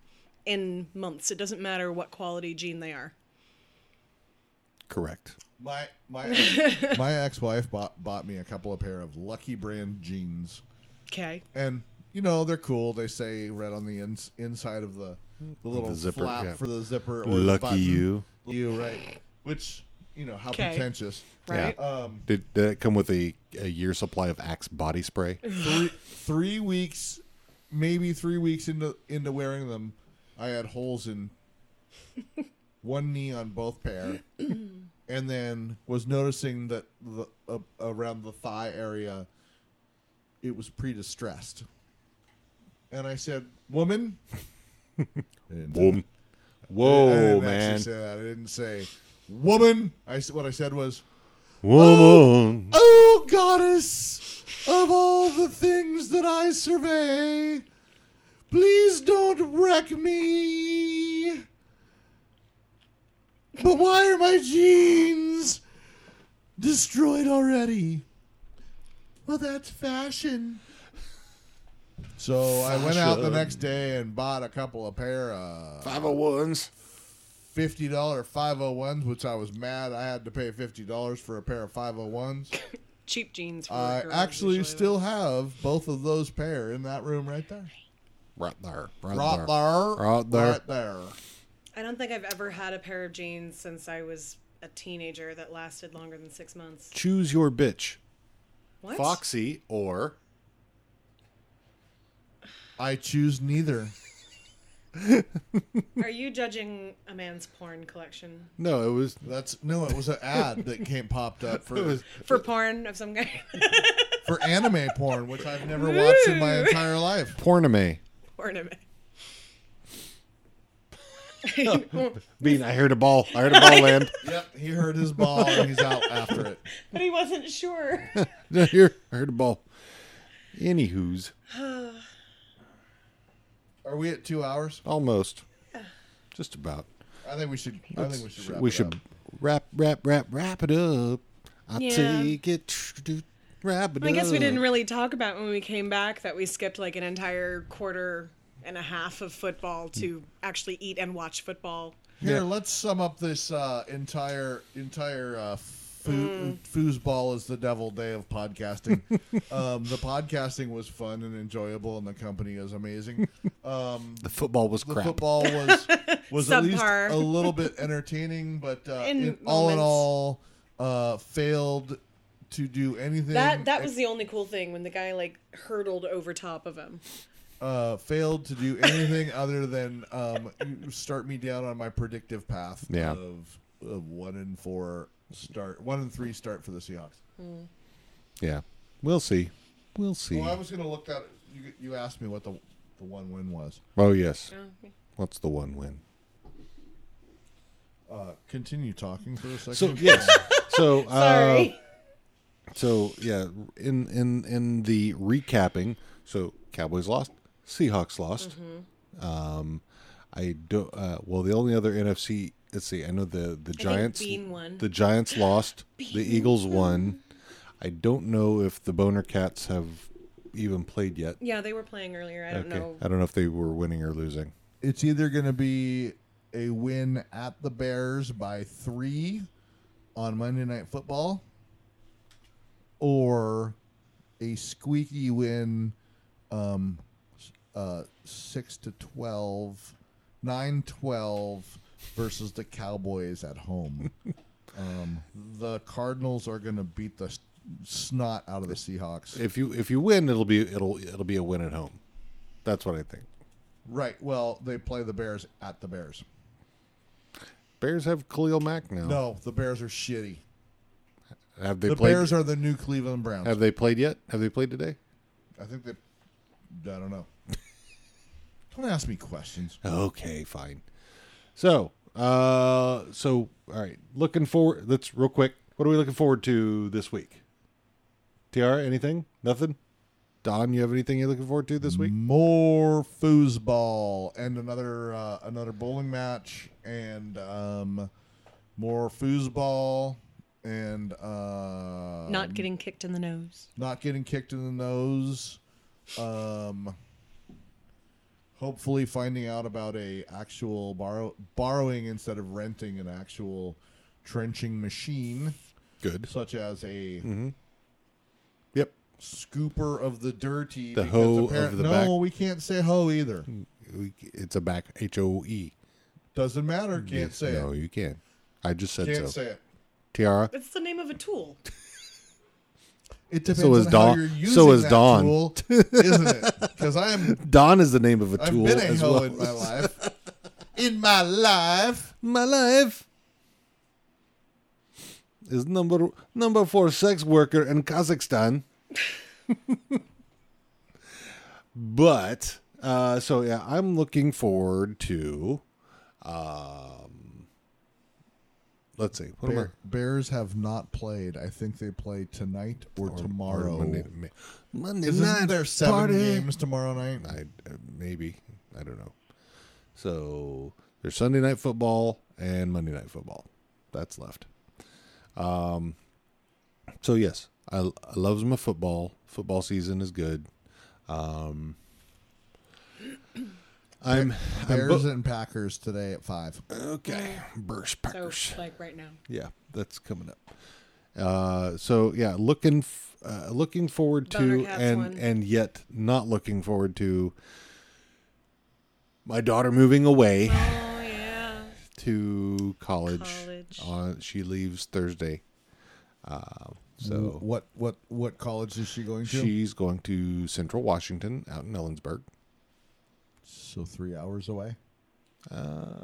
E: in months. It doesn't matter what quality gene they are.
D: Correct.
C: My my my ex-wife bought bought me a couple of pair of Lucky Brand jeans,
E: Okay.
C: and you know they're cool. They say right on the ins inside of the the little
D: zipper,
C: flap
D: yeah.
C: for the zipper. Or the
D: Lucky
C: button.
D: you.
C: you right? Which you know how
E: 'Kay.
C: pretentious.
E: Right.
C: Um,
D: Did, did it come with a, a year supply of Axe body spray?
C: three, three weeks, maybe three weeks into into wearing them, I had holes in one knee on both pair, and then was noticing that the uh, around the thigh area, it was pre-distressed. And I said, "Woman." And-
D: Boom.
C: I
D: Whoa,
C: didn't actually
D: man.
C: Say that. I didn't say, "Woman." I s- what I said was,
D: Woman.
C: "Oh goddess of all the things that I survey, please don't wreck me." But why are my jeans destroyed already? Well, that's fashion. So I went out the next day and bought a couple of pair of
D: 501s.
C: fifty dollar five hundred ones, which I was mad I had to pay fifty dollars for a pair of five hundred ones.
E: Cheap jeans. For
C: I
E: girls
C: actually
E: usually.
C: still have both of those pair in that room right there.
D: Right there. Right,
C: Right
D: there.
C: there,
D: Right there.
C: right there.
E: I don't think I've ever had a pair of jeans since I was a teenager that lasted longer than six months.
D: Choose your bitch.
E: What?
D: Foxy or
C: I choose neither.
E: Are you judging a man's porn collection
D: no, it was
C: That's no, it was an ad that came popped up for
E: for porn of some kind?
C: for anime porn, which I've never watched in my entire life.
D: Porname.
E: porn of it.
D: Bean, I heard a ball. I heard a ball land.
C: Yep, he heard his ball and he's out after it.
E: But he wasn't sure.
D: No, Here, I heard a ball. Anywho's
C: Are we at two hours?
D: almost, just about.
C: I think we should. I think we should. Wrap
D: we
C: it
D: should
C: up.
D: wrap, wrap, wrap, wrap it up. I
E: Yeah.
D: take it, wrap it
E: I guess we
D: up.
E: didn't really talk about when we came back that we skipped like an entire quarter and a half of football to actually eat and watch football.
C: Here, let's sum up this uh, entire entire uh,
E: Hmm.
C: foo- foosball is the devil day of podcasting. um, the podcasting was fun and enjoyable, and the company is amazing. Um,
D: The football was
C: the
D: crap.
C: football was was at least
E: Subpar.
C: a little bit entertaining, but uh,
E: In
C: in- all in
E: moments.
C: all, uh, failed to do anything.
E: That that was the only cool thing when the guy like hurtled over top of him.
C: uh, failed to do anything other than um, start me down on my predictive path
D: Yeah.
C: of, of one and four start, one and three start for the Seahawks.
D: Yeah, we'll see. We'll see.
C: Well, I was going to look that. You, you asked me what the the one win was.
D: oh yes. What's the one win?
C: Uh, continue talking for a second.
D: So yes. So uh,
E: Sorry.
D: So yeah, in in in the recapping, so Cowboys lost, Seahawks lost.
E: Mm-hmm.
D: Um, I do. Uh, well, the only other NFC. Let's see. I know the the Giants.
E: Bean won.
D: The Giants lost. the Eagles won. I don't know if the Boner Cats have even played yet.
E: yeah, they were playing earlier. I don't know.
D: I don't know if they were winning or losing.
C: it's either going to be a win at the Bears by three on Monday Night Football, or a squeaky win, um, s- uh, six to 12, 9 12 versus the Cowboys at home. um, the Cardinals are going to beat the s- snot out of the Seahawks.
D: If you if you win, it'll be it'll it'll be a win at home. That's what I think.
C: right. Well, they play the Bears at the Bears.
D: Bears have Khalil Mack now.
C: No, the Bears are shitty.
D: Have they
C: the
D: played?
C: Bears are the new Cleveland Browns.
D: have they played yet? Have they played today?
C: I think they. I don't know. don't ask me questions.
D: Okay, fine. So, uh, so all right. Looking forward. Let's real quick. What are we looking forward to this week? Tiara, anything? Nothing. Don, you have anything you're looking forward to this week?
C: Mm, More foosball and another uh, another bowling match and um, more foosball and uh,
E: Not getting kicked in the nose.
C: not getting kicked in the nose. Um, hopefully, finding out about a actual borrow borrowing instead of renting an actual trenching machine,
D: Good.
C: such as a
D: Mm-hmm. Yep.
C: scooper of the dirty.
D: The
C: because
D: hoe of
C: apparent-
D: the
C: no,
D: back.
C: we can't say hoe either.
D: We- It's a back H O E.
C: Doesn't matter. Can't say
D: Mm-hmm. No,
C: it.
D: you can't. I just said
C: Can't
D: so.
C: say it.
D: Tiara.
E: That's the name of a tool.
C: It depends on
D: is
C: how
D: Dawn-
C: you're using
D: so is
C: that
D: Dawn.
C: tool, isn't it? Because I'm
D: Don is the name of a
C: I've
D: tool
C: been a
D: as
C: hoe
D: well.
C: in my life. in my life.
D: My life is number number four sex worker in Kazakhstan. but uh, so yeah, I'm looking forward to. Um, let's see. What am I?
C: Bear, Bears have not played. I think they play tonight or, tomorrow.
D: Monday, Ma- Monday
C: Isn't
D: night
C: there seven
D: party.
C: games tomorrow night?
D: I uh, maybe I don't know. So there's Sunday night football and Monday night football. That's left. Um. So yes, I, I loves my football. Football season is good. Um. I'm I'm
C: Bears
D: bo-
C: and Packers today at five.
D: okay. Burst
E: So,
D: Packers.
E: like right now.
D: Yeah, that's coming up. Uh, so yeah, looking f- uh, looking forward to
E: Bonercats
D: and
E: one.
D: and yet not looking forward to my daughter moving away
E: Oh, yeah.
D: to college.
E: College.
D: On she leaves Thursday. Uh, so
C: what what what college is she going to?
D: she's going to Central Washington out in Ellensburg.
C: so three hours away,
D: I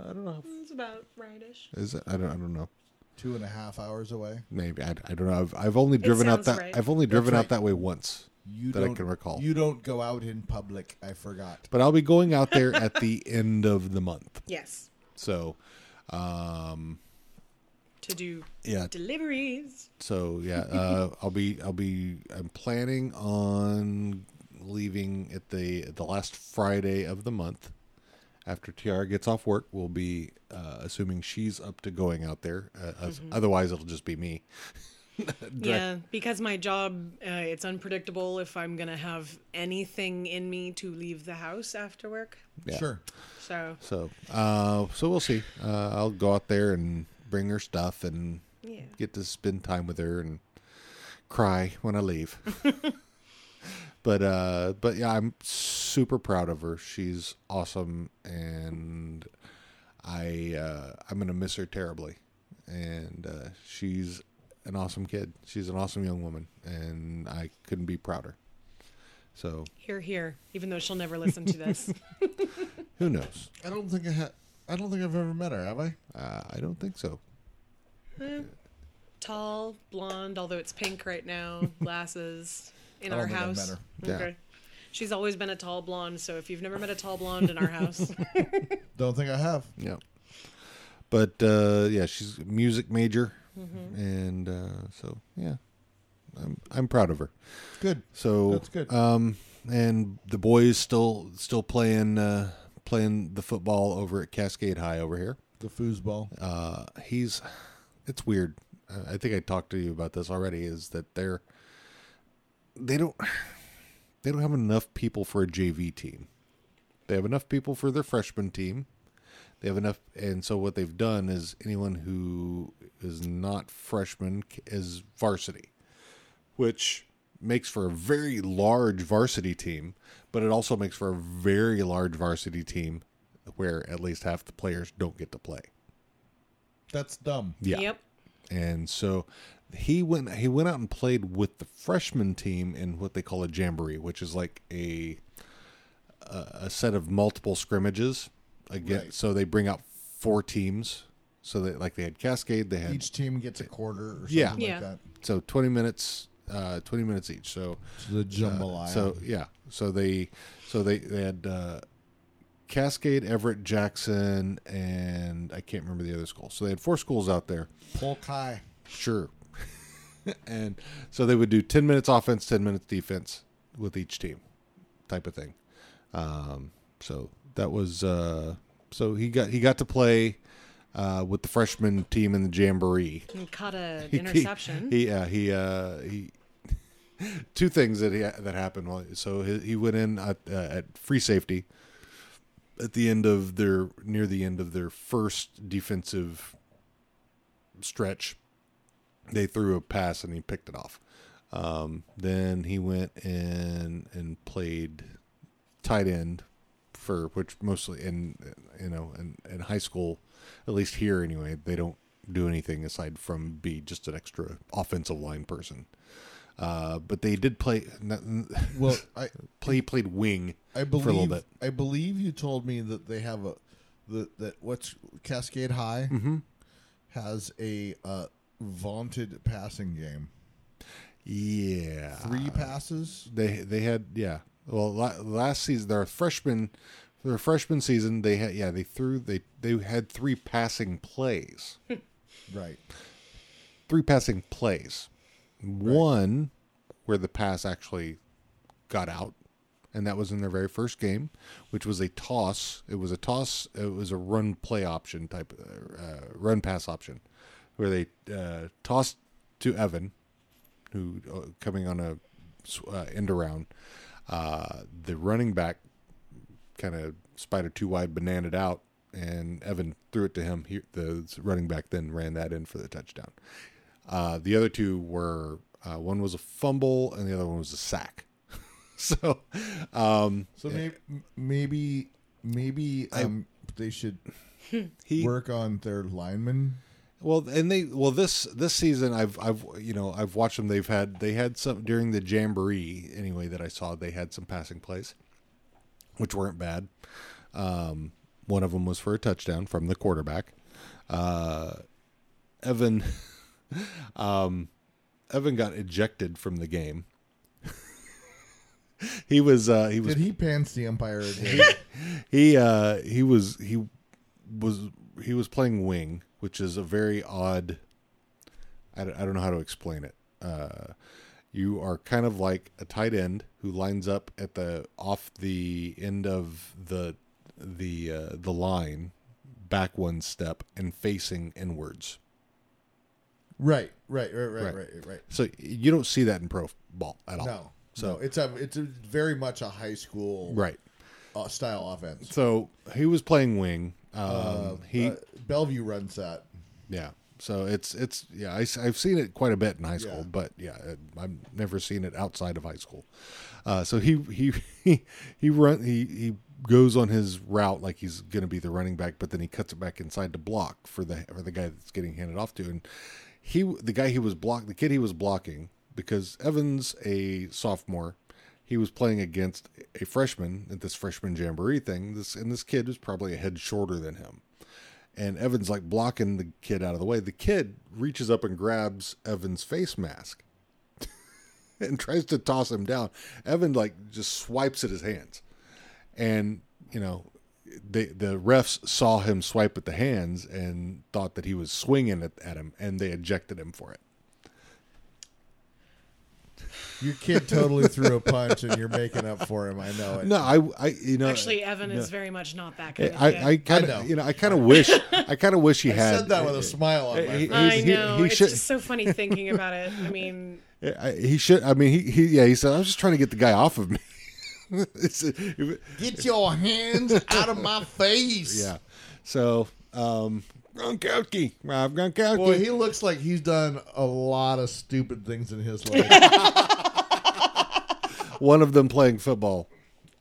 D: don't know.
E: It's about rightish.
D: Is it? I don't. I don't know.
C: two and a half hours away.
D: Maybe I, I don't know. I've, I've only driven out
E: sounds
D: that
E: right.
D: I've only driven
C: That's
D: out that way once.
C: You
D: That I
C: don't,
D: can recall.
C: You don't go out in public. I forgot.
D: But I'll be going out there at the end of the month.
E: Yes.
D: So
E: To do
D: yeah,
E: deliveries.
D: so yeah, uh, I'll be I'll be I'm planning on leaving at the the last Friday of the month. After Tiara gets off work, we'll be uh, assuming she's up to going out there. Uh, as- Otherwise, it'll just be me.
E: Yeah, because my job, uh, it's unpredictable if I'm going to have anything in me to leave the house after work.
D: Yeah.
C: Sure.
E: So,
D: So, uh, so we'll see. Uh, I'll go out there and bring her stuff and
E: Yeah.
D: get to spend time with her and cry when I leave. but uh, but yeah, I'm super proud of her. She's awesome, and I uh, I'm gonna miss her terribly. And uh, she's an awesome kid. She's an awesome young woman, and I couldn't be prouder. So
E: here, here, even though she'll never listen to this.
D: who knows?
C: I don't think I ha- I don't think I've ever met her. Have I?
D: Uh, I don't think so.
E: Tall, blonde, although it's pink right now, glasses in
C: I don't
E: our
C: think I've
E: house.
D: met her. Yeah.
E: She's always been a tall blonde, so if you've never met a tall blonde in our house,
C: Don't think I have.
D: Yeah. But uh, yeah, she's a music major,
C: Mm-hmm.
D: and uh, so yeah, I'm I'm proud of her.
C: Good.
D: So
C: That's good.
D: Um, and the boys still still playing uh, playing the football over at Cascade High over here.
C: The foosball.
D: Uh, he's it's weird. Uh, I think I talked to you about this already. Is that they're they don't they don't have enough people for a JV team. They have enough people for their freshman team. They have enough, and so what they've done is anyone who is not freshman c- is varsity, which makes for a very large varsity team, but it also makes for a very large varsity team where at least half the players don't get to play.
C: That's dumb.
D: Yeah.
E: yep.
D: And so he went he went out and played with the freshman team in what they call a jamboree, which is like a a, a set of multiple scrimmages. Again,
C: Right.
D: so they bring out four teams. So they like they had Cascade, they had
C: Each team gets a quarter or something
D: Yeah.
C: like
E: Yeah.
C: that.
D: so 20 minutes uh 20 minutes each. So
C: The Uh, jambalaya.
D: so yeah. So they so they they had uh Cascade, Everett, Jackson, and I can't remember the other school. So they had four schools out there.
C: Polk High.
D: Sure. and so they would do 10 minutes offense, 10 minutes defense. with each team, type of thing. Um, so that was uh, so he got he got to play uh, with the freshman team in the jamboree.
E: He caught an
D: He-
E: interception.
D: He, he, yeah, he uh, he. Two things that he, that happened. while- So he, he went in at, uh, at free safety at the end of their near the end of their first defensive stretch. They threw a pass and he picked it off. Um, then he went and and played tight end for which mostly in you know in, in high school at least here anyway they don't do anything aside from be just an extra offensive line person uh, but they did play
C: Well, I
D: play played wing
C: I believe
D: for a little bit
C: I believe you told me that they have a the, that what's Cascade High
D: Mm-hmm.
C: has a uh, vaunted passing game.
D: yeah
C: Three passes.
D: they they had yeah well la- last season their freshman their freshman season they had yeah they threw they they had three passing plays
C: Right.
D: three passing plays. One where the pass actually got out, and that was in their very first game, which was a toss. It was a toss. It was a run play option type, uh, run pass option, where they uh, tossed to Evan, who uh, coming on a s- uh, end around. Uh, the running back kind of spider two wide bananaed out, and Evan threw it to him. He, the running back then ran that in for the touchdown. Uh, the other two were uh, one was a fumble and the other one was a sack. so um,
C: So may- maybe maybe um, they should
D: he
C: work on their linemen.
D: Well, and they well this this season I've I've you know I've watched them. They've had they had some during the jamboree anyway that I saw. They had some passing plays, which weren't bad. Um, one of them was for a touchdown from the quarterback, uh, Evan. um, Evan got ejected from the game. he was uh, he was
C: Did he pants the umpire again?
D: he uh he was he was he was playing wing which is a very odd i don't, I don't know how to explain it uh you are kind of like a tight end who lines up at the off the end of the the uh, the line back one step and facing inwards
C: right, right, right, right,
D: Right.
C: right, right, right.
D: so you don't see that in pro ball at all
C: No.
D: so
C: no, it's a it's a very much a high school
D: right
C: uh, style offense.
D: so he was playing wing um, he
C: Uh, Bellevue runs that.
D: Yeah. So it's it's yeah I, have seen it quite a bit in high school,
C: Yeah.
D: but yeah I- I've never seen it outside of high school. Uh, so he he he he run he he goes on his route like he's going to be the running back, but then he cuts it back inside to block for the for the guy that's getting handed off to, and he the guy he was block the kid he was blocking because Evans a sophomore. He was playing against a freshman at this freshman jamboree thing. This and this kid was probably a head shorter than him and Evan's like blocking the kid out of the way. The kid reaches up and grabs Evan's face mask and tries to toss him down. Evan like just swipes at his hands, and you know, the the refs saw him swipe at the hands and thought that he was swinging at, at him, and they ejected him for it.
C: Your kid totally threw a punch, and you're making up for him. I know it.
D: No, I I you know
E: Actually, Evan is very much not that kind of
D: I
E: kid.
D: I kind
C: know.
D: of you know I kind of wish I kind of wish he
C: I
D: had
C: said that with a smile on my
D: he-
C: face.
E: I
D: he's- he-
E: know.
D: he
E: it's
D: should-
E: just so funny thinking about it. I mean,
D: I, he should I mean he, he yeah he said I was just trying to get the guy off of me. It's-
C: Get your hands out of my face.
D: Yeah. So, um, Gronkowski, Rob Gronkowski.
C: Boy, he looks like he's done a lot of stupid things in his life.
D: One of them playing football,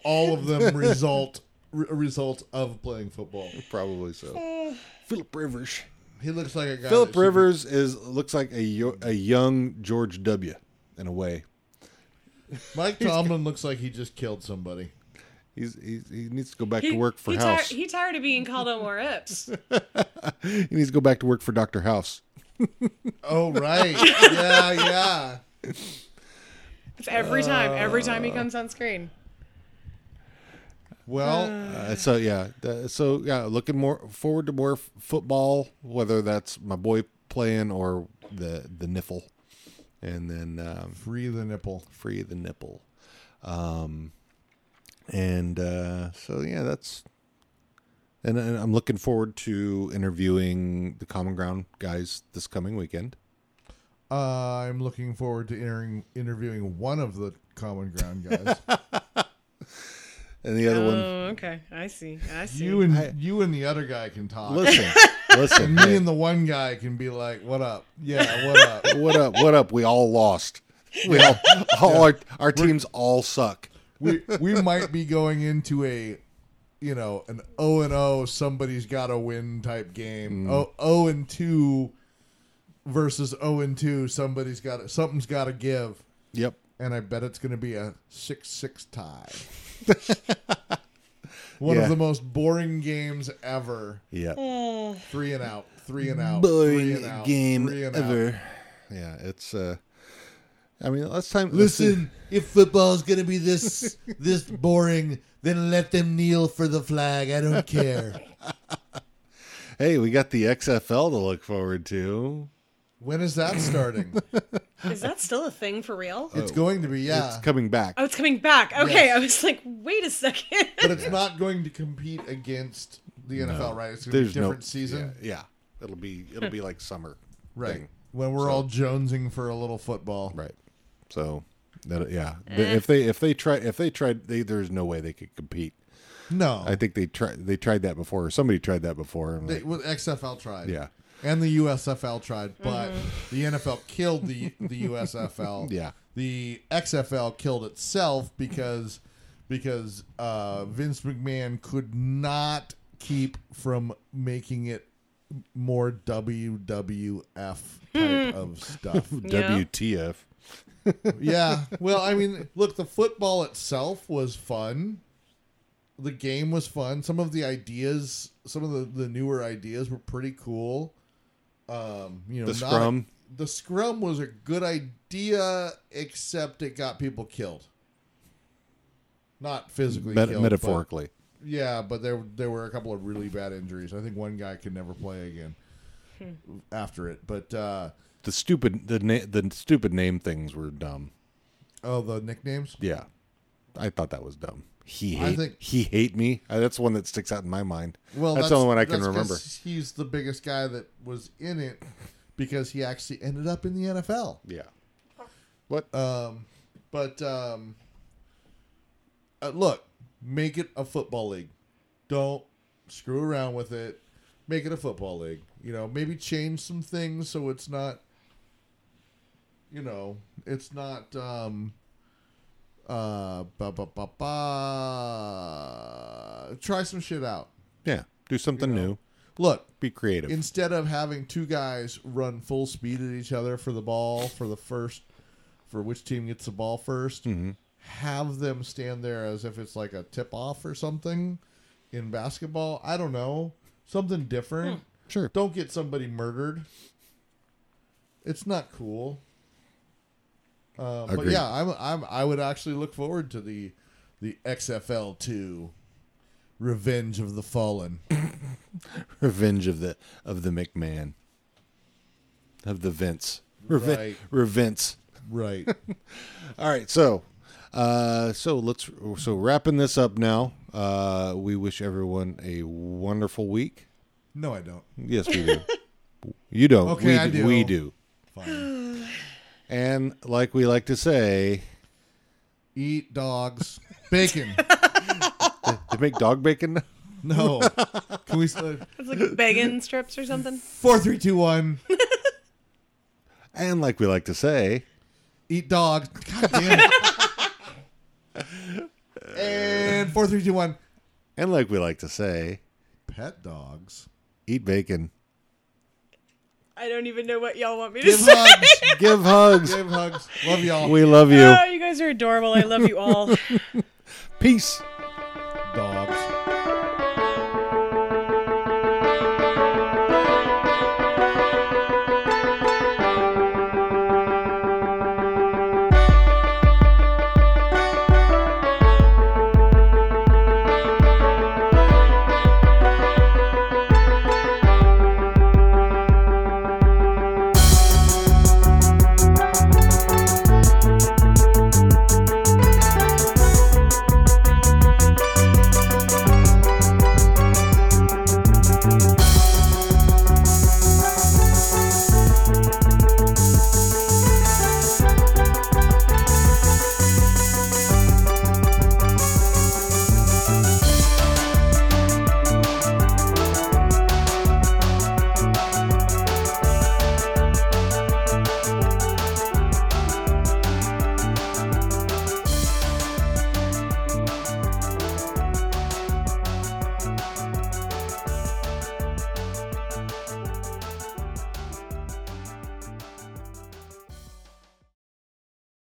C: All of them result re- result of playing football.
D: probably so.
E: Eh.
D: Philip Rivers.
C: He looks like a guy. that
D: Philip
C: should
D: Rivers is looks like a yo- a young George W. in a way.
C: be- Mike Tomlin looks like he just killed somebody.
D: He's, he's he needs to go back
E: he,
D: to work for
E: he,
D: House.
E: Tired, he tired of being called on more ups.
D: he needs to go back to work for Doctor House.
C: Oh right, yeah, yeah.
E: It's every time. Every time
D: Uh,
E: he comes on screen.
C: Well,
D: Uh, so yeah, th- so yeah, looking more forward to more f- football, whether that's my boy playing or the the niffle, and then um,
C: free the nipple.
D: free the nipple. Um, and uh, so yeah, that's. And, and I'm looking forward to interviewing the Common Ground guys this coming weekend.
C: I'm looking forward to entering, interviewing one of the common ground guys.
D: And the other one,
E: Oh, okay. I see. I see.
C: you and you and the other guy can talk.
D: listen, listen,
C: Me
D: hey,
C: and the one guy can be like, "What up? Yeah, what up?"
D: what up? What up? We all lost. We all, all our, our teams all suck.
C: we we might be going into a you know an O and O somebody's got to win type
D: Mm.
C: game. O O and two versus O and two somebody's got something's got to give,
D: Yep.
C: and I bet it's going to be a six six tie. One
D: Yeah.
C: of the most boring games ever.
D: Yep.
C: Mm. Three and out. Three and out. three
D: boring
C: and out,
D: game
C: three and out.
D: ever. Yeah, it's. uh I mean, last time.
C: Listen, if football's gonna be this this boring, then let them kneel for the flag. I don't care.
D: hey, we got the XFL to look forward to.
C: When is that starting?
E: Is that still a thing for real?
D: Uh,
C: It's going to be, yeah.
D: Oh. It's coming back.
E: Oh, it's coming back. Okay.
C: Yes.
E: I was like, wait a second.
C: but it's not going to compete against the NFL, right? It's going to be a
D: There's no
C: different season.
D: Yeah, yeah. it'll be it'll be like summer.
C: Right.
D: thing.
C: When we're all jonesing for a little football.
D: Right. So, that, yeah.
C: Eh.
D: But If they if they try if they tried, they, there's no way they could compete.
C: No.
D: I think they tried they tried that before. Or somebody tried that before. and
C: They-
D: like,
C: well, XFL tried.
D: Yeah.
C: And the USFL tried, but the NFL killed the the USFL.
D: Yeah.
C: The XFL killed itself because because uh, Vince McMahon could not keep from making it more WWF type of stuff.
E: Yeah.
D: WTF?
C: yeah. Well, I mean, look, the football itself was fun. The game was fun. Some of the ideas, some of the, the newer ideas were pretty cool. Um, you know,
D: The
C: not-
D: scrum.
C: the scrum was a good idea, except it got people killed. Not physically,
D: Met-
C: killed, but-
D: metaphorically.
C: yeah, but there there were a couple of really bad injuries. I think one guy could never play again after it. But uh,
D: the stupid the na- the stupid name things were dumb.
C: oh, the nicknames.
D: Yeah, I thought that was dumb. He
C: I
D: hate
C: think-
D: he hate me. Uh, that's one that sticks out in my mind.
C: Well,
D: that's, the only one I can
C: that's 'cause
D: remember.
C: He's the biggest guy that was in it because he actually ended up in the NFL.
D: Yeah. What?
C: But um, uh, look, make it a football league. Don't screw around with it. Make it a football league. You know, maybe change some things so it's not. You know, it's not. Um, uh, ba ba ba ba. Try some shit out.
D: yeah. Do something new.
C: Look,
D: Be creative.
C: instead of having two guys run full speed at each other for the ball for the first for which team gets the ball 1st have them stand there as if it's like a tip off or something in basketball i don't know something different
D: sure.
C: don't get somebody murdered it's not cool uh, but
D: Agreed.
C: yeah I'm, I'm i would actually look forward to the the xfl 2 revenge of the fallen
D: Revenge of the of the McMahon. Of the Vince. Reven-
C: Right.
D: Revenge.
C: right
D: All right, so uh, so let's so wrapping this up now. Uh, we wish everyone a wonderful week.
C: no i don't
D: Yes, we do. you don't.
C: Okay,
D: we,
C: I do.
D: We do.
C: Fine.
D: And like we like to say,
C: eat dogs. Bacon.
D: they make dog bacon.
C: No. Can we uh,
E: It's like bacon strips or something.
C: four three two one
D: And like we like to say,
C: eat dogs. God damn it. And four three two one
D: and like we like to say,
C: pet dogs.
D: eat bacon,
E: I don't even know what y'all want me to
C: Give
E: say.
C: hugs.
D: give hugs.
C: Give hugs. Love y'all.
D: We love you.
E: Oh, you guys are adorable. I love you all.
D: Peace.